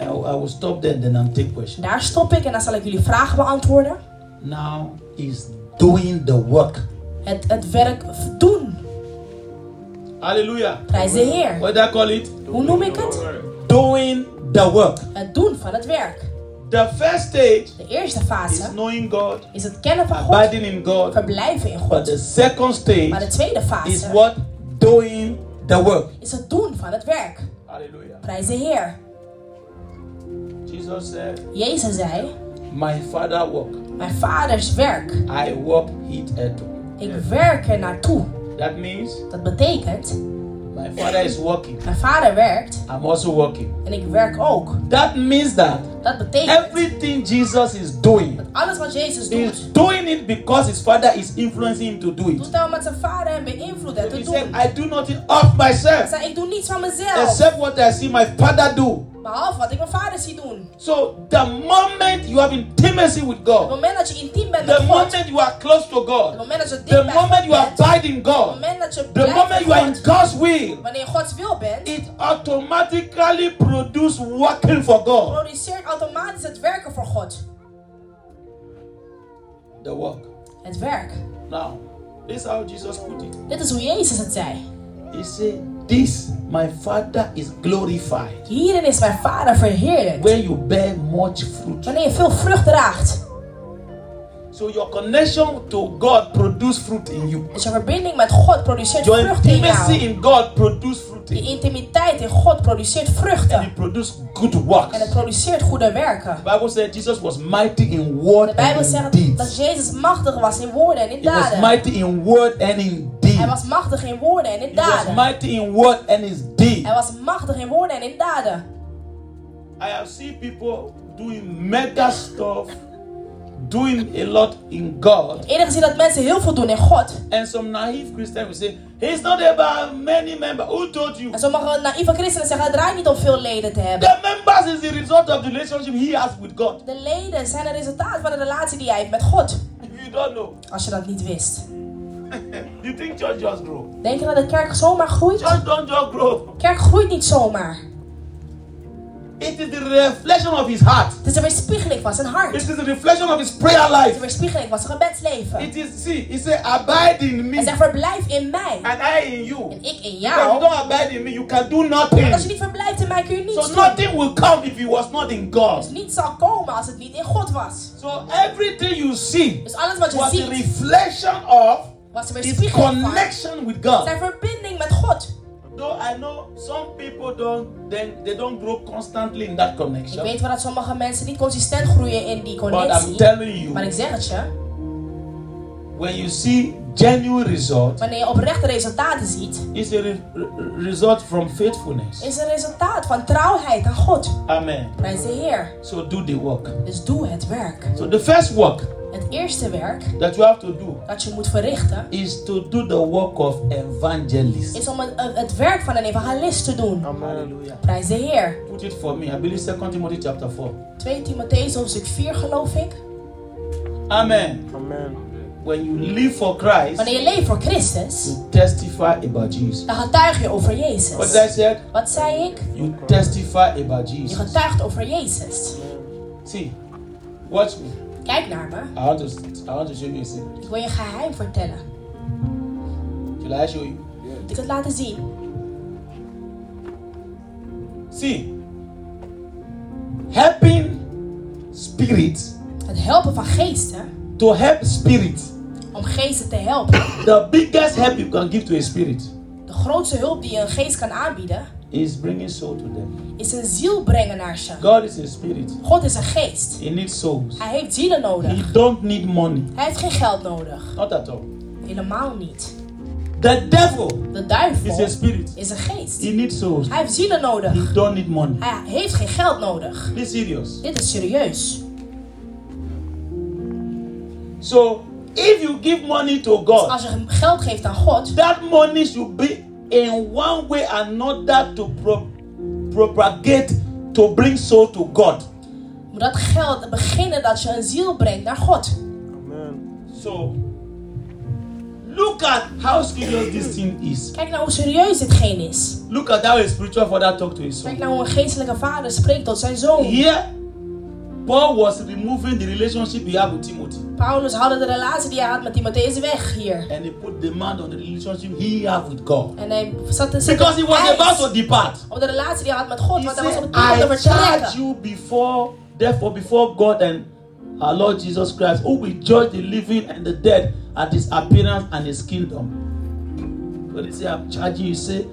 Speaker 1: I, I will stop there then I'll take questions.
Speaker 2: daar stop ik en dan zal ik jullie vragen beantwoorden.
Speaker 1: Now is doing the work.
Speaker 2: Het, het werk doen.
Speaker 1: Hallelujah.
Speaker 2: Prijs de Heer.
Speaker 1: What do I call it?
Speaker 2: Hoe noem ik het?
Speaker 1: Doing the work.
Speaker 2: Het doen van het werk.
Speaker 1: The first stage
Speaker 2: De eerste
Speaker 1: is
Speaker 2: fase
Speaker 1: knowing God,
Speaker 2: is het kennen van God,
Speaker 1: abiding in God.
Speaker 2: verblijven in
Speaker 1: But
Speaker 2: God.
Speaker 1: the second stage
Speaker 2: Maar de tweede
Speaker 1: is
Speaker 2: fase
Speaker 1: what? Doing the work.
Speaker 2: is het doen van het werk.
Speaker 1: Hallelujah.
Speaker 2: Prijs de Heer.
Speaker 1: Jesus said,
Speaker 2: Jezus zei,
Speaker 1: My father work.
Speaker 2: mijn vaders werk.
Speaker 1: I work it at all.
Speaker 2: Ik werk er naartoe.
Speaker 1: That means
Speaker 2: Dat betekent,
Speaker 1: my father is working.
Speaker 2: mijn vader werkt
Speaker 1: I'm also working.
Speaker 2: en ik werk ook.
Speaker 1: That means that
Speaker 2: Dat betekent,
Speaker 1: everything Jesus is doing,
Speaker 2: alles wat
Speaker 1: he's
Speaker 2: Jezus doet,
Speaker 1: doing it because his father is influencing him to do it.
Speaker 2: doet hij omdat zijn vader hem beïnvloedt en
Speaker 1: He
Speaker 2: te
Speaker 1: said,
Speaker 2: doen.
Speaker 1: I do nothing of
Speaker 2: Hij
Speaker 1: myself
Speaker 2: zei, ik doe niets van mezelf,
Speaker 1: except what I see my father do.
Speaker 2: behalve wat ik mijn vader zie doen.
Speaker 1: So the moment you have intimacy with
Speaker 2: Op het
Speaker 1: God,
Speaker 2: moment dat je intiem bent met
Speaker 1: the
Speaker 2: God, op
Speaker 1: moment you are close to
Speaker 2: het
Speaker 1: God,
Speaker 2: moment dat je dicht
Speaker 1: the
Speaker 2: bij God
Speaker 1: moment you
Speaker 2: bent, op
Speaker 1: abide in
Speaker 2: het
Speaker 1: God,
Speaker 2: moment dat je
Speaker 1: the
Speaker 2: blijft
Speaker 1: moment you are
Speaker 2: bij
Speaker 1: in
Speaker 2: God,
Speaker 1: God's will,
Speaker 2: wanneer je Gods wil bent,
Speaker 1: it automatically produces working for God.
Speaker 2: produceert automatisch het werken voor God.
Speaker 1: The work.
Speaker 2: Het werk.
Speaker 1: Now, this is how Jesus put it.
Speaker 2: Dit is hoe Jezus het zei.
Speaker 1: He said, This my Father is glorified
Speaker 2: Hierin is mijn vader verheerlijkt.
Speaker 1: when you bear much fruit.
Speaker 2: Wanneer je veel vrucht draagt.
Speaker 1: So your connection to God produce fruit in you.
Speaker 2: Dus je verbinding met God produceert
Speaker 1: Your
Speaker 2: vruchten in jou.
Speaker 1: intimacy in God produce fruit
Speaker 2: Je
Speaker 1: in you.
Speaker 2: intimiteit in God produceert vruchten.
Speaker 1: It produce good
Speaker 2: En het
Speaker 1: works.
Speaker 2: produceert goede werken.
Speaker 1: The Bible said Jesus was mighty in word
Speaker 2: De Bijbel
Speaker 1: and in
Speaker 2: zegt dat
Speaker 1: deeds.
Speaker 2: Jezus machtig was in woorden en in
Speaker 1: He was
Speaker 2: daden.
Speaker 1: mighty in word and in deeds.
Speaker 2: Hij was machtig in woorden en in
Speaker 1: He was
Speaker 2: daden.
Speaker 1: mighty in word and in deeds.
Speaker 2: Hij was machtig in woorden en in daden.
Speaker 1: I have seen people doing mega stuff, doing a lot in God.
Speaker 2: Eerder gezien dat mensen heel veel doen in God.
Speaker 1: And some naive Christians will say, It's not about many members. Who told you?
Speaker 2: En sommige naïeve christenen zeggen het draait niet om veel leden te hebben.
Speaker 1: The members is the result of the relationship he has with God.
Speaker 2: De leden zijn een resultaat van de relatie die jij hebt met God.
Speaker 1: You don't know.
Speaker 2: Als je dat niet wist.
Speaker 1: You think church just grow.
Speaker 2: Denk je dat de kerk zomaar groeit?
Speaker 1: Church don't just grow.
Speaker 2: Kerk groeit niet zomaar.
Speaker 1: It is the reflection of his heart.
Speaker 2: Het is een weerspiegeling van zijn hart.
Speaker 1: It
Speaker 2: Het
Speaker 1: is the reflection of his prayer
Speaker 2: is een
Speaker 1: life.
Speaker 2: weerspiegeling van zijn gebedsleven.
Speaker 1: It is, see, he said, abide in me
Speaker 2: Hij zegt,
Speaker 1: and
Speaker 2: verblijf in mij.
Speaker 1: I in you.
Speaker 2: En ik in
Speaker 1: If you
Speaker 2: jou.
Speaker 1: don't abide in me, you can do
Speaker 2: En als je
Speaker 1: nothing.
Speaker 2: niet verblijft in mij, kun je niets
Speaker 1: So
Speaker 2: doen.
Speaker 1: nothing will come if it was not in God.
Speaker 2: Dus niets zal komen als het niet in God was.
Speaker 1: So everything you see
Speaker 2: Dus alles wat je
Speaker 1: was a
Speaker 2: ziet,
Speaker 1: reflection of
Speaker 2: was een
Speaker 1: his
Speaker 2: weerspiegeling van
Speaker 1: connection with
Speaker 2: zijn
Speaker 1: God.
Speaker 2: verbinding met God.
Speaker 1: Though I know some people don't, then they don't grow constantly in that
Speaker 2: Ik
Speaker 1: connection.
Speaker 2: weet wel dat sommige mensen niet consistent groeien in die
Speaker 1: But I'm
Speaker 2: connectie.
Speaker 1: telling you,
Speaker 2: Maar ik zeg het je,
Speaker 1: when you see genuine result,
Speaker 2: wanneer je oprechte resultaten ziet,
Speaker 1: it's a re- re- result from faithfulness.
Speaker 2: is een resultaat van trouwheid aan God.
Speaker 1: Amen.
Speaker 2: Prijs de Heer.
Speaker 1: So do the work.
Speaker 2: Dus doe het werk.
Speaker 1: So the first work
Speaker 2: Het eerste werk
Speaker 1: that you have to do
Speaker 2: dat je moet verrichten,
Speaker 1: is to do the work of evangelist.
Speaker 2: is om het, het werk van een evangelist te doen.
Speaker 1: Hallelujah.
Speaker 2: Prijs de Heer.
Speaker 1: Put it for me. I believe 2 Timothy chapter 4.
Speaker 2: 2 Timotheüs hoofdstuk 4 geloof ik.
Speaker 1: Amen.
Speaker 3: Amen.
Speaker 1: When you live for Christ,
Speaker 2: Wanneer je leeft voor Christus,
Speaker 1: you testify about Jesus.
Speaker 2: dan getuig je over
Speaker 1: What
Speaker 2: Jezus.
Speaker 1: did I said?
Speaker 2: Wat zei ik?
Speaker 1: You testify about
Speaker 2: Je
Speaker 1: Jesus.
Speaker 2: getuigt over Jezus.
Speaker 1: See, watch me.
Speaker 2: Kijk naar me.
Speaker 1: I want to. I want to show you a secret.
Speaker 2: Ik wil je een geheim vertellen.
Speaker 1: Shall I show you?
Speaker 2: Moet ik het laten zien?
Speaker 1: See, helping spirit
Speaker 2: Het helpen van geesten.
Speaker 1: to help spirit.
Speaker 2: Om geesten te helpen.
Speaker 1: The biggest help you can give to a spirit
Speaker 2: De grootste hulp die je een geest kan aanbieden,
Speaker 1: is bringing soul to them.
Speaker 2: is een ziel brengen naar ze.
Speaker 1: God is a spirit.
Speaker 2: God is een geest.
Speaker 1: He needs souls.
Speaker 2: Hij heeft zielen
Speaker 1: He
Speaker 2: nodig.
Speaker 1: don't need money.
Speaker 2: Hij heeft geen geld nodig.
Speaker 1: Not at all.
Speaker 2: Helemaal niet.
Speaker 1: The devil
Speaker 2: De
Speaker 1: is a
Speaker 2: duivel
Speaker 1: spirit.
Speaker 2: is een geest.
Speaker 1: He needs souls.
Speaker 2: Hij heeft zielen
Speaker 1: He
Speaker 2: nodig.
Speaker 1: don't need money.
Speaker 2: Hij heeft geen geld nodig.
Speaker 1: Be serious.
Speaker 2: Dit is serieus.
Speaker 1: So if you give money to God,
Speaker 2: Dus Als je geld geeft aan God,
Speaker 1: that money should be in one way or another to pro- propagate to bring soul to God.
Speaker 2: moet dat geld beginnen dat je een ziel brengt naar God.
Speaker 3: Amen.
Speaker 1: So look at how serious this thing is.
Speaker 2: Kijk nou hoe serieus ditgene is.
Speaker 1: Look at how a spiritual father talked to his
Speaker 2: Kijk
Speaker 1: son.
Speaker 2: nou hoe een geestelijke vader spreekt tot zijn zoon.
Speaker 1: Here, Paul was removing the relationship he had with Timothy,
Speaker 2: Paulus haalde de relatie die hij had met Timotheus weg hier.
Speaker 1: and he put demand on the relationship he had with God
Speaker 2: En hij zat te
Speaker 1: because he was about to
Speaker 2: eis
Speaker 1: depart.
Speaker 2: op de relatie die hij had met God,
Speaker 1: He
Speaker 2: want hij was op
Speaker 1: said,
Speaker 2: het punt om te
Speaker 1: I charge
Speaker 2: vertrekken.
Speaker 1: you before, therefore, before God and our Lord Jesus Christ, who will judge the living and the dead at his appearance and his kingdom. But he said, I'm charging you, say,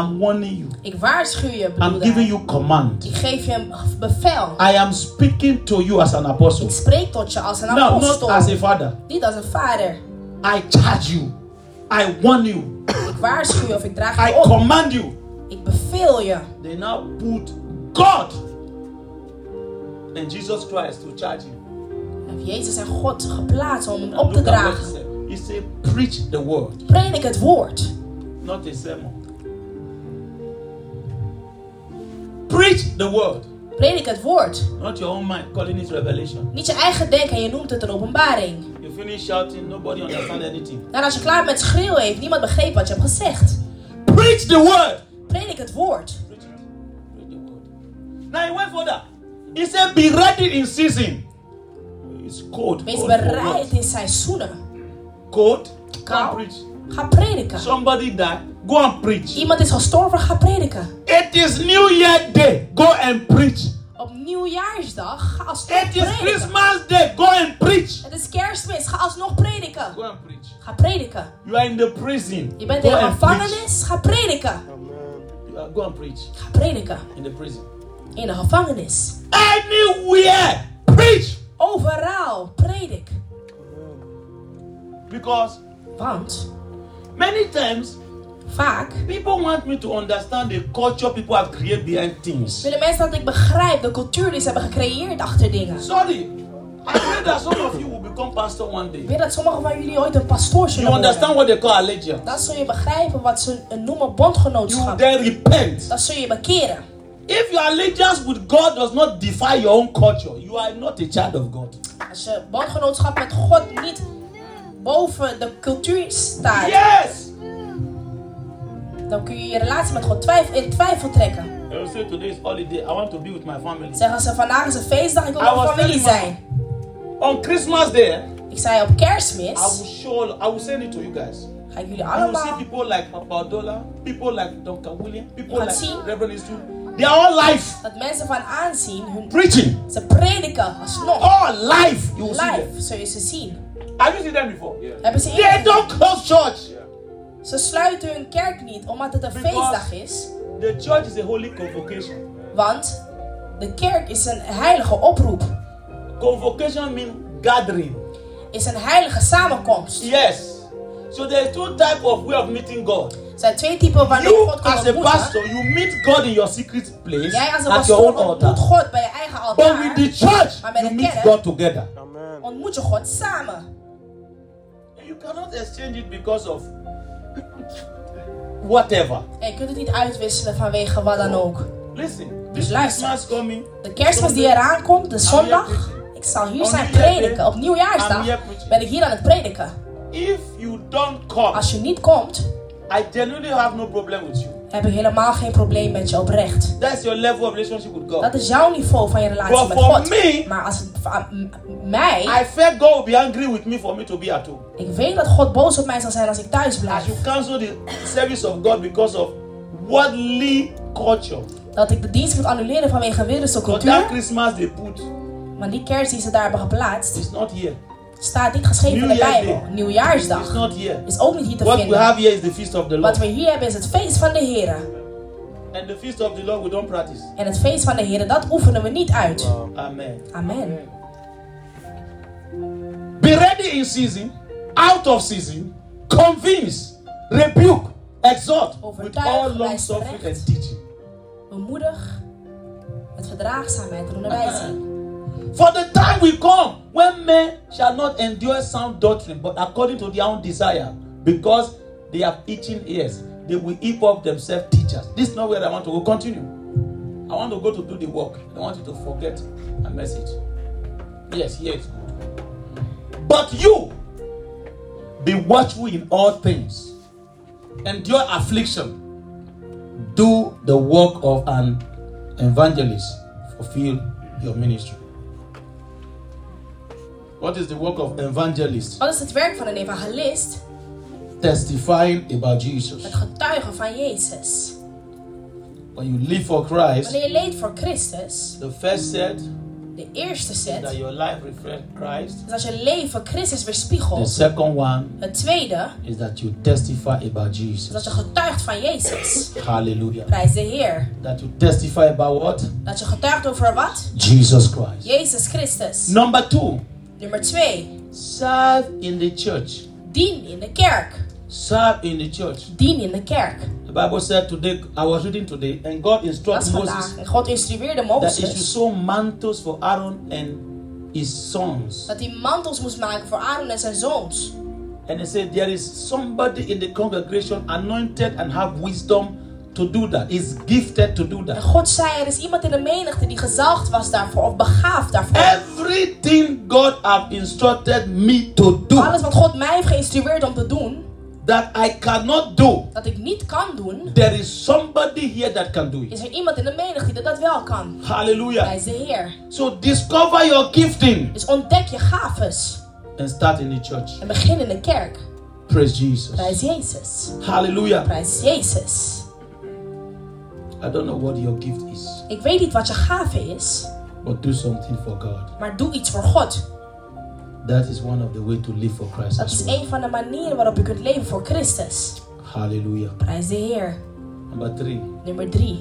Speaker 1: I'm warning you,
Speaker 2: Ik waarschuw je,
Speaker 1: I'm
Speaker 2: bedoelde
Speaker 1: giving
Speaker 2: hij.
Speaker 1: you command.
Speaker 2: Ik geef je een bevel.
Speaker 1: I am speaking to you as an apostle.
Speaker 2: Ik spreek tot je als een
Speaker 1: Now, not as
Speaker 2: apostel.
Speaker 1: a father.
Speaker 2: Niet als een vader.
Speaker 1: I charge you, I warn you,
Speaker 2: Ik waarschuw je of ik draag
Speaker 1: I
Speaker 2: je op.
Speaker 1: command you.
Speaker 2: Ik beveel je.
Speaker 1: They now put God and Jesus Christ to charge you.
Speaker 2: Hij heeft Jezus en God geplaatst om hem
Speaker 1: Now
Speaker 2: op te
Speaker 1: look at what he
Speaker 2: dragen.
Speaker 1: said. He said, preach the word,
Speaker 2: Predik het woord.
Speaker 1: not a sermon. Preach the word,
Speaker 2: Predik het woord.
Speaker 1: not your own mind, calling it revelation.
Speaker 2: Niet je eigen denken en je noemt het een openbaring.
Speaker 1: You finish shouting, nobody understand anything.
Speaker 2: Dan als je klaar bent schreeuwen, heeft niemand begrepen wat je hebt gezegd.
Speaker 1: Preach the word.
Speaker 2: Predik het woord.
Speaker 1: Preach it. Preach the word. Now he went further. He said, be ready in season. It's cold.
Speaker 2: Wees
Speaker 1: cold for
Speaker 2: bereid
Speaker 1: what?
Speaker 2: in seizoenen.
Speaker 1: Cold. Come
Speaker 2: Koud.
Speaker 1: preach.
Speaker 2: Ga prediken.
Speaker 1: Somebody died. Go and preach.
Speaker 2: Iemand is gestorven, ga prediken.
Speaker 1: It is New Year Day. Go and preach.
Speaker 2: Op nieuwjaarsdag, ga alsnog
Speaker 1: It is dus-
Speaker 2: prediken.
Speaker 1: Christmas Day. Go and preach.
Speaker 2: Het is kerstmis, ga alsnog prediken.
Speaker 1: Go and preach.
Speaker 2: Ga prediken.
Speaker 1: You are in the prison.
Speaker 2: Je bent
Speaker 1: go
Speaker 2: in de
Speaker 1: and preach.
Speaker 2: gevangenis, ga prediken.
Speaker 3: Amen.
Speaker 1: You are- Go and preach
Speaker 2: Ga prediken.
Speaker 1: in the prison.
Speaker 2: In de gevangenis.
Speaker 1: Anywhere, preach.
Speaker 2: Overal, predik.
Speaker 1: Because
Speaker 2: Want
Speaker 1: many times
Speaker 2: vaak
Speaker 1: people want me to understand the culture people have created behind things.
Speaker 2: willen mensen dat ik begrijp de cultuur die ze hebben gecreëerd achter dingen.
Speaker 1: Sorry, I pray that some of you will become pastor one
Speaker 2: Ik
Speaker 1: day.
Speaker 2: weet dat sommigen van jullie ooit een pastoor
Speaker 1: You
Speaker 2: zullen
Speaker 1: understand
Speaker 2: worden.
Speaker 1: what they call allegiance.
Speaker 2: Dan zul je begrijpen wat ze een noemen
Speaker 1: You will
Speaker 2: bondgenootschap.
Speaker 1: then repent.
Speaker 2: Dan zul je bekeren.
Speaker 1: If your allegiance with God does not defy your own culture, you are not a child of God.
Speaker 2: Als je bondgenootschap met God niet boven de cultuur staat,
Speaker 1: Yes.
Speaker 2: dan kun je je relatie met God twijf in twijfel trekken.
Speaker 1: I will say today is holiday. I want to be with my family.
Speaker 2: Zeggen ze vandaag is een feestdag, ik wil
Speaker 1: Hij
Speaker 2: met
Speaker 1: was
Speaker 2: familie
Speaker 1: helemaal-
Speaker 2: zijn.
Speaker 1: On Christmas Day,
Speaker 2: Ik zei op
Speaker 1: I will
Speaker 2: kerstmis
Speaker 1: show. I will send it to you guys.
Speaker 2: ga ik jullie
Speaker 1: I will see
Speaker 2: allemaal
Speaker 1: people like Papa Dola, people like Dr. William, people
Speaker 2: But
Speaker 1: like
Speaker 2: see-
Speaker 1: Reverend Isu. They are all life
Speaker 2: dat mensen van aanzien hun
Speaker 1: preaching.
Speaker 2: Ze prediken alsnog.
Speaker 1: All life. You will see
Speaker 2: Live
Speaker 1: them.
Speaker 2: zul je ze zien.
Speaker 1: Have you seen them before?
Speaker 3: Yeah.
Speaker 2: Hebben ze
Speaker 1: They
Speaker 2: eerder
Speaker 1: don't close church.
Speaker 3: Yeah.
Speaker 2: Ze sluiten hun kerk niet omdat het een
Speaker 1: Because-
Speaker 2: feestdag is,
Speaker 1: The church is a holy convocation.
Speaker 2: want de kerk is een heilige oproep,
Speaker 1: Convocation means gathering.
Speaker 2: is een heilige samenkomst.
Speaker 1: Yes. So there is two type of way of meeting God.
Speaker 2: Er zijn twee typen waarop
Speaker 1: You
Speaker 2: God kan
Speaker 1: as a
Speaker 2: ontmoeten.
Speaker 1: pastor, you meet God in your secret place
Speaker 2: Jij als een
Speaker 1: at your
Speaker 2: pastoor
Speaker 1: own
Speaker 2: ontmoet
Speaker 1: altar.
Speaker 2: God bij je eigen
Speaker 1: But with the
Speaker 2: altaar,
Speaker 1: church,
Speaker 2: Maar met
Speaker 1: you
Speaker 2: de
Speaker 1: meet
Speaker 2: kerk-
Speaker 1: God together.
Speaker 3: Amen.
Speaker 2: ontmoet je God samen.
Speaker 1: You cannot exchange it because of whatever.
Speaker 2: En je kunt het niet uitwisselen vanwege wat dan ook.
Speaker 1: Listen,
Speaker 2: Dus
Speaker 1: this
Speaker 2: luister.
Speaker 1: Christmas coming,
Speaker 2: De kerstmis die eraan komt, de zondag.
Speaker 1: preaching.
Speaker 2: Ik zal hier
Speaker 1: On
Speaker 2: zijn
Speaker 1: New Year's
Speaker 2: prediken.
Speaker 1: Day.
Speaker 2: Op
Speaker 1: I'm
Speaker 2: nieuwjaarsdag
Speaker 1: here preaching.
Speaker 2: ben ik hier aan het prediken.
Speaker 1: if you don't come,
Speaker 2: Als je niet komt,
Speaker 1: I genuinely have no problem with you.
Speaker 2: heb ik helemaal geen probleem met je oprecht.
Speaker 1: That's your level of relationship with God.
Speaker 2: Dat is jouw niveau van je relatie
Speaker 1: But
Speaker 2: met
Speaker 1: for
Speaker 2: God.
Speaker 1: me-
Speaker 2: maar als het va- m- mij,
Speaker 1: I fear God will be angry with me for me to be at home.
Speaker 2: ik weet dat God boos op mij zal zijn als ik thuis
Speaker 1: As
Speaker 2: blijf.
Speaker 1: you cancel the service of God because of worldly culture.
Speaker 2: Dat ik de dienst moet annuleren vanwege wereldse
Speaker 1: But that
Speaker 2: cultuur.
Speaker 1: Christmas they put
Speaker 2: Maar die kerst die ze daar hebben geplaatst,
Speaker 1: is not here.
Speaker 2: staat niet geschreven in de
Speaker 1: New Year's
Speaker 2: Bijbel.
Speaker 1: Day. It's
Speaker 2: Nieuwjaarsdag
Speaker 1: not here.
Speaker 2: is ook niet hier te
Speaker 1: What we
Speaker 2: vinden.
Speaker 1: have here is the feast of the
Speaker 2: Wat
Speaker 1: Lord.
Speaker 2: we hier hebben is het feest van de Heren.
Speaker 1: And the feast of the Lord we don't practice.
Speaker 2: En het feest van de Heer, dat oefenen we niet uit.
Speaker 1: Amen.
Speaker 2: Amen.
Speaker 1: Be ready in season, out of season, convince, rebuke, exhort with all
Speaker 2: Overtuig,
Speaker 1: long
Speaker 2: wijs
Speaker 1: suffering
Speaker 2: terecht.
Speaker 1: and teaching.
Speaker 2: Bemoedig, met verdraagzaamheid en onderwijzing.
Speaker 1: For the time will come when men shall not endure sound doctrine, but according to their own desire, because they have itching ears, they will heap up themselves teachers. This is not where I want to go. Continue. I want to go to do the work. I don't want you to forget a message. Yes, here it's good. But you be watchful in all things, endure affliction, do the work of an evangelist, fulfill your ministry. What is the work of evangelist?
Speaker 2: Wat is het werk van een evangelist?
Speaker 1: Testifying about Jesus.
Speaker 2: Het getuigen van Jezus.
Speaker 1: When you live for Christ,
Speaker 2: Wanneer je leed voor Christus,
Speaker 1: the first set
Speaker 2: de eerste
Speaker 1: that
Speaker 2: set,
Speaker 1: your life reflects Christ.
Speaker 2: is als je leven Christus
Speaker 1: The
Speaker 2: weerspiegelt.
Speaker 1: second one
Speaker 2: Het tweede,
Speaker 1: is that you testify about
Speaker 2: is dat je
Speaker 1: Jesus.
Speaker 2: getuigt van Jezus.
Speaker 1: Hallelujah.
Speaker 2: Prijs de Heer.
Speaker 1: That you testify about what?
Speaker 2: Dat je getuigt over wat?
Speaker 1: Jesus Christ.
Speaker 2: Jezus Christus.
Speaker 1: Number two,
Speaker 2: Nummer twee,
Speaker 1: serve in the church.
Speaker 2: dien in de kerk.
Speaker 1: Serve in the church.
Speaker 2: Dien in de kerk.
Speaker 1: The Bible said today, I was reading today, and God
Speaker 2: Dat is
Speaker 1: instructed
Speaker 2: vandaag.
Speaker 1: Moses
Speaker 2: En God instrueerde
Speaker 1: that he should
Speaker 2: Mozes
Speaker 1: sew mantles for Aaron and his sons.
Speaker 2: dat hij mantels moest maken voor Aaron en zijn zoons.
Speaker 1: And he said, There is somebody in the congregation anointed and have wisdom to do that, is gifted to do
Speaker 2: En
Speaker 1: that.
Speaker 2: God zei, er is iemand in de menigte die gezalfd was daarvoor of begaafd daarvoor.
Speaker 1: Everything God have instructed me to do
Speaker 2: Alles wat God mij heeft geïnstrueerd om te doen,
Speaker 1: that I cannot do,
Speaker 2: dat ik niet kan doen,
Speaker 1: there is somebody here that can do it.
Speaker 2: is er iemand in de menigte die dat wel kan. Hij
Speaker 1: Hallelujah.
Speaker 2: is de Heer.
Speaker 1: So discover your gifting
Speaker 2: Dus ontdek je gaves
Speaker 1: and start in the church.
Speaker 2: en begin in de kerk.
Speaker 1: Praise Jesus.
Speaker 2: Prijs Jezus.
Speaker 1: Hallelujah.
Speaker 2: Prijs Jezus.
Speaker 1: I don't know what your gift is,
Speaker 2: Ik weet niet wat je gave is,
Speaker 1: but do something for God.
Speaker 2: maar doe iets voor God.
Speaker 1: That is one of the way to live for Christ
Speaker 2: Dat
Speaker 1: as
Speaker 2: is
Speaker 1: well.
Speaker 2: een van de manieren waarop je kunt leven voor Christus.
Speaker 1: Hallelujah.
Speaker 2: Prijs de Heer.
Speaker 1: Number three,
Speaker 2: Nummer 3.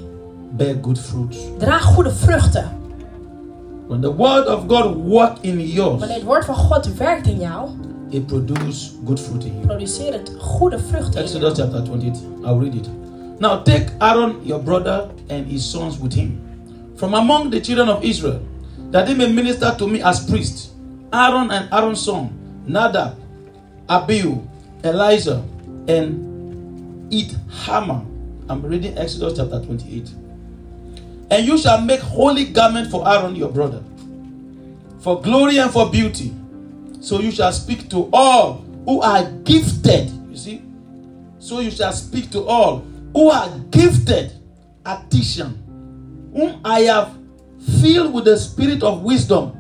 Speaker 1: bear good fruits.
Speaker 2: Draag goede vruchten.
Speaker 1: When the word of God work in yours,
Speaker 2: Wanneer het woord van God werkt in jou,
Speaker 1: it produce good fruit in you.
Speaker 2: produceert het goede vruchten in jou.
Speaker 1: Exodus chapter 28. I'll read it. Now take Aaron your brother and his sons with him from among the children of Israel, that they may minister to me as priests. Aaron and Aaron's son, Nadab, Abihu, Elijah, and Ithamar. I'm reading Exodus chapter 28. And you shall make holy garment for Aaron your brother, for glory and for beauty. So you shall speak to all who are gifted. You see? So you shall speak to all who are gifted artisan, whom I have filled with the spirit of wisdom,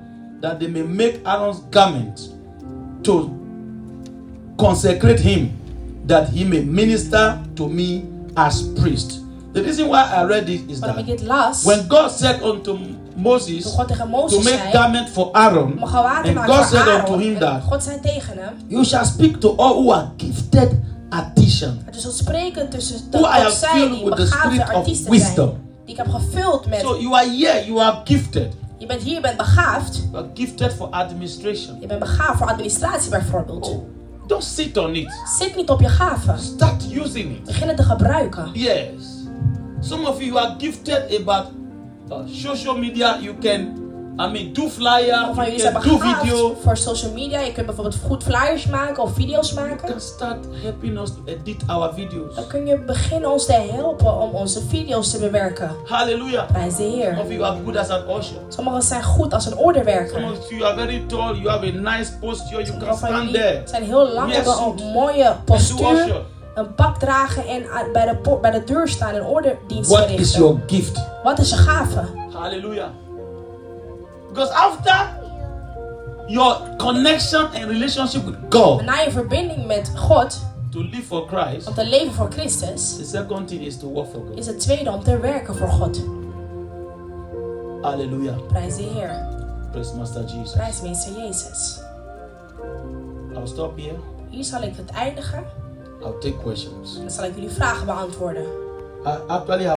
Speaker 1: that they may make Aaron's garment to consecrate him, that he may minister to me as priest. The reason why I read this is
Speaker 2: Waarom ik
Speaker 1: that
Speaker 2: dit las,
Speaker 1: when God said unto
Speaker 2: toen
Speaker 1: Moses,
Speaker 2: God tegen
Speaker 1: to
Speaker 2: Mozes
Speaker 1: make
Speaker 2: zei,
Speaker 1: garment for Aaron.
Speaker 2: om een gewaad te
Speaker 1: And
Speaker 2: maken
Speaker 1: God
Speaker 2: voor
Speaker 1: said unto
Speaker 2: Aaron,
Speaker 1: him
Speaker 2: en
Speaker 1: that
Speaker 2: God zei tegen hem,
Speaker 1: you shall speak to all who are gifted addition.
Speaker 2: Het is een spreken tussen
Speaker 1: Who I
Speaker 2: dat
Speaker 1: have
Speaker 2: zij
Speaker 1: filled
Speaker 2: die
Speaker 1: with the
Speaker 2: begaafde
Speaker 1: spirit of
Speaker 2: artiesten zijn.
Speaker 1: wisdom.
Speaker 2: Die ik heb gevuld met,
Speaker 1: So you are here, you are gifted.
Speaker 2: je bent hier, je bent begaafd.
Speaker 1: You are gifted for administration.
Speaker 2: Je bent begaafd voor administratie bijvoorbeeld.
Speaker 1: Oh, don't sit on it.
Speaker 2: Zit niet op je gaven.
Speaker 1: Start using it.
Speaker 2: Begin het te gebruiken.
Speaker 1: Yes. Some of you are gifted about uh, social media. You can, I mean, do flyer,
Speaker 2: Of van
Speaker 1: you
Speaker 2: jullie zijn
Speaker 1: can do video.
Speaker 2: begaafd voor social media. Je kunt bijvoorbeeld goed flyers maken of video's
Speaker 1: You can
Speaker 2: maken.
Speaker 1: start helping us to edit our videos.
Speaker 2: Dan kun je beginnen ons te helpen om onze video's te bewerken.
Speaker 1: Hallelujah.
Speaker 2: Prijs de
Speaker 1: Some of
Speaker 2: Heer.
Speaker 1: you are good as an usher.
Speaker 2: Sommigen zijn goed als een orderwerker.
Speaker 1: Some of you are very tall. You have a nice posture. You
Speaker 2: Sommigen
Speaker 1: can
Speaker 2: van
Speaker 1: stand
Speaker 2: jullie
Speaker 1: there.
Speaker 2: zijn heel lang,
Speaker 1: Yes.
Speaker 2: hebben een mooie
Speaker 1: And do usher.
Speaker 2: postuur. Een pak dragen en aan- bij de, po- bij de deur staan en orderdienst
Speaker 1: What is
Speaker 2: verrichten.
Speaker 1: your gift?
Speaker 2: Wat is je gave?
Speaker 1: Hallelujah. Because after your connection and relationship with God,
Speaker 2: Na je verbinding met God,
Speaker 1: to live for Christ,
Speaker 2: om te leven voor Christus,
Speaker 1: the second thing is to work for God.
Speaker 2: is het tweede om te werken voor God.
Speaker 1: Hallelujah.
Speaker 2: Prijs de Heer.
Speaker 1: Praise Master Jesus.
Speaker 2: Prijs meester Jezus.
Speaker 1: I'll stop here.
Speaker 2: Hier zal ik het eindigen.
Speaker 1: I'll take questions.
Speaker 2: Dan zal ik jullie vragen beantwoorden.
Speaker 1: I actually have